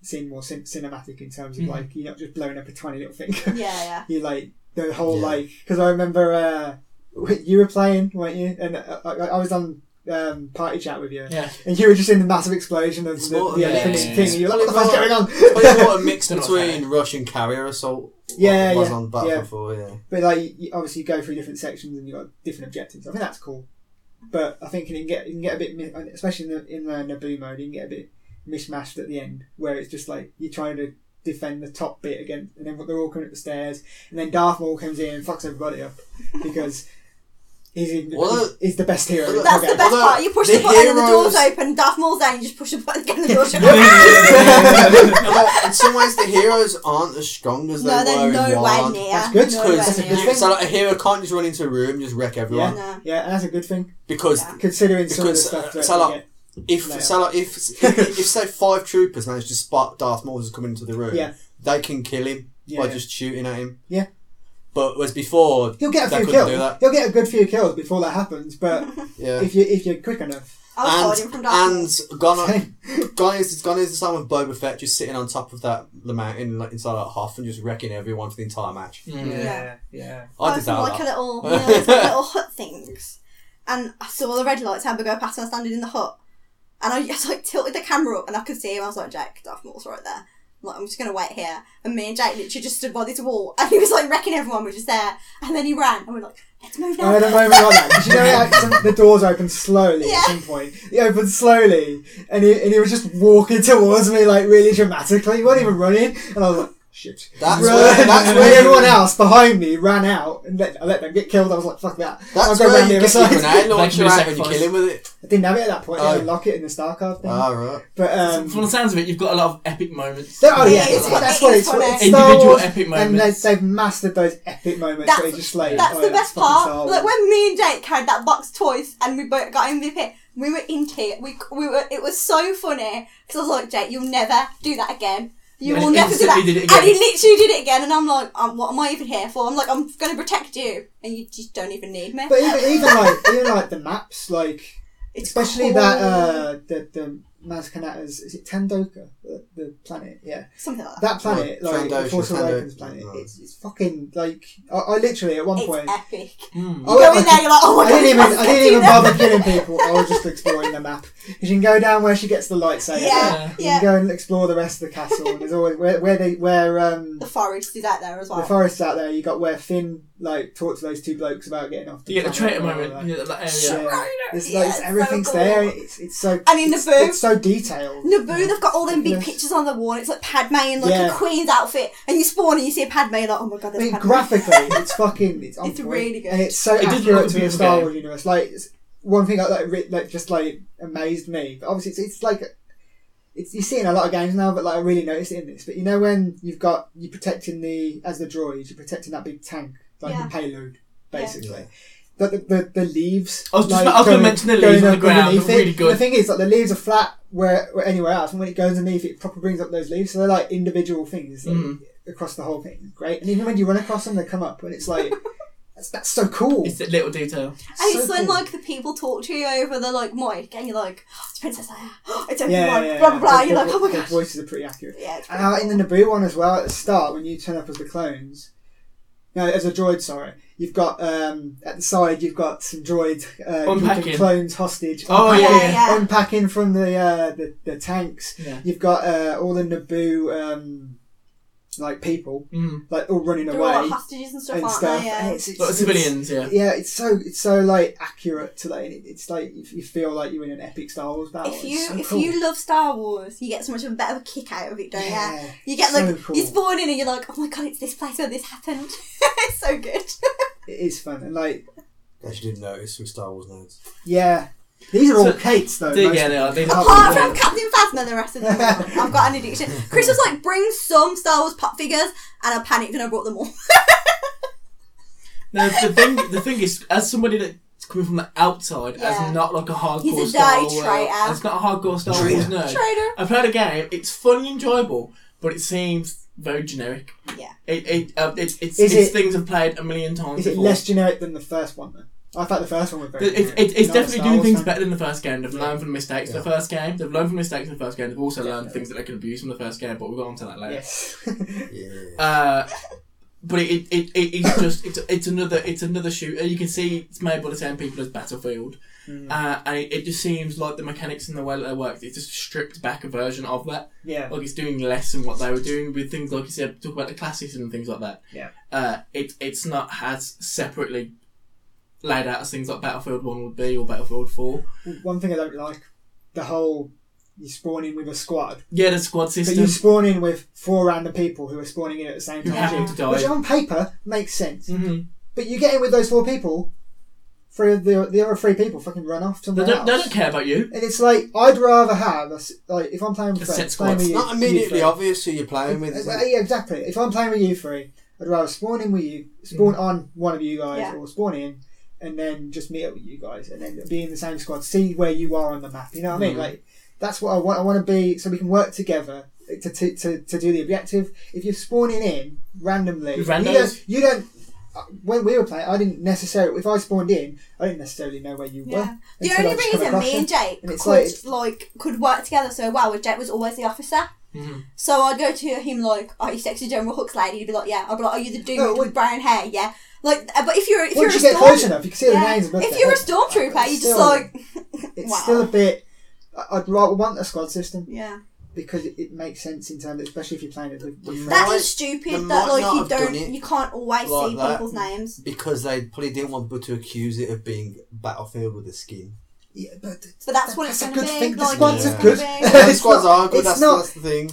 S4: seemed more cin- cinematic in terms of
S5: Mm-hmm.
S1: Mhm.
S4: like you're not just blowing up a tiny little thing.
S3: yeah, yeah.
S4: you like the whole
S5: Yeah.
S4: like because I remember uh, w- you were playing, weren't you? And uh, I, I was on um, party chat with you,
S1: Yeah.
S4: and you were just in the massive explosion of
S5: It's
S4: the,
S5: more-
S4: the
S1: yeah,
S4: opening
S1: yeah,
S4: thing.
S1: yeah.
S4: And you're like, what the
S5: Well,
S4: fuck's going
S5: But it's more
S4: on?
S5: a mix
S1: They're not
S5: between rush and carrier assault. what
S4: Yeah,
S5: was
S4: yeah,
S5: on Battle
S4: yeah.
S5: before, yeah.
S4: but like, you, obviously, you go through different sections and you have got different objectives. I think that's cool, but I think you can get you can get a bit, mi- especially in the in the Naboo mode, you can get a bit mishmashed at the end where it's just like you're trying to defend the top bit again, and then they're all coming up the stairs, and then Darth Maul comes in and fucks everybody up because. He's, in,
S5: Well,
S4: he's, he's the best hero. in the
S3: That's
S4: game.
S3: the best
S5: Although,
S3: part. You push
S5: the
S3: the, button and the door's
S5: heroes-
S3: open. Darth Maul's there and you just push the button and the door shut.
S5: But in some ways, the heroes aren't as strong as they
S3: No,
S5: were
S3: they're
S5: in
S3: nowhere
S5: one.
S3: near.
S4: That's good,
S3: Nowhere
S4: that's a
S3: near.
S4: good thing.
S5: So like, a hero can't just run into a room and just wreck everyone
S3: No.
S4: Yeah, and that's a good thing
S5: because
S3: Yeah.
S4: considering some
S5: Because,
S4: of the stuff.
S5: uh,
S4: that
S5: Salah-
S4: we get.
S5: if
S4: Later.
S5: so like, if, if if say five troopers manage to spot Darth Maul as coming into the room,
S4: Yeah.
S5: they can kill him
S4: Yeah,
S5: by
S4: yeah.
S5: just shooting at him.
S4: Yeah.
S5: But whereas before,
S4: He'll get a
S5: they
S4: few
S5: couldn't
S4: kills.
S5: do that.
S4: He'll get a good few kills before that happens, but
S5: Yeah.
S4: if you if you're quick enough,
S3: I was
S5: and,
S3: hiding from darkness.
S5: And Gon, Gon is Gon is the same with Boba Fett just sitting on top of that the mountain like, inside that huff and just wrecking everyone for the entire match.
S1: Mm.
S4: Yeah, yeah.
S5: I
S3: was
S5: did
S3: in,
S5: that. a
S3: like
S5: lot.
S3: a little, you know, those little hut things, and I saw the red lights. Amber go past, and I was standing in the hut, and I just like tilted the camera up, and I could see him. I was like, Jake, Darth Maul's right there. I'm like, I'm just gonna wait here, and me and Jake literally just stood by this wall, and he was like wrecking everyone. We're just there, and then he ran, and we're like, let's move
S4: I
S3: now.
S4: had a moment like that. 'cause you know, like, some, the doors open slowly
S3: Yeah.
S4: at some point. He opened slowly, and he, and he was just walking towards me like really dramatically. He wasn't even running, and I was like, shit.
S5: That's
S4: Run.
S5: where- that's
S4: And
S5: where you-
S4: everyone else behind me ran out and let, I let them get killed. I was like, fuck that. I'll
S5: That's
S4: go
S5: where
S4: round the
S5: you
S4: other
S5: get your
S4: side.
S5: grenade launcher
S1: Like,
S5: out and you kill him with it.
S4: I didn't have it at that point. I
S5: Oh.
S4: didn't lock it in the star card thing.
S5: Ah, right.
S4: but um,
S1: From the sounds of it, you've got a lot of epic moments.
S4: that- oh yeah,
S3: It is
S4: that's,
S3: what-
S4: that's
S3: it
S4: what
S3: is
S4: it's,
S3: what it
S4: it's
S3: is.
S4: Star
S1: Individual
S4: Wars,
S1: epic
S4: and they,
S1: moments.
S4: they've mastered those epic moments
S3: That's-
S4: where you just like
S3: That's
S4: oh,
S3: the
S4: yeah,
S3: best
S4: fucking Star
S3: part.
S4: Wars.
S3: Like when me and Jake had that box twice, and we both got MVP. We were in tears. We, we were. It was so funny because I was like, Jake, you'll never do that again. You
S1: And
S3: will
S1: he
S3: never do that.
S1: instantly did it again.
S3: And he literally did it again, and I'm like, um, what am I even here for? I'm like, I'm going to protect you, and you just don't even need me.
S4: But even even like even like the maps, like
S3: It's
S4: especially
S3: cool.
S4: that uh the the Maz Kanata's is it Tandoka the, the planet yeah
S3: something like that.
S4: that planet
S5: Right,
S4: like the
S5: Trandoshan,
S4: Force Awakens
S5: Trando-
S4: planet
S5: Right.
S4: it's, it's fucking like I, I literally at one
S3: It's
S4: point
S3: epic.
S1: Mm.
S4: I
S3: You go
S4: went-
S3: in there, you're like, oh my
S4: I
S3: god.
S4: didn't even I
S3: can
S4: didn't
S3: do
S4: even
S3: that.
S4: bother killing people I was just exploring the map because you can go down where she gets the lightsaber
S1: Yeah.
S3: Yeah,
S4: you can
S3: yeah.
S4: go and explore the rest of the castle and there's always where where they where um
S3: The forest is out there as well.
S4: the forest's out there you got where Finn like talked to those two blokes about getting off the
S1: You get the
S4: planet
S1: traitor
S4: or whatever,
S1: moment.
S4: like-
S1: You know, that
S4: Yeah.
S1: area.
S4: It's
S3: Yeah,
S4: like
S3: it's so
S4: everything's
S3: cool.
S4: there. It's, it's so
S3: And in the
S4: it's,
S3: book-
S4: it's so detailed.
S3: Naboo, they've got all them big
S4: Yes.
S3: pictures on the wall. and It's like Padme in like
S4: Yeah.
S3: a queen's outfit, and you spawn and you see a Padme, you're like, oh my god,
S4: I
S3: there's
S4: mean,
S3: Padme.
S4: graphically, it's fucking it's, on
S3: It's
S4: point.
S3: really good.
S4: and it's so
S1: It doesn't look
S4: accurate to be a
S1: beautiful
S4: Star
S1: game.
S4: Wars universe. Like it's- one thing that like, re- like just like amazed me, but obviously it's, it's like it's you see it in a lot of games now, but like I really noticed it in this. But you know when you've got you protecting the as the droid, you're protecting that big tank like
S3: Yeah.
S4: the payload basically.
S5: Yeah.
S4: The, the, the, the leaves.
S1: I was just about- I was gonna
S4: going-
S1: mention the
S4: going
S1: leaves on the
S4: up
S1: ground,
S4: underneath
S1: they're
S4: it.
S1: really good.
S4: The thing is, like the leaves are flat where, where anywhere else, and when it goes underneath, it proper brings up those leaves. So they're like individual things that-
S1: Mm.
S4: across the whole thing. Great, and even when you run across them, they come up, and it's like that's, that's so cool.
S1: It's that little detail.
S3: And
S4: so
S3: it's when
S4: cool.
S3: like the people talk to you over the like mic, and you're like, oh, it's Princess Leia, oh, it's
S4: yeah,
S3: everyone,
S4: yeah, yeah,
S3: blah blah blah.
S4: The-
S3: You're like,
S4: the-
S3: oh my
S4: the
S3: gosh.
S4: voices are pretty accurate.
S3: Yeah, it's
S4: And how
S3: pretty
S4: in the Naboo one as well at the start when you turn up as the clones. No, as a droid, sorry. You've got um, at the side. You've got some droid uh,
S1: Unpacking.
S4: keeping clones hostage.
S1: Oh,
S3: cool.
S1: yeah,
S3: yeah,
S1: yeah.
S3: yeah.
S4: unpacking from the uh, the, the tanks.
S1: Yeah.
S4: You've got uh, all the Naboo um, like people
S1: Mm.
S4: like all running
S3: There were a lot
S4: away
S3: of hostages and stuff,
S4: and
S3: aren't
S4: stuff.
S3: there? Yeah.
S4: And it's- it's-
S1: Lot of
S4: it's-
S1: civilians, yeah.
S4: yeah, it's so it's so like accurate to like it- it's like you you feel like you're in an epic Star Wars battle.
S3: If
S4: oh, It's
S3: you
S4: so
S3: if
S4: cool.
S3: you love Star Wars, you get so much of a better kick out of it, don't you?
S4: yeah,
S3: You get
S4: so
S3: like
S4: cool.
S3: you spawn in and you're like, oh my god, it's this place where this happened. it's so good.
S4: it is fun and like
S5: Guess you didn't notice with Star Wars nerds.
S4: yeah, these are all
S1: So-
S4: Kates though.
S1: They-
S4: most-
S1: yeah, they are. They
S4: Apart
S3: Apart
S1: Yeah.
S3: from Captain Phasma, the rest of them, I've got an addiction. Chris was like, bring some Star Wars pop figures, and I panicked and I brought them all.
S1: Now, the thing, the thing is, as somebody that's coming from the outside,
S3: Yeah.
S1: as not like a hardcore
S3: He's a
S1: Star
S3: die
S1: Wars,
S3: traitor.
S1: as not a hardcore Star Wars
S5: Traitor.
S1: nerd,
S3: Trader.
S1: I played a game. It's fun and enjoyable, but it seems very generic.
S3: Yeah.
S1: It, it, uh, it it's,
S4: Is
S1: it's
S4: it-
S1: things I've played a million times.
S4: Is it
S1: before.
S4: less generic than the first one though? I thought the first one was very.
S1: It, it,
S4: generic.
S1: it- it's
S4: Not a
S1: definitely
S4: Star
S1: doing
S4: Wars
S1: things
S4: fan.
S1: better than the first game. They've learned from mistakes in
S5: Yeah.
S1: the first game. They've learned from mistakes in the first game. They've also learned
S4: Definitely.
S1: things that they can abuse from the first game. But we'll go on to that later.
S4: Yes.
S5: Yeah.
S1: Uh, but it, it, it, it's just it's, it's another it's another shooter. You can see it's made by the same people as Battlefield,
S4: Mm.
S1: uh, and it, it just seems like the mechanics and the way that they work. It's just a stripped back a version of that.
S4: yeah.
S1: Like it's doing less than what they were doing with things like you said. Talk about the classics and things like that.
S4: Yeah.
S1: Uh, it it's not as separately laid out as things like Battlefield One would be or Battlefield Four.
S4: One thing I don't like the whole you spawn in with a squad,
S1: Yeah, the squad
S4: but
S1: system.
S4: you spawn in with four random people who are spawning in at the same
S1: You
S4: time.
S1: happen
S4: as you.
S1: to die.
S4: Which on paper makes sense.
S1: Mhm.
S4: But you get in with those four people, three of the, the other three people fucking run off
S1: They
S4: somewhere
S1: don't, they
S4: else.
S1: don't care about you.
S4: And it's like I'd rather have a s like if I'm playing with
S1: A
S4: friends,
S1: set squad.
S4: playing with
S5: It's
S4: you,
S5: not immediately
S4: you
S5: obvious who you're playing with.
S4: three.
S5: is
S4: Uh,
S5: it?
S4: yeah, exactly. If I'm playing with you three, I'd rather spawn in with you, spawn
S5: Mm.
S4: on one of you guys,
S3: Yeah.
S4: or spawn in, and then just meet up with you guys, and then be in the same squad, see where you are on the map. You know what I mean?
S5: Mm.
S1: Mhm.
S4: Like that's what I want. I want to be so we can work together to to, to, to do the objective. If you're spawning in randomly,
S1: Randos?
S4: you don't. You don't uh, when we were playing, I didn't necessarily. If I spawned in, I didn't necessarily know where you were.
S3: Yeah. The
S4: until I
S3: only
S4: just come
S3: reason
S4: across
S3: me
S4: you.
S3: and Jake
S4: And
S3: could
S4: it's
S3: like, could work together so well was Jake was always the officer.
S5: Mm-hmm.
S1: Mhm.
S3: So I'd go to him like, "Are you sexy General Hooks lady?" He'd be like, "Yeah." I'd be like, "Are you the dude
S4: No,
S3: with brown hair?" Yeah. Like, uh, but if you're if
S4: Once you
S3: you're a
S4: get close
S3: storm,
S4: enough, you can see
S3: yeah,
S4: the names. above
S3: if
S4: their
S3: you're a
S4: heads.
S3: stormtrooper,
S4: It's
S3: you're just
S4: still-
S3: like,
S4: it's
S3: wow.
S4: still a bit. I- I'd rather want a squad system
S3: yeah,
S4: because it, it makes sense in terms, especially if you're playing it with. with
S5: The
S3: that
S5: might-
S3: is
S5: they
S3: stupid. That
S5: might
S3: like
S5: not
S3: you
S5: have done
S3: don't,
S5: it
S3: you can't always
S5: like
S3: see
S5: that.
S3: people's names.
S5: because they probably didn't want people to accuse it of being Battlefield with a skin.
S4: yeah, but
S3: But that's what it's
S4: a
S3: gonna
S4: good
S3: be,
S4: thing. The
S3: like,
S4: squads
S5: it's
S4: are
S5: gonna
S4: good.
S3: be-
S4: It's
S5: Those squads
S4: not-
S5: are good.
S4: it's
S5: That's,
S4: not-
S5: that's the thing.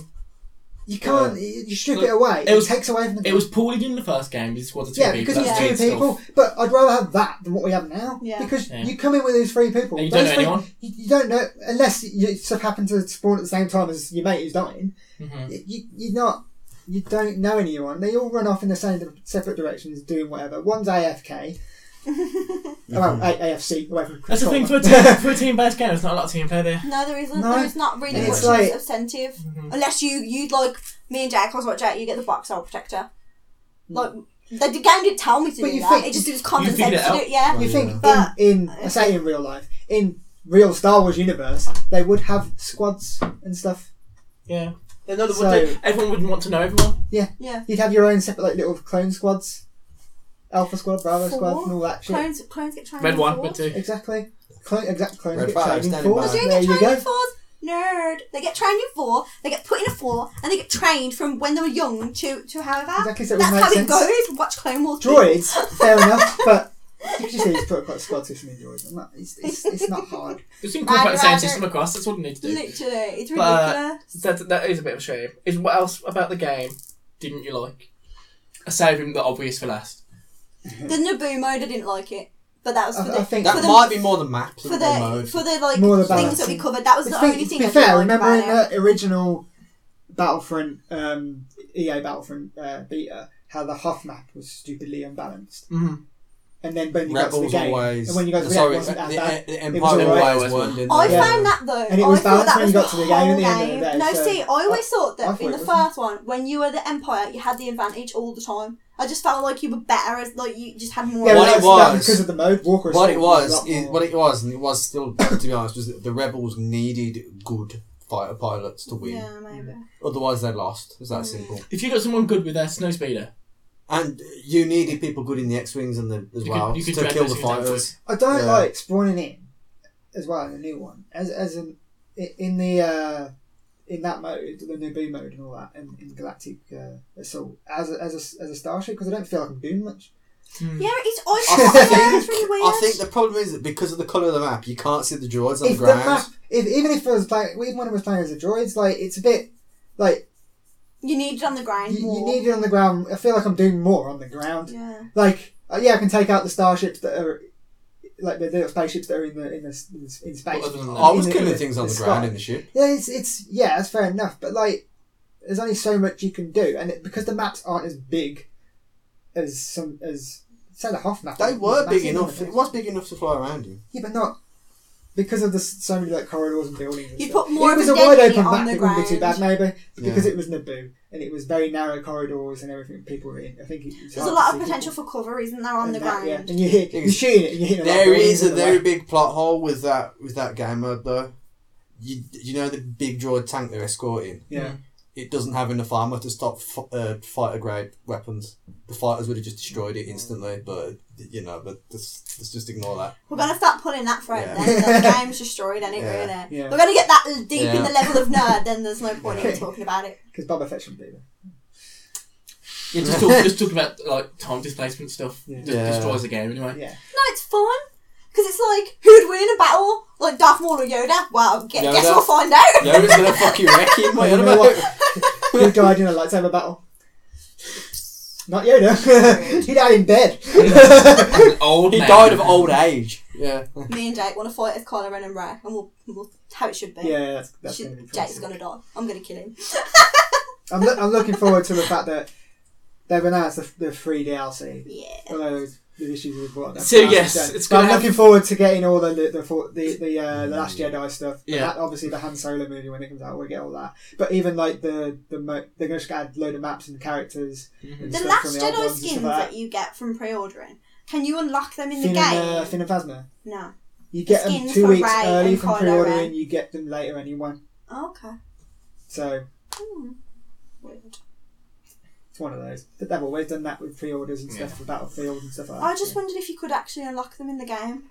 S4: You can't. you you strip
S1: Look,
S4: it away.
S1: it
S4: It,
S1: was-
S4: takes away from the.
S1: It was poorly done in the first game because it was two
S4: yeah,
S1: people.
S4: because it was
S1: that's
S4: two
S1: weird
S4: people.
S1: stuff.
S4: But I'd rather have that than what we have now.
S3: Yeah.
S4: Because
S1: Yeah.
S4: you come in with these three people.
S1: And you don't
S4: those
S1: know
S4: three-
S1: anyone.
S4: You, you don't know unless you stuff happen to spawn at the same time as your mate who's dying.
S1: Mhm.
S4: You, you you're not. You don't know anyone. They all run off in the same separate directions, doing whatever. One's AFK. Well, Oh, A- AFC. Away from
S1: Mm-hmm. That's the thing for
S4: controller.
S1: a team for a team based game. There's not a lot of team play there.
S3: No, there isn't.
S4: No.
S3: There is not really
S5: It's
S3: much
S4: like-
S3: incentive
S1: Mm-hmm.
S3: unless you you like me and Jake. I was like Jake, you get the black soul protector. Like the, the game didn't tell me to
S4: Mm. But
S3: do
S4: you
S3: that.
S4: think-
S3: it just it was common
S1: figured
S3: sense
S1: it
S3: to do
S1: out.
S3: it. Yeah,
S4: You think
S3: But-
S4: in, in I say in real life in real Star Wars universe they would have squads and stuff.
S1: Yeah. They're not-
S4: So-
S1: everyone wouldn't want to know everyone.
S3: yeah.
S4: You'd have your own separate like little clone squads, Alpha Squad, Bravo
S3: For
S4: Squad,
S3: what?
S4: and all that shit.
S3: Clones, clones get trained.
S1: Red
S3: in
S1: one,
S3: fours.
S1: red two.
S4: Exactly. Clone, exact clones
S5: Red
S4: get
S5: flag,
S4: trained in
S5: standing
S4: fours.
S5: by.
S3: Do you
S4: There
S3: get
S4: you
S3: trained
S4: go.
S3: in fours? Nerd. They get trained in four. They get put in a four, and they get trained from when they were young to to however.
S4: Exactly, so it would
S3: That's
S4: make
S3: how
S4: sense.
S3: it goes. Watch Clone Wars.
S4: Droids, fair enough, but you could just easy put quite a squad system in droids. I'm not- It's, it's, it's not hard.
S1: Just incorporate the
S3: I'd
S1: same
S3: rather-
S1: system across. That's all you need to do.
S3: Literally, it's ridiculous.
S1: But- That, that is a bit of a shame. Is what else about the game didn't you like? Saving the obvious for last.
S3: the Naboo mode, I didn't like it, but that was for
S4: I-
S3: the
S4: I think-
S3: for
S5: That
S3: the,
S5: might be more the map
S3: for
S5: than the
S3: the
S5: mode.
S3: for the like
S4: More the
S3: things that we
S4: balancing.
S3: covered. That was
S4: But
S3: the
S4: to be-
S3: only thing.
S4: to
S3: I
S4: be
S3: didn't
S4: fair,
S3: like
S4: remember
S3: about
S4: in
S3: it.
S4: the original Battlefront, um, EA Battlefront uh, beta, how the Hoth map was stupidly unbalanced,
S1: Mm.
S4: and then when you got to the
S5: Rebels
S4: game,
S5: always.
S4: and when you got to the game,
S5: sorry,
S4: it
S5: uh,
S4: wasn't that
S5: the-
S4: bad.
S5: the
S4: was
S5: Empire
S4: alright.
S5: always won, didn't
S3: I
S5: they?
S4: Yeah.
S3: found that though.
S4: And it was
S3: I thought that
S4: balanced when
S3: was
S4: you got to the game at the
S3: whole
S4: end of the
S3: game.
S4: day,
S3: No,
S4: so
S3: see, I always thought
S4: I
S3: that
S4: thought
S3: in
S4: it
S3: the
S4: was-
S3: first one, when you were the Empire, you had the advantage all the time. I just felt like you were better as like you just had more.
S4: Yeah,
S5: What
S4: but
S5: it
S4: that's- that's
S5: was-
S4: because of the mode. Walker
S5: What it
S4: Assault was a
S5: was,
S4: lot
S5: is,
S4: more-
S5: what it was, and it was still, to be honest, was that the rebels needed good fighter pilots to win.
S3: Yeah, Mm. maybe.
S5: Otherwise, they lost. It's that simple.
S1: If you got someone good with their snow speeder,
S5: And you needed people good in the X-wings and the as
S1: You
S5: well
S1: could- you could
S5: to
S1: drag
S5: kill
S1: those
S5: the
S1: things out
S5: fighters.
S4: I don't
S5: Yeah.
S4: like spawning in as well in the new one as as in in the uh, in that mode the new B mode and all that and in Galactic uh, Assault as a, as a, as a starship because I don't feel like I'm doing much.
S3: Yeah, it's odd.
S5: I
S3: yeah, it's really
S5: think-
S3: weird.
S5: I think the problem is that because of the colour of the map, you can't see the droids on
S4: If
S5: the
S4: the
S5: ground.
S4: map, if, even if I was playing, even when I was playing as a droids, like it's a bit like
S3: you need it on the
S4: you,
S3: ground more.
S4: you need it on the ground. I feel like I'm doing more on the ground.
S3: yeah.
S4: Like uh, yeah, I can take out the starships that are like the little spaceships that are in the in the s- in, s- in space.
S1: But other than that-
S5: I was
S4: In the-
S5: killing
S4: in the-
S5: things on
S4: the
S5: the, ground
S4: sky.
S5: in the ship.
S4: Yeah, it's it's yeah, that's fair enough. But like, there's only so much you can do, and it, because the maps aren't as big as some as say the Hoff map.
S5: They
S4: was
S5: were
S4: massive,
S5: big enough.
S4: wasn't
S5: It
S4: it?
S5: was big enough to fly around in.
S4: Yeah, but not because of the s- so many like corridors and buildings. And
S3: You
S4: stuff.
S3: put more
S4: If it was
S3: of
S4: a
S3: a
S4: wide
S3: density
S4: open
S3: on
S4: map.
S3: the
S4: It wouldn't be too bad,
S3: ground.
S4: maybe, because
S5: Yeah.
S4: it was Naboo and it was very narrow corridors and everything. People were in. I think it,
S3: There's
S4: it's hard
S3: a
S4: to
S3: lot of
S4: see
S3: potential for cover, isn't there, on
S4: and
S3: the
S4: that,
S3: ground?
S4: Yeah, and you hit, you're shooting it, and you're hitting a lot of
S5: There
S4: buildings
S5: is a
S4: on the
S5: very
S4: way.
S5: big plot hole with that with that game mode though. You you know the big droid tank they're escorting.
S4: Yeah.
S1: Mm.
S5: It doesn't have enough armor to stop f- uh, fighter grade weapons. The fighters would have just destroyed it instantly, but you know, but let's, let's just ignore that.
S3: We're gonna start pulling that thread
S5: Yeah.
S3: then. 'cause The game's destroyed, and it
S5: Yeah.
S3: really.
S4: Yeah.
S3: We're gonna get that deep in
S5: Yeah.
S3: the level of nerd. Then there's no point in
S4: Okay.
S3: talking about it.
S4: Because Boba Fett shouldn't be there.
S1: yeah, just talk, just talk about like time displacement stuff.
S4: Yeah.
S1: Just
S5: Yeah.
S1: destroys the game anyway.
S4: Yeah,
S3: No, it's fun because it's like who'd win a battle, like Darth Maul or Yoda. Well, gu- guess
S5: Yoda.
S3: we'll find out.
S5: No, it's gonna fucking wreck him. What
S4: You
S5: you
S4: know
S5: about?
S4: who died in a lightsaber battle? Not Yoda. he died in bed.
S1: An old
S5: He
S1: man.
S5: died of old age. Yeah.
S3: Me and Jake want to fight as Kylo Ren and Ray, and we'll, we'll how it should be.
S4: yeah, that's, that's
S3: Should-
S4: gonna be
S3: Jake's
S4: pretty
S3: gonna die. I'm gonna kill him.
S4: I'm, loo- I'm looking forward to the fact that they've announced the, the free DLC.
S3: Yeah.
S4: Although the issues with what.
S1: So,
S4: that's
S1: yes,
S4: done.
S1: it's
S4: But I'm
S1: gonna have-
S4: looking forward to getting all the the the for- the, the, uh, the Last Jedi stuff. And
S1: Yeah.
S4: that- obviously the Han Solo movie when it comes out, we'll get all that. But even like the the mo- they're going to add load of maps and characters.
S1: Mhm.
S4: and
S3: The
S4: stuff
S3: last
S4: from the old
S3: Jedi
S4: ones and stuff
S3: skins
S4: like
S3: that you get from pre-ordering, can you unlock them in the
S4: Finn
S3: game?
S4: and, uh, Finn and Phasma.
S3: no.
S4: You get them
S3: skins
S4: two
S3: for
S4: weeks
S3: Rey
S4: early
S3: and
S4: from
S3: Kylo
S4: pre-ordering.
S3: Ren.
S4: You get them later anyway.
S3: Oh, okay.
S4: So
S3: Hmm. Weird.
S4: it's one of those. But they've always done that with pre-orders and stuff
S1: Yeah.
S4: for Battlefield and stuff like that.
S3: I just wondered if you could actually unlock them in the game.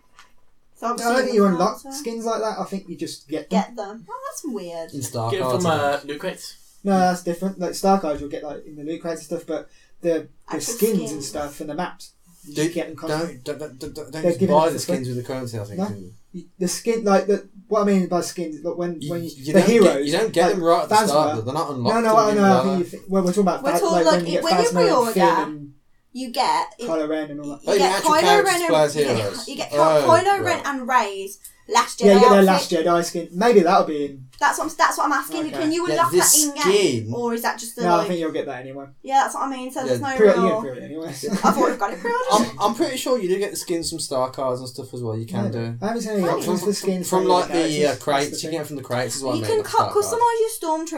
S3: So
S4: I don't think you unlock
S3: so
S4: skins like that. I think you just get them.
S3: Get them. Oh, that's weird.
S5: In Star
S1: Get it
S5: Cards,
S1: from
S5: I
S1: uh,
S5: think.
S1: Loot Crate.
S4: No, that's different. Like Star Guys, you'll get like in the loot crates and stuff, but the, the
S3: Actual
S4: skins, and
S3: skins.
S4: stuff and the maps, you
S5: Do-
S4: just get them constantly.
S5: Don't don't don't, don't, don't
S4: They're
S5: just
S4: giving us
S5: buy the
S4: the free-
S5: skins with the currency. I think.
S4: No.
S5: can you?
S4: You- The skin, like the what I mean by skins, like when
S5: You,
S4: when you,
S5: you
S4: the
S5: don't
S4: heroes,
S5: get, you don't get
S4: like,
S5: them right at the
S4: Phasma-
S5: start. though. They're not
S4: No,
S5: unlocked.
S4: no,
S5: or
S4: I know. I think you
S5: anything like that.
S4: think, well, we're talking about
S3: We're
S4: Phas-
S3: talking
S4: like,
S3: like
S4: when you
S3: it-
S4: get
S3: when you
S4: Phasma and Finn
S3: reorder-
S4: and
S3: You get
S4: Kylo Ren and all that.
S5: Oh,
S3: you
S5: you
S3: get
S5: actual
S3: Kylo
S5: characters
S3: Ren
S5: play
S3: and
S5: as
S3: you get,
S5: heroes.
S3: you get Ky-
S5: Oh,
S3: Kylo Ren
S5: right.
S3: and Ray's last Jedi
S4: Yeah, you get their
S3: outfit.
S4: last Jedi skin. Maybe that'll be in.
S3: That's what I'm, that's what I'm asking.
S4: Okay.
S3: Can you
S5: Yeah,
S3: unlock that
S5: this
S3: in game,
S5: game-
S3: or is that just the
S4: No, I
S3: like?
S4: think you'll get that anyway.
S3: Yeah, that's what I mean. So there's
S5: Yeah,
S3: no
S4: Pre- you
S3: real.
S4: get pre anyway.
S3: I've already got it pre-ordered.
S5: I'm, I'm pretty sure you do get the skins from Star Cards and stuff as well. You can do.
S4: I haven't seen any
S3: From-
S4: options for skins
S5: from
S4: for any
S5: like
S4: of
S5: the uh,
S4: characters.
S5: crates.
S4: That's
S5: You
S4: the
S5: get it from the crates as well.
S3: you
S5: mate,
S3: can
S5: not
S3: cut,
S5: Star Cards.
S3: customize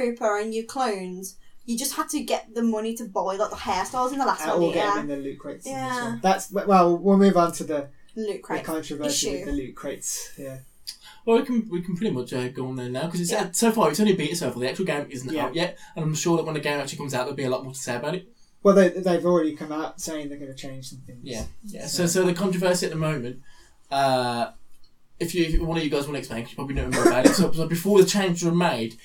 S3: your stormtrooper and your clones. You just had to get the money to buy like the hairstyles in the last
S4: thing. Uh,
S3: one.
S4: Or get them
S3: Oh, Yeah,
S4: in the loot crates.
S3: Yeah.
S4: Yeah. That's well. We'll move on to the,
S3: loot
S4: the
S3: crate.
S4: controversy
S3: issue.
S4: with the loot crates. Yeah.
S1: Well, we can we can pretty much uh, go on there now because it's
S3: Yeah.
S1: so far it's only beta so far. The actual game isn't
S4: Yeah.
S1: out yet, and I'm sure that when the game actually comes out, there'll be a lot more to say about it.
S4: Well, they they've already come out saying they're going to change some things.
S1: Yeah, yeah. So so the controversy at the moment. Uh, if you if one of you guys want to explain, 'cause you probably know more about it. So, so before the changes were made,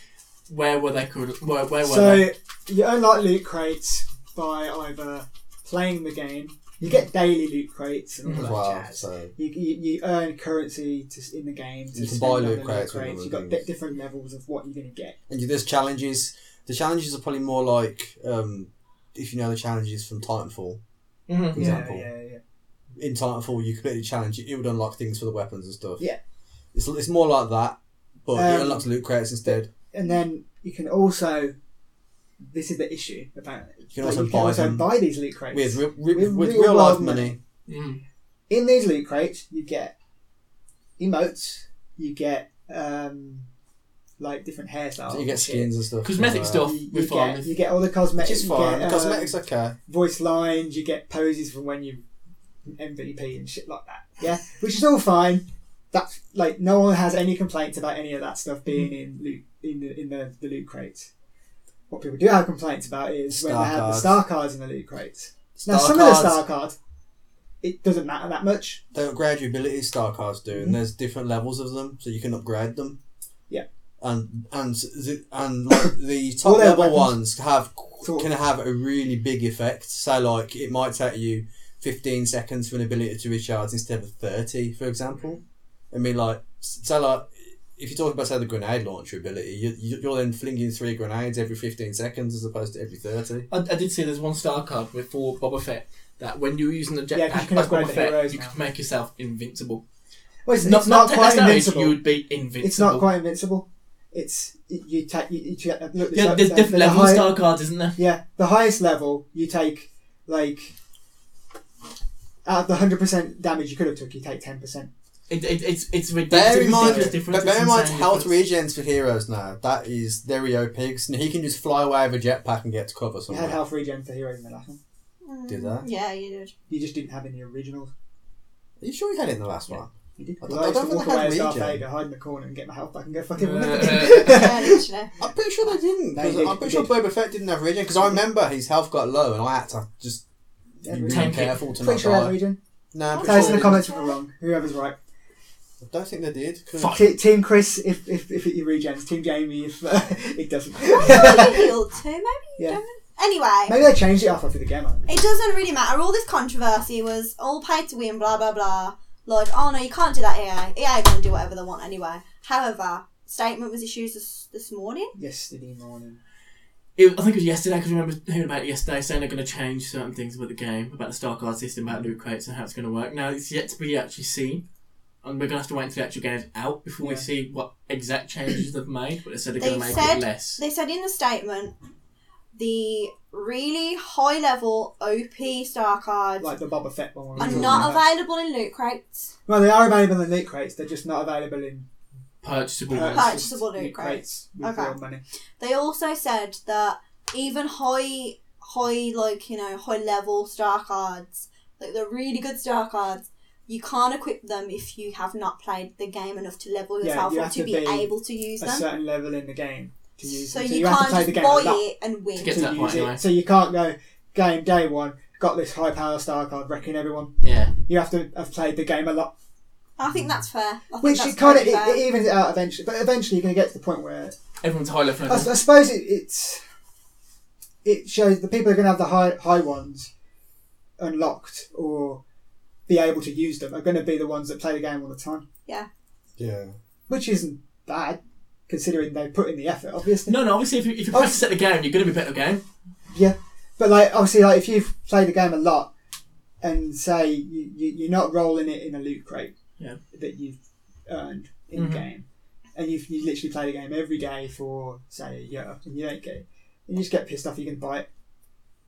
S1: where were they? Could where where were they?
S4: So you unlock loot crates by either playing the game. You get daily loot crates and all
S5: as
S4: that
S5: well.
S4: jazz.
S5: Mm. So
S4: You, you, you earn currency to, s- in the game to
S5: You can
S4: spend
S5: buy
S4: on
S5: loot
S4: the loot
S5: crates
S4: crates.
S5: and
S4: You've
S5: other
S4: got
S5: things.
S4: di- different levels of what you're going to get.
S5: and you, there's challenges. The challenges are probably more like um, if you know the challenges from
S1: Mhm.
S5: Titanfall. For
S4: Mm-hmm.
S5: example,
S4: Yeah, yeah, yeah.
S5: in Titanfall, you completed a challenge. It would unlock things for the weapons and stuff.
S4: Yeah.
S5: it's, it's more like that, but
S4: Um,
S5: it unlocks loot crates instead.
S4: And then you can also. This is the issue apparently.
S5: You can
S4: But
S5: also
S4: you can
S5: buy
S4: also
S5: them
S4: buy these loot crates.
S5: with re- re-
S4: With
S5: with
S4: real
S5: real life
S4: world
S5: money.
S4: money.
S1: Mhm.
S4: in these loot crates, you get emotes, you get um, like different hairstyles,
S5: So you get
S4: and shit.
S5: skins and stuff.
S1: Cosmetic
S5: uh,
S1: stuff
S4: You, you
S1: we're fine
S4: get,
S1: with.
S4: you get all the
S5: Which
S4: cosmetics.
S5: is
S4: you
S5: fine.
S4: get,
S5: the cosmetics
S4: um,
S5: okay.
S4: voice lines. You get poses from when you MVP and shit like that. Yeah, which is all fine. That's like no one has any complaints about any of that stuff being in
S5: Mm-hmm.
S4: loot in the in the, the loot crates. What people do have complaints about is when
S5: Star
S4: they have the
S5: cards.
S4: star cards in the loot crates.
S5: Star
S4: now some
S5: cards
S4: of the star cards, it doesn't matter that much.
S5: they upgrade your abilities. Star cards do, and there's different levels of them, so you can upgrade them.
S4: Mm-hmm. Yeah.
S5: And and the, and like the
S4: All
S5: top
S4: their
S5: level
S4: weapons
S5: ones have
S4: Sort
S5: can have a really big effect. So like it might take you fifteen seconds for an ability to recharge instead of thirty, for example. I mean, like so like. If you're talking about say the grenade launcher ability, you, you- you're then flinging three grenades every fifteen seconds as opposed to every thirty.
S1: I, I did see there's one star card with for Boba Fett that when you were using the jetpack
S4: Yeah, 'cause you can
S1: as
S4: upgrade
S1: Boba
S4: the
S1: Fett,
S4: heroes
S1: you
S4: now.
S1: could make yourself invincible.
S4: Well, it's, it's not, quite
S1: that's not it,
S4: invincible.
S1: You would be invincible.
S4: It's not quite invincible. It's you you take you, you take- look. this
S1: Yeah,
S4: up,
S1: there's
S4: the-
S1: different
S4: the
S1: levels
S4: high-
S1: of star cards, isn't there?
S4: Yeah, the highest level you take like out of the hundred percent damage you could have took, you take ten percent.
S1: It, it, it's it's ridiculous.
S5: Bear in mind,
S1: There's difference,
S5: but bear in
S1: it's
S5: mind
S1: insane
S5: health
S1: difference.
S5: regens for heroes now. That is E Derio Pigs, and he can just fly away with a jetpack and get to cover
S4: You
S5: somewhere.
S4: had health regen for heroes in the last one.
S3: Mm,
S5: Did that?
S3: Yeah, you did.
S4: You just didn't have in the original.
S5: Are you sure you had it in the last one?
S4: You did.
S5: I
S4: 'Cause
S5: don't-
S4: I, used
S5: I
S4: to
S5: don't
S4: walk
S5: think I
S4: away
S5: had
S4: as Darth
S5: regen.
S4: Vader, hide in the corner, and get my health back and go fucking. win.
S1: Uh,
S3: Yeah, literally.
S5: I'm pretty sure they didn't.
S4: No,
S5: 'cause
S4: he did,
S5: I'm pretty
S4: he
S5: sure
S4: did.
S5: Boba Fett didn't have regen because I remember his health got low and I had to just
S4: Yeah,
S5: be really
S1: regen.
S5: careful to
S4: Pretty
S5: not
S4: sure I had
S5: die.
S4: regen.
S5: No, I'm
S4: Tell
S5: pretty
S4: us in
S5: sure
S4: the
S5: they didn't.
S4: comments if we're wrong. Whoever's right.
S5: I don't think they did. 'cause-
S1: Fuck.
S4: T- Team Chris, if if if it regens. Team Jamie, if uh, it doesn't.
S3: Well, you healed too, maybe. You
S4: Yeah.
S3: don't. Anyway,
S4: Maybe they changed it halfway through the game. I don't know.
S3: It doesn't really matter. All this controversy was all paid to win, blah blah blah. Like, oh no, you can't do that, AI. AI gonna do whatever they want anyway. However, statement was issued this, this morning.
S4: yesterday morning.
S1: it, I think it was yesterday. I can remember hearing about it yesterday, saying they're going to change certain things about the game, about the star card system, about loot crates, and how it's going to work. Now it's yet to be actually seen, and we're going to have to wait until the actual game's out before we
S4: Yeah.
S1: see what exact changes they've made. But they said they're
S3: They
S1: going to make
S3: said-
S1: it less.
S3: They said in the statement, the really high level OP star cards
S4: like the Boba Fett one.
S3: are
S5: I'm
S3: not available in loot crates.
S4: Well, they are available in loot crates. They're just not available in
S1: Purchasable.
S3: Purchase.
S1: ones.
S3: Purchasable loot
S4: crates with
S3: Okay.
S4: real money.
S3: They also said that even high, high like you know high level star cards, like the really good star cards, you can't equip them if you have not played the game enough to level
S4: Yeah,
S3: yourself
S4: you
S3: up
S4: have
S3: to
S4: to
S3: be,
S4: be
S3: able to use
S4: A
S3: them.
S4: certain level in the game to use.
S3: so,
S4: them.
S3: you, can't just buy
S4: like that.
S3: it and win.
S1: To get
S4: to
S1: to that
S4: use
S1: point
S4: it.
S1: anyway.
S4: So you can't go game day one. Got this high power star card wrecking everyone.
S1: Yeah.
S4: You have to have played the game a lot,
S3: I think that's fair. I think
S4: which
S3: that's
S4: it kind of
S3: totally
S4: it,
S3: fair.
S4: it evens it out eventually. But eventually, you're going to get to the point where
S1: Everyone's high level.
S4: I,
S1: isn't
S4: I suppose it, it's it shows the people who are going to have the high high ones unlocked or be able to use them are going to be the ones that play the game all the time,
S5: Yeah.
S4: which isn't bad considering they put in the effort,
S1: it?
S4: obviously.
S1: No, no. Obviously, if you, if
S4: Oh.
S1: you practice at the game, you're going to be better at the game.
S4: But like obviously, like if you've played the game a lot and say you, you you're not rolling it in a loot crate
S1: Yeah.
S4: that you've earned in
S1: Mhm.
S4: game, and you you literally play the game every day for say a year and you don't get it, and you just get pissed off, you can buy it.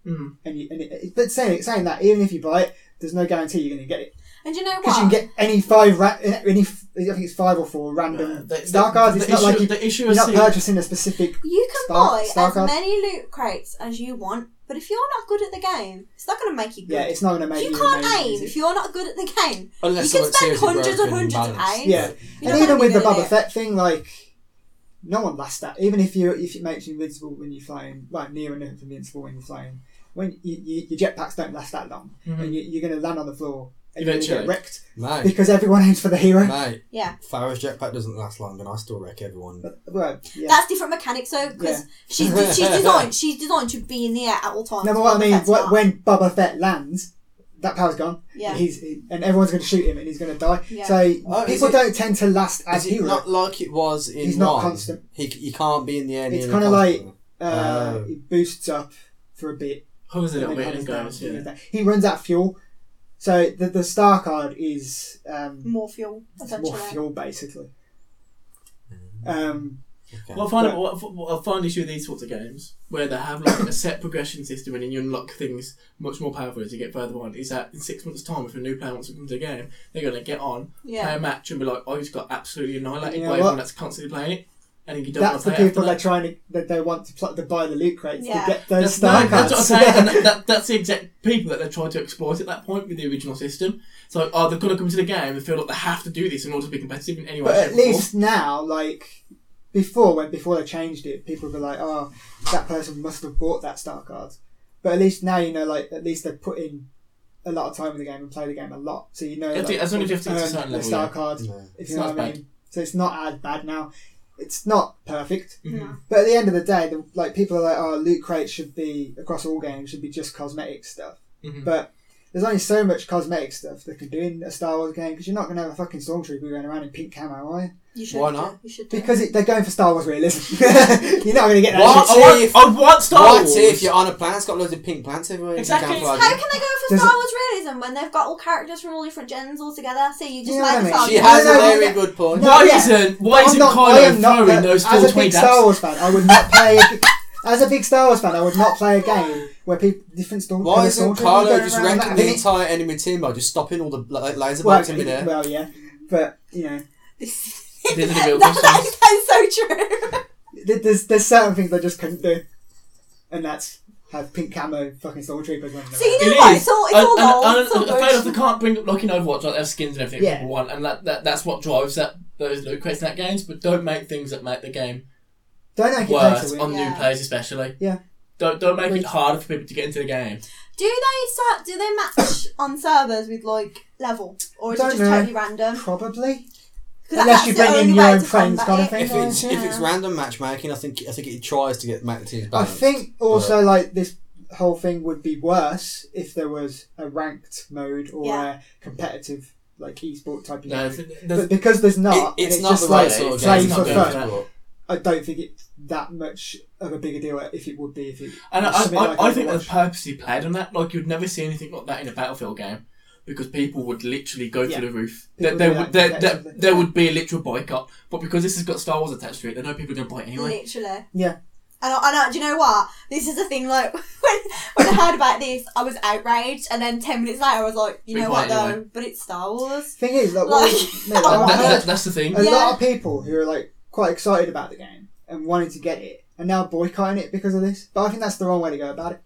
S1: Mm.
S4: and you and it, it- but saying saying that even if you buy it there's no guarantee you're going to get it
S3: And you know
S4: because
S3: what?
S4: you can get any five ra- eh, any f- I think it's five or four
S1: Uh,
S4: random
S1: the- the-
S4: star cards it's
S1: the
S4: not
S1: issue-
S4: like you,
S1: the issue
S4: you're
S1: of
S4: not
S1: seeing,
S4: purchasing a specific
S3: You can
S4: Star-
S3: buy
S4: Star
S3: as
S4: Card?
S3: many loot crates as you want, but if you're not good at the game, it's not going to make you good.
S4: yeah it's not going to make
S3: you
S4: you,
S3: can't
S4: amazing,
S3: aim
S4: is it?
S3: if you're not good at the game.
S5: Unless
S3: you can
S5: someone
S3: spend
S5: seriously
S3: hundreds and
S5: broken
S3: hundreds of
S5: balance.
S3: aims. You're
S4: yeah and
S3: not
S4: even
S3: gonna be
S4: with the
S3: good at
S4: Boba
S3: it.
S4: Fett thing like no one lasts that even if you if it makes you invincible when you're flying like near enough invincible when you're flying when you, you, your jetpacks don't last that long
S5: Mm-hmm.
S1: Mhm.
S4: and you, you're going to land on the floor and you're going to get
S1: Eventually.
S4: wrecked
S5: Mate,
S4: because everyone aims for the hero
S5: mate.
S3: Yeah.
S5: Farrah's jetpack doesn't last long, and I still wreck everyone.
S4: But- well, yeah.
S3: That's different mechanics, though, because she's she's designed she's designed to be in the air at all times.
S4: No, but what I
S3: Boba
S4: mean,
S3: Fett's
S4: what,
S3: not.
S4: when Boba Fett lands, that power's gone.
S3: yeah,
S4: He's he- and everyone's going to shoot him, and he's going to die.
S3: Yeah.
S4: So
S5: Oh, is
S4: people
S5: it-
S4: don't tend to last as
S5: Is it
S4: heroes.
S5: not like it was in
S4: He's not
S5: one?
S4: constant.
S5: He, he can't be in the air.
S4: It's
S5: nearly
S4: kinda like-
S5: constantly.
S4: uh,
S5: Oh.
S4: He boosts up for a bit.
S1: Who is a little
S4: and then
S1: bit and goes,
S4: comes down,
S1: yeah.
S4: comes down. He runs out of fuel. So the the star card is um,
S3: more fuel essentially.
S4: more fuel basically. Um,
S5: Okay.
S1: What I find what, I- what I find issue with these sorts of games where they have like a set progression system and then you unlock things much more powerful as you get further on is that in six months' time if a new player wants to come to the game they're gonna get on play
S3: Yeah,
S1: a match and be like I just got absolutely annihilated
S4: You know
S1: by everyone
S4: what?
S1: that's constantly playing it and then you don't
S4: that's the
S1: want to play
S4: people
S1: after
S4: they're
S1: that.
S4: trying to that they want to pl- to buy the loot crates
S3: Yeah.
S4: to get those
S1: That's,
S4: star
S1: no,
S4: cards.
S1: that's what I'm saying. and that, that, that's the exact people that they tried to exploit at that point with the original system. So, oh, they've got to come to the game and feel like they have to do this in order to be competitive in any way.
S4: But
S1: shape,
S4: at
S1: or form.
S4: least now, like before, when before they changed it, people were like, "Oh, that person must have bought that star card." But at least now you know, like at least they put in a lot of time in the game and play the game a lot, so you know.
S1: Yeah,
S4: like,
S1: as long as you have to get to a
S4: earn
S1: certain
S4: the
S1: level,
S4: star
S1: yeah.
S4: card,
S5: No.
S4: if
S1: It's
S4: you know
S1: not
S4: what I
S1: as
S4: mean. So it's not as bad now. It's not perfect,
S1: Mhm.
S3: No.
S4: but at the end of the day, the, like people are like, "Oh, loot crates should be across all games should be just cosmetic stuff."
S1: Mhm.
S4: But there's only so much cosmetic stuff they can do in a Star Wars game because you're not going to have a fucking stormtrooper going around in pink camo, are you?
S3: you should.
S5: Why
S3: do.
S5: not?
S3: You should do.
S4: Because it, they're going for Star Wars realism. You're not going to get that
S5: What?
S4: shit.
S1: I want,
S5: if-
S1: I want Star
S5: what
S1: Wars.
S5: if you're on a planet? It's got loads of pink plants everywhere.
S1: Exactly.
S5: You can't
S3: how
S5: fly.
S3: can they go for
S4: Does
S3: Star
S4: it-
S3: Wars realism when they've got all characters from all different gens all together? So you just
S4: You know
S3: make
S4: what I
S3: a
S4: mean?
S3: Star
S5: She
S3: Wars
S5: has a
S4: No, no,
S3: realism.
S5: very good point.
S4: No,
S1: Why
S4: yeah.
S1: isn't Why
S4: I'm
S1: isn't
S4: not- I am
S1: Kylo
S4: not-
S1: throwing those
S4: As
S1: full
S4: a big
S1: tweet
S4: Star Wars fan, I would not play. a- as a big Star Wars fan, I would not play a game where people different storm.
S5: Why isn't Carlo just wrecking
S4: around
S5: the entire enemy team by just stopping all the like, laser
S4: well,
S5: bolts in
S4: it-
S5: there?
S4: well, yeah, but you know,
S3: This-
S1: These are the real
S3: That-
S1: questions.
S3: that's so true.
S4: th- there's there's certain things I just couldn't do, and that's have pink camo fucking stormtroopers running
S3: So you
S4: around.
S3: know
S1: It
S3: what?
S1: is.
S3: It's all it's
S1: And-
S3: all
S1: and-
S3: old.
S1: and
S3: It's all
S1: I'm afraid of they
S3: good.
S1: can't bring up like in Overwatch, like they have skins and everything
S4: Yeah.
S1: people want, and that, that that's what drives that those loot crates in that games. But don't make things that make the game
S4: Don't make it better.
S1: worse
S4: win.
S1: on
S3: Yeah.
S1: new players, especially.
S4: Yeah.
S1: Don't don't make it
S4: Which-
S1: harder for people to get into the game.
S3: Do they ser- do they match on servers with like level, or is it
S4: Don't
S3: just
S4: know.
S3: totally random?
S4: Probably.
S3: 'Cause that-
S4: Unless you
S3: that's the
S4: bring in
S3: only
S4: your
S3: way
S4: own
S3: to
S4: friends
S3: combat
S4: kind of
S3: it.
S4: thing.
S5: If it's if it's
S3: Yeah.
S5: random matchmaking, I think I think it tries to get match teams
S4: I
S5: balanced.
S4: think also like this whole thing would be worse if there was a ranked mode or
S3: Yeah.
S4: a competitive like esport type of
S1: No,
S4: mode.
S1: th- there's-
S4: But because there's
S5: It-
S4: not, and
S5: it's,
S4: it's,
S5: not
S4: just
S5: the right
S4: like
S5: sort of
S1: play
S5: game. It's
S4: for
S5: not
S4: fun.
S5: going for-
S4: I don't think it's that much of a bigger deal if it would be if it.
S1: and I,
S4: was something
S1: I,
S4: like
S1: I think they
S4: Overwatch.
S1: purposely played on that. Like you'd never see anything like that in a Battlefield game. Because people would literally go
S4: Yeah.
S1: through the roof. There,
S4: People
S1: there,
S4: do
S1: would, there,
S4: that
S1: there,
S4: competitively.
S1: there would be a literal boycott. But because this has got Star Wars attached to it, they know people are going to buy it anyway.
S3: Literally.
S4: Yeah.
S3: And I, and I, do you know what? This is the thing. Like when, when I heard about this, I was outraged, and then ten minutes later, I was like, you
S1: Be
S3: know what
S1: quiet,
S3: though?
S1: anyway.
S3: But it's Star Wars.
S4: Thing is, like,
S3: Like-
S4: what- mate,
S1: That-
S4: Oh, I Uh,
S1: that-
S4: heard
S1: that- that's the thing.
S4: a
S3: Yeah.
S4: lot of people who are like quite excited about the game and wanting to get it and now boycotting it because of this. But I think that's the wrong way to go about it.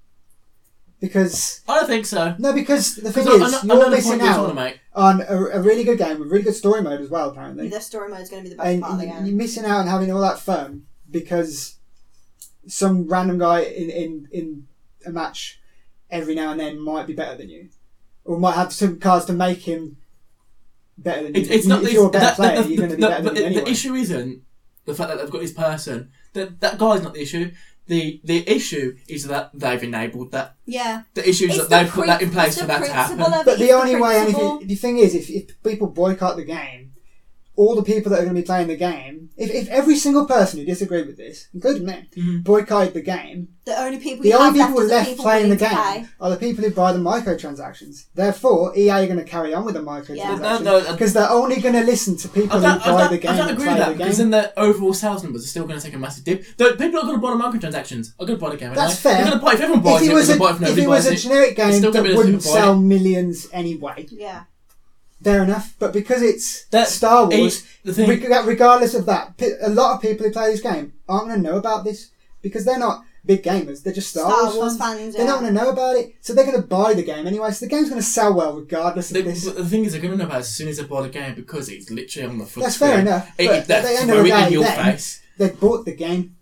S4: Because
S1: I don't think so.
S4: no, because the thing
S1: 'Cause
S4: is,
S1: I- I know- I know
S4: you're
S1: the
S4: missing
S1: point you just wanna
S4: out
S1: make.
S4: on a, a really good game with really good story mode as well, apparently.
S3: The story mode is going to be the best
S4: And
S3: part of the
S4: you-
S3: game.
S4: you're missing out on having all that fun because some random guy in, in, in a match every now and then might be better than you, or might have some cards to make him better than you.
S1: It, it's
S4: You-
S1: not
S4: if
S1: the-
S4: you're a better
S1: that-
S4: player,
S1: that-
S4: you're going to be
S1: that-
S4: better
S1: but
S4: than me
S1: the- the
S4: anyway.
S1: issue isn't the fact that they've got his person. That that guy's not the issue. The the issue is that they've enabled that.
S3: yeah.
S1: The issue is
S3: It's
S1: that they've
S3: the
S1: put that in
S3: prin-
S1: place
S3: it's
S1: for
S3: the
S1: that to happen.
S3: principle of it,
S4: But
S3: it's
S4: the only way
S3: principle.
S4: anything, the thing is, if, if people boycott the game, all the people that are going to be playing the game, if, if every single person who disagreed with this, including me,
S1: Mhm.
S4: boycotted the game,
S3: The only people
S4: the
S3: you have
S4: only
S3: left
S4: people
S3: are the
S4: left
S3: people
S4: playing the
S3: willing
S4: game
S3: to play.
S4: are the people who buy the microtransactions. Therefore, EA are going to carry on with the
S1: No, no,
S4: microtransactions
S1: I-
S4: because they're only going to listen to people
S1: I
S4: who
S1: don't, I
S4: buy
S1: don't,
S4: the game
S1: I don't
S4: and
S1: agree
S4: play
S1: with that
S4: the
S1: because
S4: game.
S1: then their overall sales numbers are still going to take a massive dip. Though people are going to buy the microtransactions. Are going to buy the game.
S4: That's
S1: anyway.
S4: fair.
S1: They're going to buy if everyone buys
S4: If
S1: it.
S4: it was
S1: they're
S4: a,
S1: gonna buy it if nobody
S4: if it was
S1: buys
S4: a
S1: it.
S4: generic game
S1: still
S4: that
S1: gonna be those
S4: wouldn't
S1: who buy it.
S4: sell millions anyway,
S3: Yeah.
S4: fair enough. But because it's
S1: That-
S4: Star Wars,
S1: Each- the thing-
S4: reg- regardless of that, pe- a lot of people who play this game aren't going to know about this because they're not big gamers. They're just Star,
S3: Star
S4: Wars,
S3: Wars
S4: fans.
S3: fans,
S4: They're
S3: yeah.
S4: not going to know about it, so they're going to buy the game anyway. So the game's going to sell well regardless of
S1: The,
S4: this.
S1: but the thing is, they're going to know about it as soon as they buy the game because it's literally on the foot.
S4: That's fair enough,
S1: It,
S4: but
S1: it,
S4: at the
S1: that's
S4: end of the
S1: throw it in
S4: day,
S1: your
S4: then-
S1: face.
S4: They bought the game.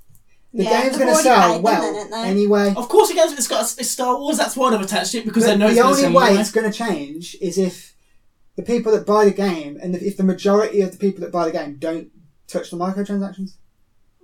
S4: The
S3: Yeah,
S4: game's
S3: they've
S4: going
S3: already
S4: to sell
S3: paid them
S4: well
S3: then, haven't they?
S4: anyway.
S1: Of course, it goes. It's got it's Star Wars. That's why they've attached it because they
S4: But
S1: know it's
S4: the
S1: going to
S4: only
S1: sell
S4: way
S1: anyway.
S4: it's going to change is if the people that buy the game and if the majority of the people that buy the game don't touch the microtransactions,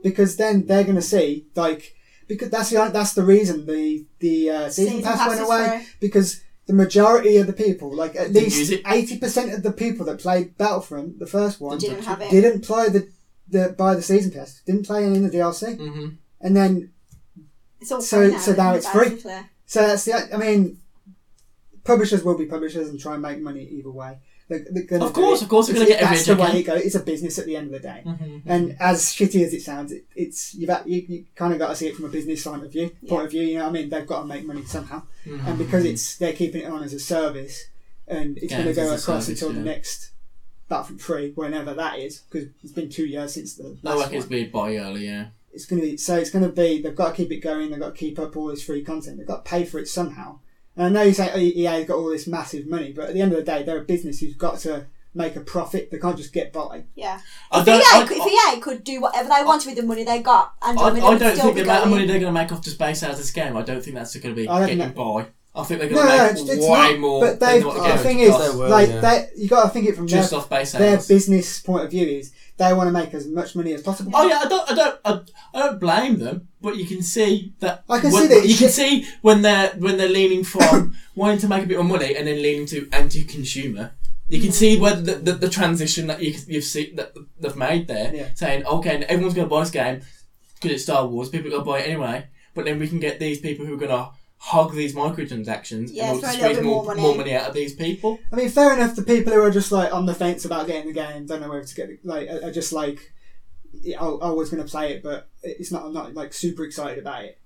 S4: because then they're going to see like because that's the that's the reason the the uh, season,
S3: Season
S4: pass,
S3: pass
S4: went
S3: is
S4: away
S3: free.
S4: because the majority of the people, like at
S1: Didn't use
S4: least
S1: it.
S4: eighty percent of the people that played Battlefront the first one,
S3: They didn't have it.
S4: didn't play the the buy the season pass, didn't play any of the DLC,
S1: Mm-hmm.
S4: and then
S3: It's all
S4: So-
S3: free now,
S4: so now it's free.
S3: basically.
S4: So that's the. I mean, publishers will be publishers and try and make money either way. They're, they're gonna
S1: Of
S4: do
S1: course,
S4: it.
S1: of course they're gonna
S4: It's-
S1: get every
S4: That's the
S1: education.
S4: way it goes. It's a business at the end of the day.
S1: Mhm.
S4: And as shitty as it sounds, it, it's you've act- you, you kind of got to see it from a business point of view. Point of view, you know what I mean? They've got to make money somehow,
S1: Mm-hmm.
S4: and because it's they're keeping it on as a service, and it's going to
S1: Games
S4: go
S1: as a
S4: across
S1: service,
S4: until the
S1: yeah.
S4: next Battlefront Three, whenever that is, because it's been two years since the
S1: I
S4: last
S1: reckon
S4: one
S1: it's been by early. Yeah.
S4: it's going to be so it's going to be they've got to keep it going they've got to keep up all this free content they've got to pay for it somehow and i know you say oh, ea's got all this massive money but at the end of the day they're a business who's got to make a profit they can't just get by
S3: Yeah.
S1: I
S3: If EA,
S1: don't. I,
S3: could-
S1: I,
S3: if EA could do whatever they wanted with the money they got, and
S1: I,
S3: Andromeda
S1: I
S3: would
S1: don't
S3: still
S1: think
S3: be
S1: the amount of
S3: going.
S1: money they're going to make off just base out of this game. I don't think that's going to be
S4: I don't
S1: getting by. I think they're going to make
S4: it's
S1: way
S4: not,
S1: more.
S4: but
S1: than
S4: they
S1: what
S4: the
S1: game
S4: thing
S1: would
S4: is
S1: cost.
S5: They will,
S4: like
S5: yeah.
S4: they you got to think it from their,
S1: just off base
S4: their
S1: sales.
S4: business point of view is they want to make as much money as possible
S1: Oh yeah, I don't, I don't, I, I don't blame them, but you can see that.
S4: I can
S1: when,
S4: see that
S1: You can
S4: it's-
S1: see when they're when they're leaning from wanting to make a bit of money and then leaning to anti-consumer. You can see where the, the, the transition that you, you've seen that they've made there,
S4: Yeah.
S1: saying okay, everyone's going to buy this game because it's Star Wars. People are going to buy it anyway, but then we can get these people who are going to hog these microtransactions
S3: Yeah,
S1: and we'll
S3: throw a
S1: just
S3: little
S1: squeeze
S3: bit
S1: more,
S3: more money.
S1: more money out of these people.
S4: I mean, fair enough. The people who are just like on the fence about getting the game, don't know whether to get it, like, are are just like, "Yeah, I I was going to play it, but it's not. I'm not like super excited about it.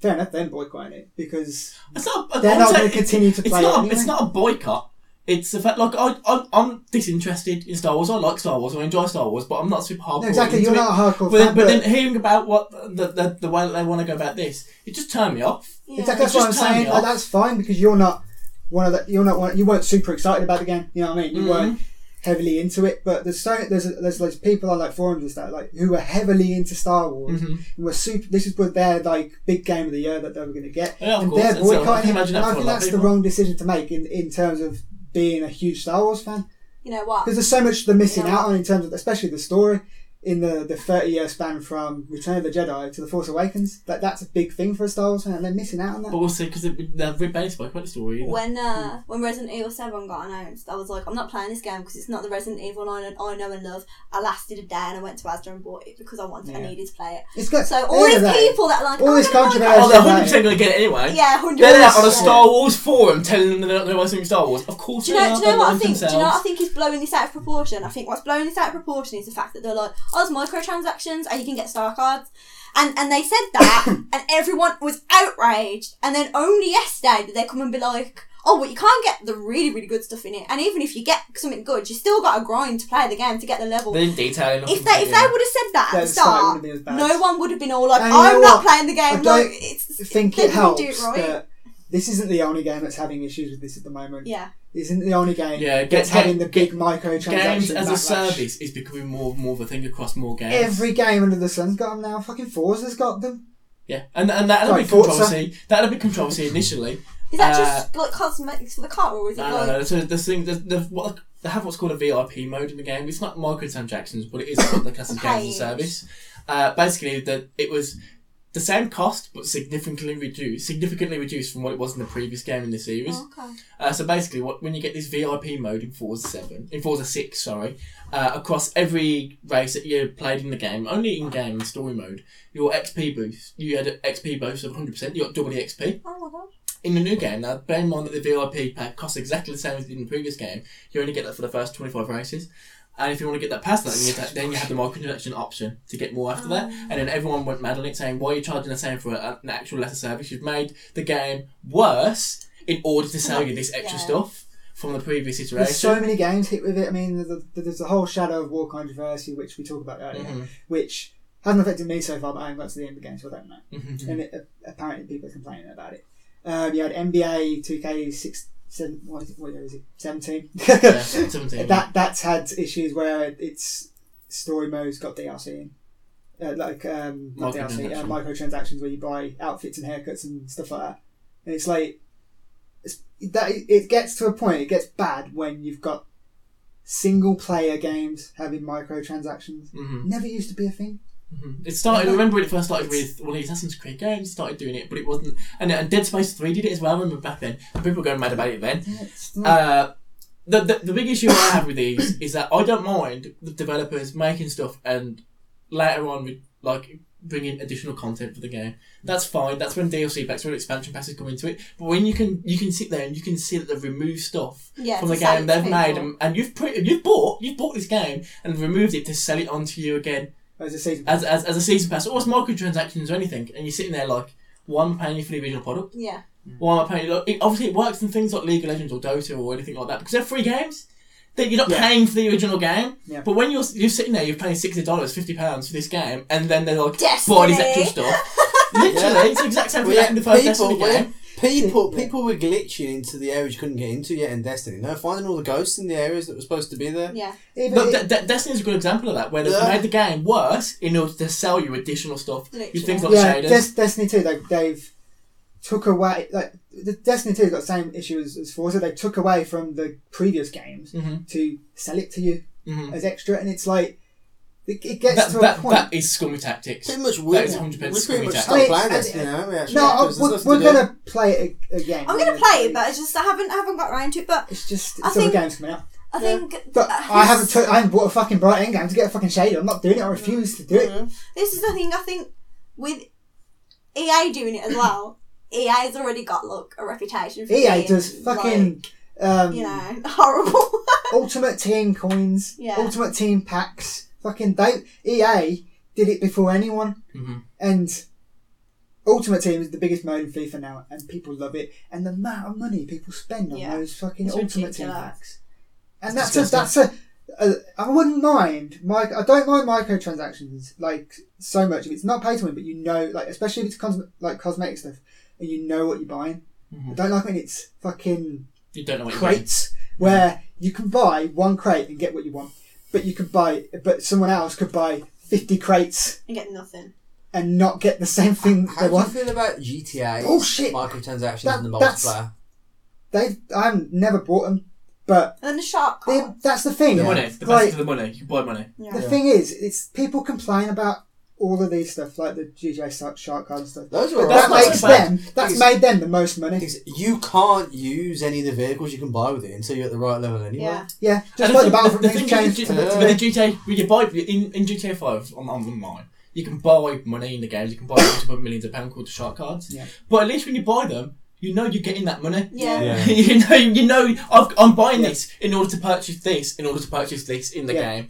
S4: Fair enough. Then boycotting it because
S1: It's not. I
S4: They're
S1: would
S4: not
S1: say
S4: gonna
S1: it-
S4: continue to
S1: it's
S4: play
S1: Not,
S4: it
S1: a-
S4: anyway.
S1: It's not a boycott. It's the fact, like, I, I, I'm disinterested in Star Wars. I like Star Wars. I enjoy Star Wars, but I'm not super hardcore.
S4: no, exactly.
S1: into
S4: You're
S1: it.
S4: not a hardcore
S1: But, then,
S4: fan,
S1: but then hearing about what the, the, the way that they want to go about this, it just turned me off.
S3: Yeah.
S4: exactly
S1: it's
S4: that's what I'm
S1: just turning
S4: saying.
S1: it
S4: Like,
S1: off.
S4: that's fine because you're not one of the. You're not one. You weren't super excited about the game. You know what I mean? You
S1: Mhm.
S4: weren't heavily into it. But there's so there's there's like people on like forums and stuff like who were heavily into Star Wars.
S1: Mhm.
S4: and were super. This is what their like big game of the year that they were going to get,
S1: Yeah, of
S4: and
S1: course.
S4: they're
S1: And so I can
S4: boycotting. it.
S1: imagine
S4: and
S1: that for
S4: I
S1: a
S4: think
S1: lot of
S4: that's the
S1: people.
S4: wrong decision to make in, in terms of being a huge Star Wars fan
S3: You know what?
S4: because there's so much they're missing
S3: Yeah.
S4: out on in terms of especially the story in the the 30 year span from Return of the Jedi to the Force Awakens. That that's a big thing for a Star Wars fan, and they're missing out on
S1: But
S4: that.
S1: we'll see, because they're rebased by quite a story. Either.
S3: When uh, when Resident Evil Seven got announced, I was like, I'm not playing this game because it's not the Resident Evil I, I know and love. I lasted a day and I went to Asda and bought it because I wanted, I
S4: Yeah.
S3: needed to play
S4: It's got
S3: it. So all
S4: yeah,
S3: these
S4: that-
S3: people that are like,
S4: all
S3: oh,
S4: this
S3: I'm gonna buy
S4: controversy.
S1: Oh, they're
S4: Yeah,
S1: 100%
S4: right.
S1: going to get it anyway.
S3: it. Yeah, hundred.
S1: They're out on a
S4: Yeah.
S1: Star Wars forum telling them they're not going to buy something Star Wars. Of course
S3: Do you
S1: they
S3: know?
S1: are.
S3: Do you know
S1: They
S3: what I
S1: want
S3: think? Do you know
S1: themselves.
S3: what I think is blowing this out of proportion? I think what's blowing this out of proportion is the fact that they're like, "Oh, there's microtransactions, and you can get star cards," And and they said that, and everyone was outraged. And then only yesterday did they come and be like, "Oh, well, you can't get the really really good stuff in it. And even if you get something good, you still got to grind to play the game to get the level."
S1: They didn't detail enough.
S3: if they if they would have said that at
S4: Yeah,
S3: the
S4: the start
S3: start,
S4: wouldn't have been as bad.
S3: no one would have been all like,
S4: And you know
S3: "I'm not
S4: what?
S3: playing the game." Like
S4: don't
S3: it's
S4: think
S3: they
S4: it
S3: didn't
S4: helps
S3: do it right.
S4: that this isn't the only game that's having issues with this at the moment.
S3: yeah,
S4: This isn't the only game
S1: Yeah, get-
S4: that's
S1: get-
S4: having the big microtransaction
S1: games as a
S4: backlash.
S1: service is becoming more and more of a thing across more games.
S4: Every game under the sun's got them now. Fucking Forza's got them.
S1: yeah, and and that'll
S4: Like
S1: be
S4: Forza.
S1: controversy. That'll be controversy initially.
S3: is that
S1: Uh,
S3: just like cosmetics for the car, or is it
S1: No,
S3: like
S1: no, no. So the thing, the, the, what, they have what's called a VIP mode in the game. It's not microtransactions, but it is what the class of games as a
S3: Paid.
S1: service. Uh, basically, that it was the same cost, but significantly reduced, significantly reduced from what it was in the previous game in the series.
S3: Oh, okay.
S1: Uh, so basically, what, when you get this VIP mode in Forza Seven, in Forza Six, sorry, uh, across every race that you played in the game, only in game and story mode, your XP boost, you had an XP boost of 100%. You got double E the XP
S3: Oh my god.
S1: in the new game now, bear in mind that the VIP pack costs exactly the same as it did in the previous game. You only get that for the first twenty five races. And if you want to get that past that, then you, have then you have the microtransaction option to get more after that. And then everyone went mad on it, saying, "Why are you charging the same for a, an actual lesser service? You've made the game worse in order to sell you this extra
S3: Yeah.
S1: stuff from the previous iteration."
S4: There's so many games hit with it. I mean, there's the, there's the whole Shadow of War controversy, which we talked about earlier,
S1: Mhm.
S4: which hasn't affected me so far, but I haven't got to the end of the game, so I don't know.
S1: Mhm.
S4: And it, uh, apparently, people are complaining about it. Um, you had NBA 2K 6, 7, what is it, what year is it? 17?
S1: Yeah, 17.
S4: that that's had issues where its story mode's got DLC in, uh, like um, not DLC, uh, microtransactions where you buy outfits and haircuts and stuff like that. And it's like it's, that it gets to a point. It gets bad when you've got single player games having microtransactions.
S1: Mhm.
S4: Never used to be a thing.
S1: Mhm. It started. I remember when it first started with one of the Assassin's Creed games. Started doing it, but it wasn't. And, and Dead Space Three did it as well. I remember back then, and people were going mad about it then.
S4: It's not-
S1: Uh, the, the the big issue I have with these is that I don't mind the developers making stuff and later on re- like bringing additional content for the game. That's fine. That's when DLC packs, when expansion passes come into it. But when you can you can sit there and you can see that they've removed stuff
S3: Yeah,
S1: from
S3: to
S1: the
S3: sell it
S1: game
S3: to
S1: they've
S3: people.
S1: made, and, and you've pre- you've bought you've bought this game and removed it to sell it on to you again
S4: as a season.
S1: as as, as a season pass or as microtransactions or anything, and you're sitting there like. One paying for the original product,
S3: Yeah.
S1: why am I paying? Like, it, obviously, it works in things like League of Legends or Dota or anything like that because they're free games. That you're not
S4: Yeah.
S1: paying for the original game.
S4: Yeah.
S1: But when you're you're sitting there, you're paying sixty dollars, fifty pounds for this game, and then they're like,
S3: Destiny.
S1: "Buy this extra stuff." Literally,
S5: Yeah.
S1: it's the exact same thing
S5: Well,
S1: like in the first
S5: people,
S1: Destiny
S5: yeah,
S1: game.
S5: people,
S4: Yeah.
S5: people were glitching into the areas you couldn't get into yet in Destiny. No, finding all the ghosts in the areas that were supposed to be there.
S3: Yeah.
S4: Even
S1: But
S4: it-
S1: De- De- Destiny's a good example of that, where they
S5: Yeah.
S1: made the game worse in order to sell you additional stuff. You
S3: Literally.
S1: things like
S4: yeah,
S1: shaders.
S4: Des- Destiny Two, they, they've took away like the Destiny Two's got the same issue as, as Forza. They took away from the previous games
S5: Mm-hmm.
S1: Mhm.
S4: to sell it to you
S1: Mhm.
S4: as extra, and it's like it, it gets
S1: That-
S4: to
S1: that-
S4: a point.
S1: that is scummy tactics.
S5: Pretty much, we,
S1: That is
S5: we
S1: 100%
S5: pretty much
S1: scummy
S5: stopped
S4: tactics.
S5: playing
S4: I-
S5: Destiny now, haven't we? Actually,
S4: no, I,
S5: 'Cause there's
S4: we're,
S5: nothing
S4: we're
S5: to do.
S4: gonna play it a- again.
S3: I'm gonna play it, but I just I haven't I haven't got around to it. But
S4: it's just
S3: I
S4: it's other
S3: think-
S4: games coming out.
S3: I
S4: Yeah.
S3: think
S4: But
S3: uh,
S4: I haven't took, I haven't bought a fucking bright end game to get a fucking shader. I'm not doing it. I refuse to do it.
S5: Yeah.
S3: this is the thing. I think with EA doing it as well, EA's already got like a reputation. for
S4: EA
S3: being,
S4: E does fucking um,
S3: like, you know horrible.
S4: Ultimate Team coins,
S3: Yeah.
S4: Ultimate Team packs. Fucking they EA did it before anyone,
S1: Mhm.
S4: and Ultimate Team is the biggest mode in FIFA now, and people love it. And the amount of money people spend on
S3: Yeah.
S4: those fucking
S3: It's
S4: Ultimate Team
S3: ridiculous.
S4: packs, and
S1: It's
S4: that's a, that's
S1: disgusting.
S4: a, a I wouldn't mind. Mic I don't mind microtransactions like so much if it's not pay to win, but you know, like especially if it's cos- like cosmetic stuff, and you know what you're buying. I don't like when it's fucking
S1: You don't know what you're doing.
S4: crates where you can buy one crate and get what you want, but you could buy, but someone else could buy fifty crates
S3: you get nothing.
S4: and not get the same thing that
S5: How
S4: they
S5: do you
S4: want.
S5: feel about GTA?
S4: Bullshit.
S5: Microtransactions
S4: That-
S5: in the
S4: that's-
S5: multiplayer.
S4: They, I've never bought them, but
S3: And then the shark.
S4: they,
S3: card.
S4: that's the thing.
S1: The
S5: Yeah.
S1: money, the best
S4: Like-
S1: of the money. You buy money.
S4: The
S5: Yeah.
S4: thing is, it's people complain about all of these stuff, like the GJ shark- shark card and stuff.
S5: Those were
S4: That
S1: That's not
S5: alright.
S4: makes
S1: so bad.
S4: them. That's
S5: Things-
S4: made them the most money.
S5: Things- You can't use any of the vehicles you can buy with it until you're at the right level anyway.
S3: Yeah.
S4: Yeah, just
S1: And
S4: like
S1: the
S4: the
S1: thing-
S4: Battlefront
S1: the
S4: things
S1: thing is,
S4: changed.
S1: with the-
S5: to-
S1: uh, with the GTA, when you buy in, in GTA Five on on online, you can buy money in the games. You can buy multiple millions of pounds called the shark cards.
S4: Yeah.
S1: But at least when you buy them, you know you're getting that money.
S3: Yeah.
S5: Yeah.
S1: you know, you know, I've, I'm buying
S4: Yeah.
S1: this in order to purchase this, in order to purchase this in the
S4: Yeah.
S1: game.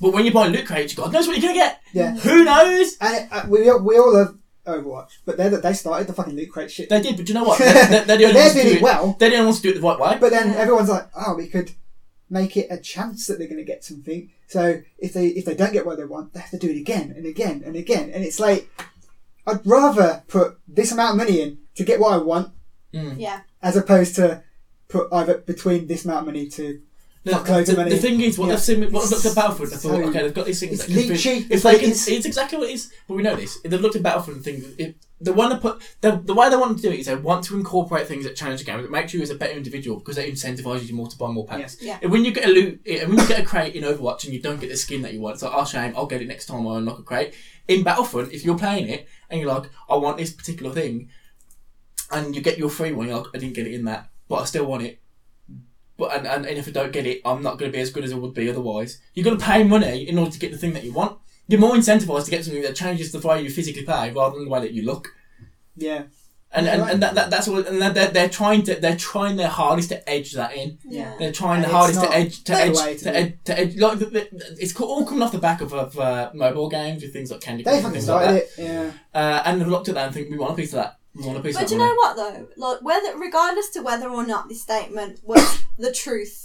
S1: But when you buy loot crates, God knows what you're gonna get.
S4: Yeah.
S1: Who knows?
S4: And uh, we, all- we all love Overwatch, but they're, the- they started the fucking loot crate shit.
S1: They did, but you know what? They're, they're, they're the
S4: But
S1: only
S4: they're
S1: ones to do
S4: doing
S1: it.
S4: it well,
S1: They're the only ones to do it the right way.
S4: but then
S3: Yeah.
S4: everyone's like, oh, we could make it a chance that they're going to get something. So if they if they don't get what they want, they have to do it again and again and again. And it's like, I'd rather put this amount of money in to get what I want
S3: Yeah.
S4: as opposed to put either between this amount of money to
S1: No,
S4: Fuck loads
S1: the,
S4: of money.
S1: the thing is, what
S4: Yeah.
S1: they've seen, what they've looked at Battlefield, they thought,
S4: So-
S1: okay, they've got these things.
S4: It's
S1: that can fit-
S4: lychee,
S1: If
S4: it's
S1: they
S4: what
S1: can,
S4: it is.
S1: it's exactly what it is. But we know this. They've looked at Battlefield and things. If the one that put the, the way they want to do it is they want to incorporate things that challenge the game. It makes you as a better individual because it incentivizes you more to buy more packs.
S3: Yeah. Yeah.
S1: And when you get a loot, and when you get a crate in Overwatch and you don't get the skin that you want, it's like, oh shame, I'll get it next time I unlock a crate. In Battlefront, if you're playing it and you're like, I want this particular thing, and you get your free one, you're like, I didn't get it in that, but I still want it. But and, and, and if I don't get it, I'm not going to be as good as I would be otherwise. You're going to pay money in order to get the thing that you want. You're more incentivized to get something that changes the way you physically play rather than the way that you look.
S4: yeah.
S1: And and,
S4: Right.
S1: and that, that that's what and that, they're, they're trying to they're trying their hardest to edge that in.
S3: Yeah.
S1: They're trying
S4: And
S1: the
S4: it's
S1: hardest to
S4: not
S1: edge to
S4: the
S1: edge
S4: way
S1: to,
S4: to do
S1: edge to edge like the, the, it's co- all coming off the back of, of uh, mobile games with things like Candy Crush
S4: They
S1: and
S4: fucking
S1: things like
S4: started
S1: that.
S4: it. Yeah.
S1: Uh, and they've looked at that and think we want a piece of that. We want a piece
S3: But
S1: of
S3: do
S1: that.
S3: you know what though? Like whether regardless to whether or not this statement was the truth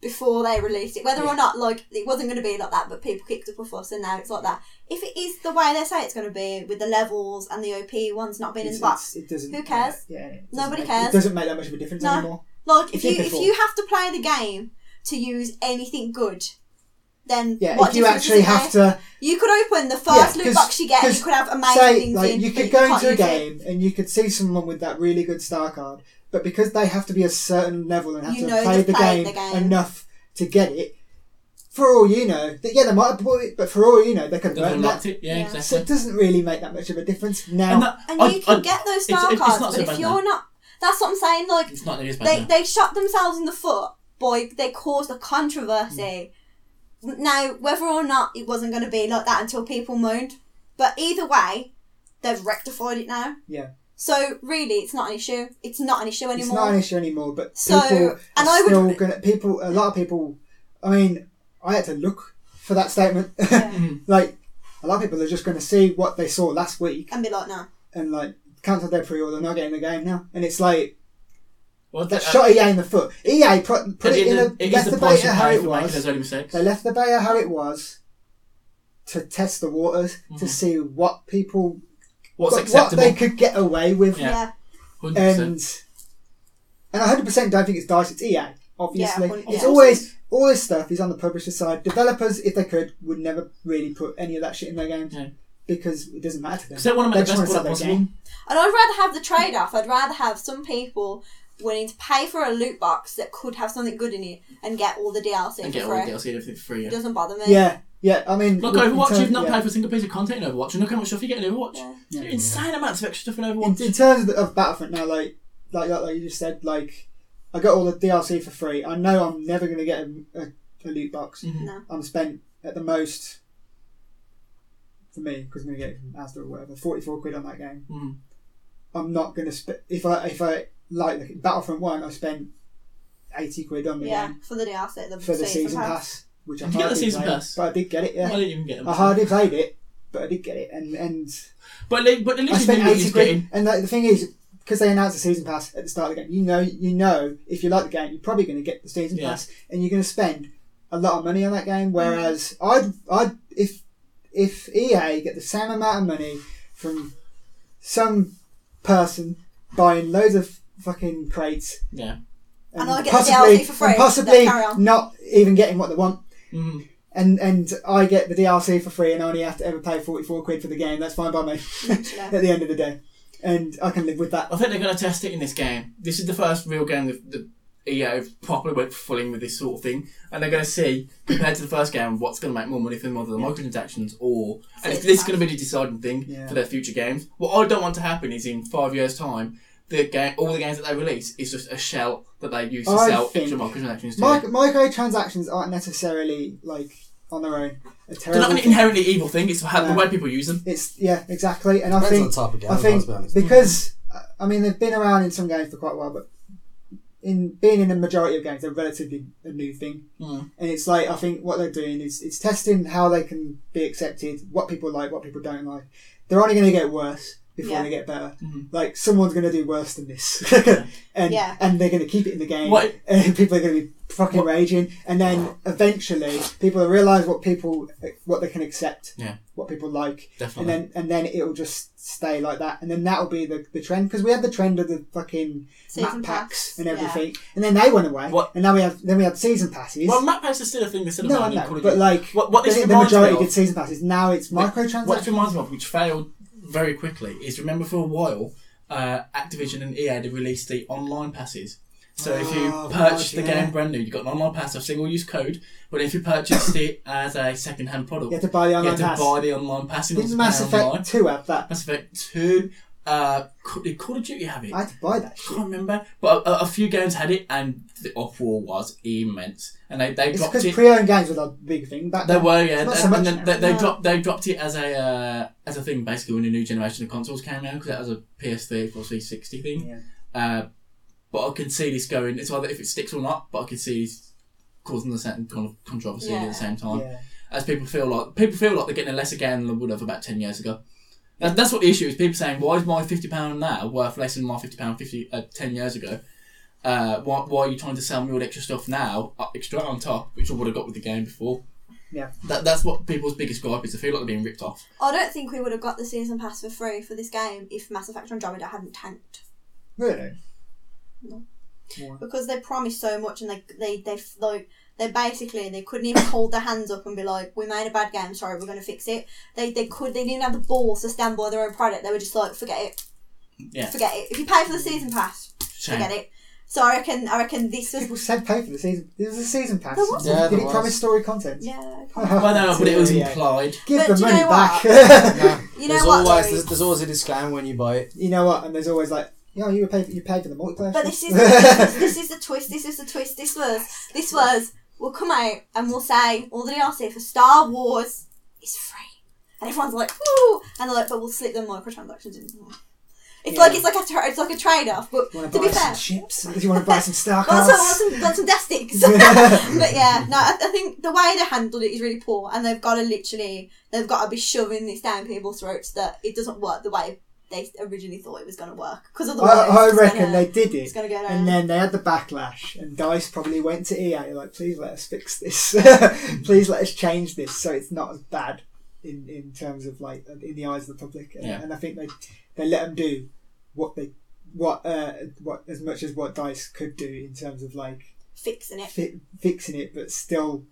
S3: before they released it, whether or not like it wasn't going to be like that, but people kicked up a fuss and now it's like that. If it is the way they say it's going to be with the levels and the OP ones not being in
S4: It's-
S3: the box,
S4: it's- it doesn't.
S3: Who cares?
S4: Yeah, it doesn't
S3: Nobody
S4: make-
S3: cares.
S4: It doesn't make that much of a difference
S3: No.
S4: anymore.
S3: like if
S4: It
S3: you
S4: did
S3: if
S4: before.
S3: you have to play the game to use anything good, then
S4: Yeah,
S3: what
S4: if you
S3: difference
S4: actually
S3: does it
S4: have
S3: make?
S4: to
S3: you could open the first
S4: Yeah,
S3: loot
S4: 'cause-
S3: box you get and you
S4: 'cause
S3: could have amazing
S4: say,
S3: things
S4: like,
S3: in.
S4: you
S3: but
S4: could go
S3: can't
S4: into a
S3: use it.
S4: game and you could see someone with that really good star card, but because they have to be a certain level and have
S3: You
S4: to
S3: know
S4: play
S3: they've
S4: the
S3: played
S4: game,
S3: the game.
S4: enough to get it, for all you know, that, yeah, they might have bought it, but for all you know, they could
S1: They've
S4: have earned
S1: unlocked
S4: that.
S1: it. Yeah,
S3: Yeah.
S4: So it
S1: exactly.
S4: doesn't really make that much of a difference now.
S1: And that,
S3: And
S1: I-
S3: you can
S1: I-
S3: get those
S1: it's-
S3: star
S1: it's
S3: cards,
S1: not so
S3: but
S1: bad
S3: if you're not, that's what I'm saying. Like
S1: it's not nearly as bad.
S3: they
S4: Mm-hmm.
S1: now.
S3: they shot themselves in the foot by they caused a controversy.
S4: Mm.
S3: Now, whether or not it wasn't going to be like that until people moaned, but either way, they've rectified it now.
S4: Yeah.
S3: So really, it's not an issue. It's not an issue
S4: it's
S3: anymore.
S4: not an issue anymore, but
S3: So,
S4: people are
S3: and I would-
S4: still gonna people a lot of people I mean, I had to look for that statement.
S3: Yeah.
S4: like a lot of people are just gonna see what they saw last week
S3: and be like, no.
S4: and like cancel their pre-order, not getting the game now, and it's like
S1: Well,
S4: that
S1: uh,
S4: shot EA in the foot. EA put, put
S1: it
S4: it in
S1: is-
S4: a,
S1: it is
S4: left the
S1: the price you
S4: beta how
S1: pay
S4: it
S1: for making those
S4: was.
S1: early mistakes.
S4: They left the beta how it was to test the waters to see what people
S1: Mm-hmm. What's
S4: what, what
S1: acceptable?
S4: they could get away with,
S1: Yeah.
S3: Yeah.
S1: 100%.
S4: and and I hundred percent don't think it's Dice. It's EA, obviously.
S3: Yeah, well,
S4: it's
S3: yeah.
S4: always all this stuff is on the publisher side. Developers, if they could, would never really put any of that shit in their games
S1: Yeah.
S4: because it doesn't matter to them.
S1: Because they want to
S4: They
S1: make the
S4: just
S1: best
S4: want
S1: product
S4: to
S1: possible.
S4: sell their game.
S3: And I'd rather have the trade off. I'd rather have some people willing to pay for a loot box that could have something good in it and get all the DLC
S1: and
S3: for
S1: get all
S3: free.
S1: the DLC and everything for free.
S3: It
S1: Yeah.
S3: doesn't bother me.
S4: Yeah, yeah. I mean,
S1: Look,
S4: with- in
S1: Overwatch,
S4: terms-
S1: you've not
S4: yeah.
S1: paid for a single piece of content in Overwatch, and look how much stuff you get in Overwatch.
S3: Yeah.
S1: Insane amounts of extra stuff in
S4: in,
S1: Overwatch.
S4: in terms of, the, of Battlefront now, like, like like like you just said, like I got all the DLC for free. I know I'm never going to get a, a, a loot box.
S1: Mhm.
S3: No.
S4: I'm spent at the most for me because I'm going to get it from Asda or whatever. Forty four quid on that game.
S1: Mhm.
S4: I'm not going to spend if I if I like the Battlefront one. I spent eighty quid on the
S3: Yeah,
S4: game
S3: for the DLC, the
S4: for the season, pass, which I
S1: Did you get the
S4: hardly
S1: season
S4: played,
S1: pass?
S4: but I did get it.
S1: I
S4: Yeah,
S1: didn't even get them.
S4: I hardly played it, but I did get it, and and.
S1: But, they, but at
S4: I
S1: least you
S4: spent
S1: knew what you
S4: eighty
S1: was
S4: quid,
S1: getting.
S4: and like, the thing is, because they announced the season pass at the start of the game, you know, you know, if you like the game, you're probably going to get the season
S1: Yeah.
S4: pass, and you're going to spend a lot of money on that game. Whereas
S1: Mm.
S4: I'd, I'd, if if EA get the same amount of money from some person buying loads of fucking crates,
S1: Yeah.
S3: And I get the DLC for free,
S4: and possibly
S3: then carry on.
S4: not even getting what they want.
S1: Mhm.
S4: And, and I get the DLC for free, and I only have to ever pay forty four quid for the game. That's fine by me.
S3: Literally.
S4: at the end of the day, and I can live with that.
S1: I think they're going to test it in this game. This is the first real game that, that EA properly went full in with this sort of thing. And they're going to see, compared to the first game, what's going to make more money for them, whether the microtransactions or. And if this is going to be the deciding thing
S4: Yeah.
S1: for their future games. What I don't want to happen is in five years' time, the game, all the games that they release is just a shell that they use to
S4: I
S1: sell
S4: think-
S1: extra microtransactions to.
S4: Micro microtransactions aren't necessarily like on their own
S1: They're
S4: a
S1: not
S4: terrible.
S1: an
S4: thing.
S1: inherently evil thing. It's how, the
S4: No.
S1: way people use them.
S4: It's yeah, exactly, and I
S5: Depends
S4: think uh,
S5: on the type of game,
S4: I
S5: I'll
S4: think
S5: be honest.
S4: because I mean they've been around in some games for quite a while, but in being in the majority of games, they're relatively a new thing,
S1: Mm.
S4: and it's like I think what they're doing is it's testing how they can be accepted, what people like, what people don't like. They're only going to get worse before
S3: Yeah.
S4: they get better.
S1: Mhm.
S4: Like someone's going to do worse than this, and
S3: Yeah.
S4: and they're going to keep it in the game.
S1: What-
S4: And people are going to be fucking
S1: What-
S4: raging, and then eventually people will realize what people what they can accept,
S1: Yeah.
S4: what people like, and
S1: Definitely.
S4: then and then it'll just stay like that, and then that'll be the, the trend because we had the trend of the fucking
S3: Season
S4: map packs
S3: packs,
S4: and
S3: yeah.
S4: everything, and then they went away,
S1: What-
S4: and now we have then we had season passes.
S1: well, map packs are still a thing. They're still
S4: no, I
S1: around in Call
S4: know,
S1: of
S4: but
S1: Duty.
S4: like
S1: What- what this
S4: the, the
S1: reminds me
S4: majority
S1: of-
S4: did season passes. Now it's
S1: What it
S4: microtransactions.
S1: reminds me of, which failed very quickly, is remember for a while, uh, Activision and EA had released the online passes. So if you
S4: Oh,
S1: purchased
S4: God,
S1: the
S4: yeah.
S1: game brand new, you got an online pass of single use code. But if you purchased it as a second hand product,
S4: You had to buy the
S1: you
S4: online
S1: had to
S4: pass.
S1: buy the online pass in order
S4: Didn't
S1: to
S4: Mass
S1: pay online.
S4: Effect Two have that?
S1: Mass Effect Two. Uh, Ca- did Call of Duty have it?
S4: I had to buy that.
S1: I can't remember, but a, a few games had it, and the uproar was immense. And they, they
S4: It's
S1: dropped
S4: because
S1: it.
S4: pre-owned games were the big thing back
S1: They
S4: then.
S1: were, yeah.
S4: It's not
S1: They-
S4: so much
S1: and then
S4: now.
S1: they, they
S3: No.
S1: dropped they dropped it as a uh, as a thing basically when the new generation of consoles came out because that was a PS3 or 360 thing.
S4: Yeah.
S1: Uh, but I can see this going. It's either if it sticks or not, but I can see it's causing the same kind of controversy at
S3: Yeah.
S1: the same time
S4: Yeah.
S1: as people feel like people feel like they're getting a lesser game than they would have about ten years ago. That, that's what the issue is. People saying, "Why is my fifty pound now worth less than my fifty pound fifty uh, ten years ago? Uh, why, why are you trying to sell me all the extra stuff now, uh, extra on top, which I would have got with the game before?"
S4: Yeah.
S1: that, that's what people's biggest gripe is. They feel like they're being ripped off.
S3: I don't think we would have got the season pass for free for this game if Mass Effect Andromeda hadn't tanked
S4: Really?
S3: because they promised so much and they they they f- like they basically they couldn't even hold their hands up and be like we made a bad game sorry we're going to fix it they they could they didn't have the balls to stand by their own product they were just like forget it
S1: Yeah.
S3: forget it if you pay for the season pass
S1: Shame.
S3: forget it so I reckon I reckon this was
S4: People said pay for the season. It was a season pass.
S3: There was.
S5: Yeah,
S4: Did
S5: there
S4: it
S5: was.
S4: promise story content?
S3: yeah
S1: Well, no, but it was
S4: Yeah.
S1: implied.
S4: Give
S3: But
S4: the
S3: do you
S4: money
S3: know what?
S4: back.
S3: you know
S5: there's
S3: what
S5: always
S3: Louise?
S5: there's, there's always a disclaimer when you buy it.
S4: you know what? And there's always like, yo, you were paid for, you paid for the multiplayer.
S3: But
S4: stuff.
S3: this is this is the twist. This is the twist. This was this was. We'll come out and we'll say all the DLC for Star Wars is free, and everyone's like, "Woo!" And they're like, "But we'll slip the microtransactions in." It's
S4: Yeah.
S3: like it's like a tra- it's like a trade off. But
S4: you want
S3: to
S4: to
S3: be
S4: buy
S3: fair,
S4: some chips? Do you want to buy some Starcraft?
S3: well, that's what- want some, want some death sticks. but yeah, no, I, I think the way they handled it is really poor, and they've got to literally they've got to be shoving this down people's throats that it doesn't work the way they originally thought it was going to work. Because otherwise,
S4: I, I
S3: it's
S4: reckon
S3: gonna-
S4: they did
S3: it's
S4: it.
S3: going to go down.
S4: And then they had the backlash, and Dice probably went to EA like, "Please let us fix this. Please let us change this, so it's not as bad in, in terms of like in the eyes of the public." And,
S1: Yeah.
S4: and I think they they let them do what they what uh, what as much as what Dice could do in terms of like
S3: fixing it.
S4: fi- fixing it, but still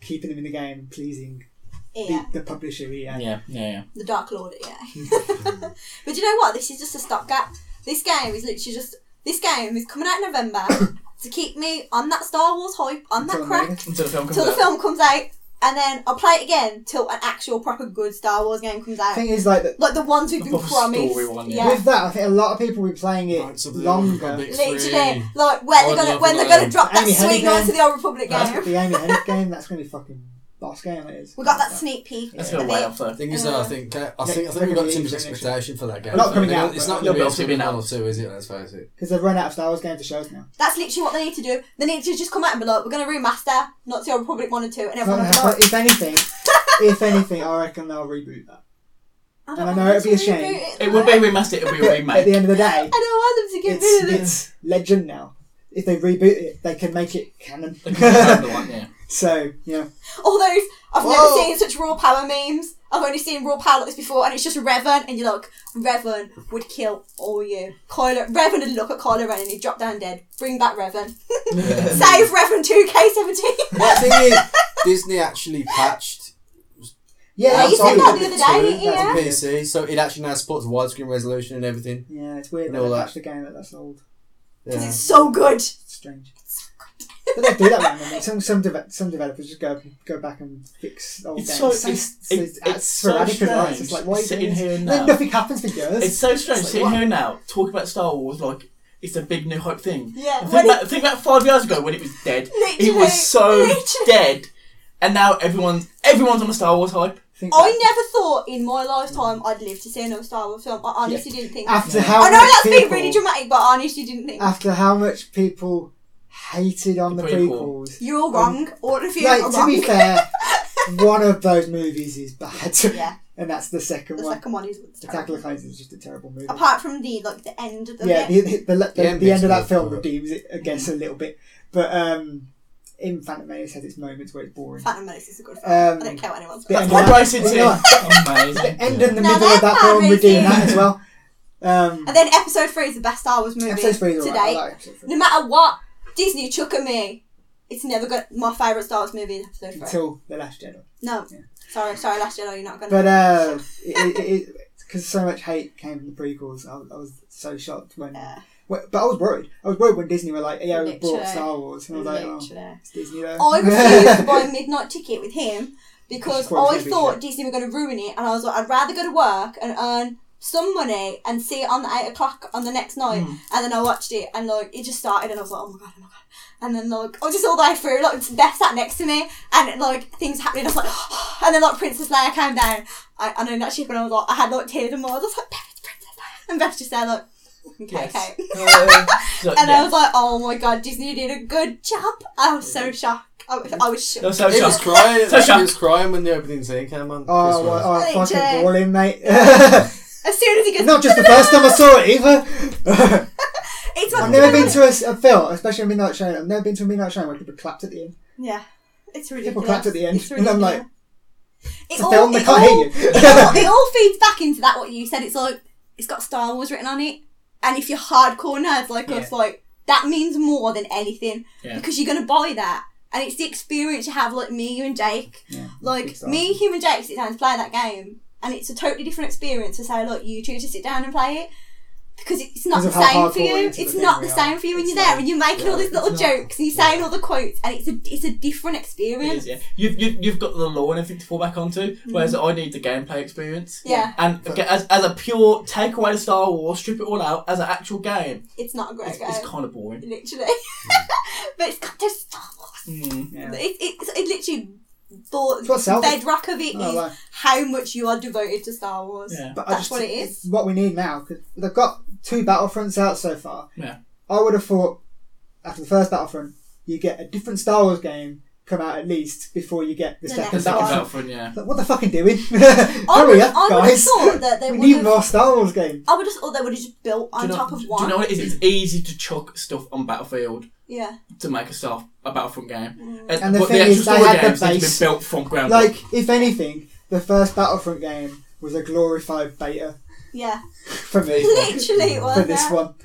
S4: keeping them in the game, and pleasing
S3: Yeah,
S4: the, the publisher. EA.
S1: Yeah, yeah, yeah.
S3: the Dark Lord. Yeah, but you know what? This is just a stopgap. This game is literally just this game is coming out in November to keep me on that Star Wars hype, on that
S4: Until
S3: crack,
S4: November.
S1: Until the film comes
S3: till the
S1: out.
S3: film comes out, and then I'll play it again till an actual proper good Star Wars game comes out.
S4: thing is like that.
S3: Like the ones we've been
S1: proper
S3: promised.
S1: story one, yeah.
S3: yeah.
S4: With that, I think a lot of people were playing it
S5: Knights of the
S4: longer.
S5: Republic
S3: Literally,
S5: three.
S3: like where they're
S1: I'd
S3: gonna
S1: love
S3: when they're
S1: that.
S3: gonna drop that
S4: Amy
S3: sweet
S4: Hennig
S3: Knights of
S4: game.
S3: the Old Republic
S4: That's
S3: game.
S4: the Amy Hennig game. That's going to be fucking boss game. It is.
S3: We got that sneak peek.
S1: That's
S3: of
S1: a way
S3: it.
S1: off though.
S5: The thing is,
S3: Yeah.
S5: though, I think I I
S4: Yeah,
S5: think I
S4: it's
S5: think we've
S4: gonna
S5: got
S4: be
S5: too much
S4: easy,
S5: expectation for that game.
S4: Not coming
S5: It's
S4: out,
S5: not- It's
S4: but-
S5: not
S1: No,
S5: going to
S1: but
S5: be
S1: it's
S5: something
S1: been
S5: one
S1: out.
S5: or two, is it? Let's face it.
S4: because they've run out of Star Wars games to shows now.
S3: That's literally what they need to do. They need to just come out and be like, "We're gonna remaster Nazi Old Republic one and two, and everyone will be
S4: But-
S3: like,
S4: but if anything, if anything, I reckon they'll reboot that.
S3: I
S4: And I
S3: don't
S4: know
S3: want
S4: it'd
S3: them
S4: be a
S3: to
S4: shame.
S3: reboot
S1: It would be remastered. It would be
S4: At the
S1: remade.
S4: end of the day,
S3: I don't want them to get
S4: it's
S3: rid of it.
S4: it's legend now. If they reboot it, they can make it canon.
S1: The Confirmed one, yeah.
S4: so yeah,
S3: All those I've never
S5: Whoa.
S3: seen such raw power memes. I've only seen raw power like this before, and it's just Revan, and you're like, Revan would kill all you. Kylo Revan would look at Kylo Ren and he'd drop down dead. Bring back Revan. Save Revan two K seventeen.
S5: Well, the thing is, Disney actually patched.
S3: Yeah,
S4: yeah,
S3: you
S4: that's
S3: said
S4: all
S3: that
S4: good.
S3: the other day,
S4: That's
S3: didn't you?
S4: all
S5: on
S4: good.
S5: PC, so it actually now supports widescreen resolution and everything.
S4: Yeah, it's weird
S5: And
S4: that
S5: all
S4: they
S5: that.
S4: patched a game that that's old.
S3: Because
S5: Yeah.
S3: it's so good.
S4: It's strange. but they do that now. don't they? Some some deve- some developers just go go back and fix old
S1: It's
S4: games.
S1: so-
S4: it's,
S1: it's-
S4: it's,
S1: it's- it's so
S4: sporadic as well. It's
S1: strange
S4: just like why are you
S1: sitting
S4: doing this?
S1: here
S4: And
S1: now.
S4: Then nothing happens for years.
S1: It's so strange
S4: It's like,
S1: sitting
S4: what?
S1: here now talking about Star Wars like it's a big new hype thing.
S3: Yeah,
S1: And
S3: when
S1: Think about, think about five years ago when it was dead.
S3: Literally,
S1: it was so
S3: literally.
S1: dead, and now everyone everyone's on a Star Wars hype.
S4: think
S3: I
S4: that-
S3: never thought in my lifetime I'd live to see another Star Wars film. I honestly didn't think.
S4: after
S2: Yeah.
S4: how
S3: I know
S4: much
S3: that's
S4: people,
S3: been really dramatic, but I honestly didn't think.
S4: after how much people hated on
S1: The
S4: the,
S1: prequel.
S4: prequels.
S3: You're all wrong. All of you
S4: Like
S3: are
S4: to
S3: wrong.
S4: be fair, one of those movies is bad,
S3: yeah,
S4: and that's the second
S3: the
S4: one.
S3: second one is
S4: Attack of
S3: terrible.
S4: the Clones is just a terrible movie.
S3: Apart from the like the end of the
S4: yeah,
S3: bit.
S4: the, the, the, the,
S5: Yeah,
S4: the end of
S5: basically,
S4: that film
S5: but-
S4: redeems it, I guess, a little bit. But um, in Phantom Menace has its moments where it's boring.
S3: Phantom Menace is a good film.
S4: Um,
S3: I don't care what anyone says.
S4: the end
S1: That's
S4: of
S1: my
S4: that-
S1: rated
S4: you know
S1: team.
S4: what?
S1: Amazing.
S4: The end and the
S3: Now
S4: middle
S3: that's
S4: of that film
S3: bad
S4: redeem that
S3: rating.
S4: as well. Um,
S3: And then episode three is the best Star Wars movie
S4: episode three is
S3: today.
S4: alright. I like episode three.
S3: No matter what, Disney chuck at me. It's never got my favourite Star Wars movie is episode three.
S4: Until the Last Jedi.
S3: no,
S4: Yeah.
S3: sorry, sorry, Last Jedi, you're not gonna.
S4: But uh, it, it, it, because so much hate came from the prequels, I, was- I was so shocked when.
S3: Yeah.
S4: when- but I was worried. I was worried when Disney were like, "Yeah, we brought
S3: Literally.
S4: Star Wars," and I was like, "Oh,
S3: Literally.
S4: it's Disney though."
S3: I refused to buy a midnight ticket with him because
S4: Spoilers,
S3: I
S4: maybe,
S3: thought
S4: yeah.
S3: Disney were going to ruin it, and I was like, I'd rather go to work and earn some money and see it on the eight o'clock on the next night. And then I watched it, and like it just started, and I was like, oh my god, oh my god. And then like I was just all the way through, like Beth sat next to me, and like things happening. I was like, and then like Princess Leia came down. I, I know that ship, and I was like, I had like tears in my eyes. I was like, Beth, it's Princess Leia, and Beth just there like, okay, okay.
S1: Uh, so,
S3: And I
S1: yeah.
S3: was like, oh my god, Disney did a good job. I was
S4: Mm-hmm.
S3: so shocked. I, was- I was shocked.
S1: That was so
S5: He was
S1: shocked.
S5: crying.
S1: So shocked.
S5: He was crying when the opening scene came on.
S4: Oh, well,
S3: I
S4: I
S3: think Jay-
S4: fucking ball in, mate.
S3: As soon as he goes,
S4: Not just the first time I saw it either.
S3: It's
S4: I've
S3: one
S4: never been to a, s- a film, especially a midnight showing. I've never been to a midnight showing where people clapped at the end.
S3: Yeah, it's really.
S4: People clapped at the end, and I'm like,
S3: it's
S4: a film, they can't hear you.
S3: It all, it all feeds back into that what you said. It's like it's got Star Wars written on it, and if you're hardcore nerds like us, like that means more than anything
S1: Yeah.
S3: because you're gonna buy that. And it's the experience you have, like me, you, and Jake.
S4: Yeah,
S3: like
S4: it's
S3: me, you, and Jake sit down and play that game, and it's a totally different experience to say, look, you two just sit down and play it, because it's not
S4: Because
S3: the
S4: of how
S3: same for
S4: hardcore
S3: you.
S4: into the
S3: It's
S4: game
S3: not
S4: we
S3: the
S4: are.
S3: same for you when
S4: It's
S3: you're there,
S4: like-
S3: and you're making all
S4: yeah,
S3: these little
S4: it's not-
S3: jokes, and you're saying all the quotes, and it's a it's a different
S1: It is,
S3: experience.
S1: yeah. You've, you've, you've got the law and everything to fall back onto, whereas I need the gameplay experience.
S3: Mm-hmm. Yeah.
S1: And okay, as, as a pure take away the Star Wars, strip it all out as an actual game,
S3: It's not a great
S1: it's,
S3: game.
S1: it's kind of boring.
S3: literally. but it's got to Star Wars.
S1: Mm.
S4: Yeah.
S3: It, it's it literally the
S4: It's what sells it.
S3: bedrock of it is
S4: Oh, like-
S3: how much you are devoted to Star Wars.
S1: Yeah.
S4: but I
S3: That's
S4: just-
S3: what it is.
S4: What we need now, because they've got two Battlefronts out so far.
S1: Yeah.
S4: I would have thought after the first Battlefront, you get a different Star Wars game come out at least before you get the,
S3: The
S4: second
S3: next
S1: That was
S3: one.
S4: Battlefront.
S1: out front, yeah.
S4: Like, what the fuck are you doing?
S3: I would,
S4: Hurry up,
S3: I would have
S4: Oh, guys.
S3: thought that they
S4: We
S3: would
S4: need
S3: have.
S4: more Star Wars games.
S3: I would have thought they would have just built on
S1: do you know,
S3: top of
S1: do
S3: one.
S1: you know what it is? It's easy to chuck stuff on Battlefield
S3: yeah.
S1: to make a, star, a Battlefront game.
S3: Mm.
S1: And,
S4: And the
S1: but
S4: thing
S1: the actual
S4: is, they
S1: story
S4: had the
S1: games need to
S4: base-
S1: be built from ground up.
S4: Like, if anything, the first Battlefront game was a glorified beta
S3: Yeah.
S4: for me.
S3: Literally, it was.
S4: for this
S3: yeah.
S4: one.
S3: It was.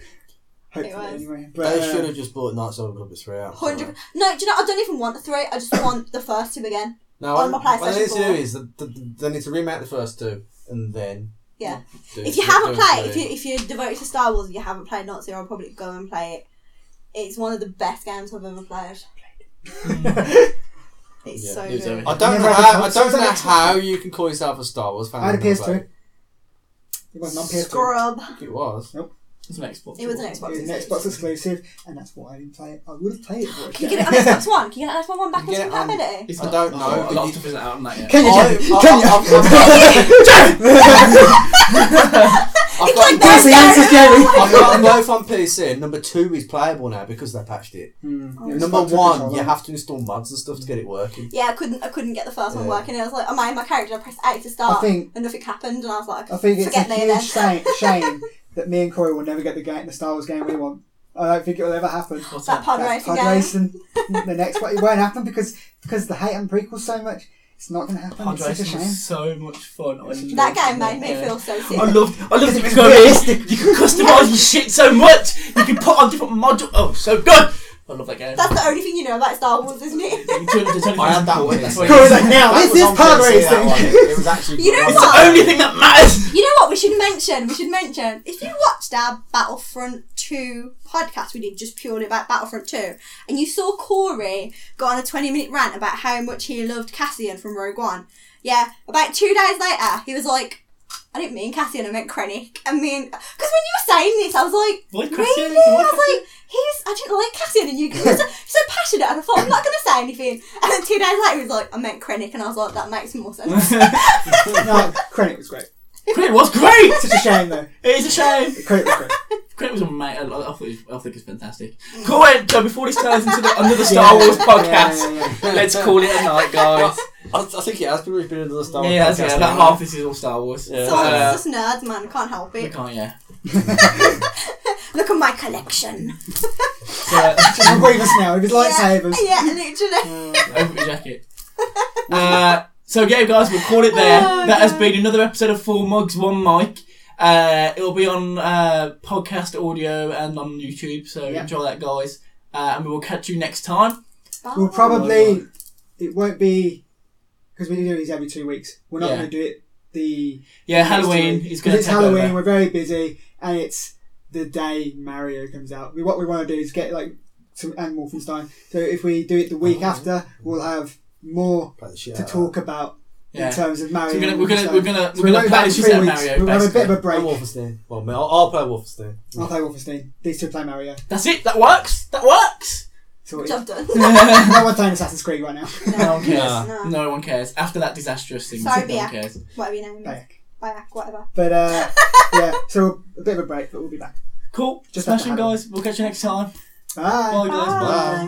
S4: Hopefully, anyway. But,
S5: They
S4: uh,
S5: should have just bought Knights of the Republic 3 out.
S3: Hundred. No, do you know? I don't even want the three. I just want the first two again.
S5: No,
S3: On
S5: what
S3: my PlayStation
S5: what they need to do
S3: 4.
S5: is the, the, they need to remake the first two and then.
S3: Yeah.
S5: do-
S3: If you
S5: do-
S3: haven't
S5: do
S3: played, if
S5: three.
S3: you if you're devoted to Star Wars, and you haven't played Not Zero, probably go and play it. It's one of the best games I've ever played. It's
S5: Yeah,
S3: so
S1: it's
S3: good.
S1: over.
S5: I don't
S4: You
S5: know
S4: never had
S5: how,
S4: a
S5: I
S4: console,
S5: don't
S4: so
S5: know
S4: that's-
S5: how you can call yourself a Star Wars fan.
S4: I had a
S5: and
S4: PS2.
S5: not play
S4: It wasn't on PS2.
S3: Scrub.
S5: it. It was.
S1: It's an Xbox.
S3: It was an Xbox.
S4: It was an Xbox exclusive, and that's why I didn't play it. I would have played it. but
S3: Can
S4: I
S3: you
S4: didn't.
S3: get it on Xbox One? Can you get it on Xbox One
S5: You
S3: backwards
S5: get it on-
S3: compatibility?
S1: It's
S5: I
S1: not,
S5: don't know,
S1: A lot
S5: but you-
S1: of stuff isn't out on that yet.
S4: Can you?
S5: I-
S4: Jamie?
S5: I-
S4: Can you?
S5: I've- oh, I've- I've got-
S4: That's the
S5: oh,
S4: answer, Jerry.
S5: I've got them both on PC. and Number two is playable now because they patched it.
S4: Mm, it was
S5: oh. Number
S4: fucked up
S5: one,
S4: controller.
S5: you have to install mods and stuff to get it working.
S3: Yeah, I couldn't. I couldn't get the first one
S5: Yeah.
S3: working. I was like, oh my, my character. I pressed eight to start,
S4: I think-
S3: and nothing happened. And I was like,
S4: I think it's a
S3: forget me then.
S4: huge shame, shame that me and Corey will never get the, game, the Star Wars game we want. I don't think it will ever happen.
S1: What's
S3: that pod
S4: That's
S3: racing
S4: pod
S3: game.
S4: racing. the next one. It won't happen because because the hate on prequels so much. It's not going to happen.
S1: Pod
S4: it's such a
S1: racing
S4: shame.
S1: was so much fun. I enjoyed
S3: That game
S1: that,
S3: made me
S1: yeah.
S3: feel so sick.
S1: I loved, I loved it
S4: Because it was
S1: because realistic.
S4: realistic.
S1: You can customize your shit so much. You can put on different modules. Oh, so good. I love that game.
S3: That's the only thing you know about Star Wars, isn't it?
S1: You turn- you turn
S5: I had that
S1: it-
S5: one.
S1: That's
S5: Cool,
S1: what it is.
S4: Corey's like, now this
S5: That was
S4: is
S5: on
S4: pod
S5: PC, that
S4: racing.
S5: one. It was actually.
S3: You know
S5: good.
S1: It's the only thing that matters.
S3: You know what? We should mention. We should mention. If you watched our Battlefront Two podcast, we did just purely about Battlefront Two, and you saw Corey go on a twenty-minute rant about how much he loved Cassian from Rogue One. Yeah, about two days later, he was like, "I didn't mean Cassian. I meant Krennic. I mean, because when you were saying this, I was like."
S1: Like
S3: Really? I was like, he's. I didn't like Cassian, and you guys are so passionate. And I thought, I'm not going to say say anything. And then two days later, he was like, I meant Krennic, and I was like, that makes more sense.
S4: no, Krennic was great.
S1: Credit was great.
S4: Such a shame though.
S1: It is a shame.
S4: Credit was great.
S1: Credit was amazing. I, I, I thought it was- I think it's fantastic. Cool. Wait, so before this turns into the, another Star
S4: Yeah,
S1: Wars
S4: yeah,
S1: podcast,
S4: yeah, yeah.
S1: let's call it a night, guys.
S5: I, I think it has been been another Star Wars
S1: yeah, that's
S5: podcast,
S1: yeah.
S5: hasn't
S1: About
S5: it?
S1: half this is all Star Wars.
S5: Yeah.
S3: so I'm
S1: Uh,
S3: just nerds, man. I can't help
S1: we
S3: it.
S1: can't. Yeah.
S3: Look at my collection.
S1: So, uh,
S4: Just wave us now with his lightsabers.
S3: Yeah, yeah literally.
S1: over your jacket. Uh, so yeah, guys, we'll call it there.
S3: Oh,
S1: that has
S3: God.
S1: been another episode of Four Mugs One Mic. Uh, it'll be on uh, podcast audio and on YouTube, so
S4: Yeah.
S1: enjoy that, guys. Uh, and we will catch you next time.
S3: Bye.
S4: We'll probably it won't be because we do these every two weeks. We're not
S1: Yeah.
S4: going to do it the
S1: Yeah,
S4: next
S1: Halloween
S4: two weeks,
S1: is
S4: 'cause
S1: going to
S4: it's
S1: take
S4: Halloween.
S1: over.
S4: We're very busy, and it's the day Mario comes out. We, what we want to do is get like some and Wolfenstein. So if we do it the
S1: Oh.
S4: week after, we'll have more
S5: Play the shit
S4: to
S5: out of
S4: talk about
S1: Yeah.
S4: in terms of Mario.
S1: So we're gonna
S4: and
S1: we're gonna we're
S4: Wolfenstein.
S1: gonna
S4: So
S1: we're gonna
S4: won't
S1: play
S4: have
S1: the shit
S4: three
S1: out of
S4: weeks.
S1: Mario.
S4: We'll have a
S1: basically.
S4: bit of a
S5: that. Play
S4: break. Oh,
S5: Wolfenstein. Well, mate, I'll, I'll play Wolfenstein.
S4: I'll play Wolfenstein. These two play Mario.
S1: That's it. That works. That works.
S4: Sorted.
S3: Job done.
S4: no one playing Assassin's Creed right now.
S1: No one cares.
S5: Nah.
S3: No.
S1: No one cares. After that disastrous thing,
S3: Sorry,
S1: no one
S3: Biak.
S1: cares.
S3: Whatever your name is.
S4: Back.
S3: Bayak, whatever.
S4: But uh, yeah, so a bit of a break, but we'll be back.
S1: Cool.
S4: Just
S1: Smashing
S4: after Halloween.
S1: guys. We'll catch you next time.
S4: Bye.
S1: Bye guys.
S3: Bye.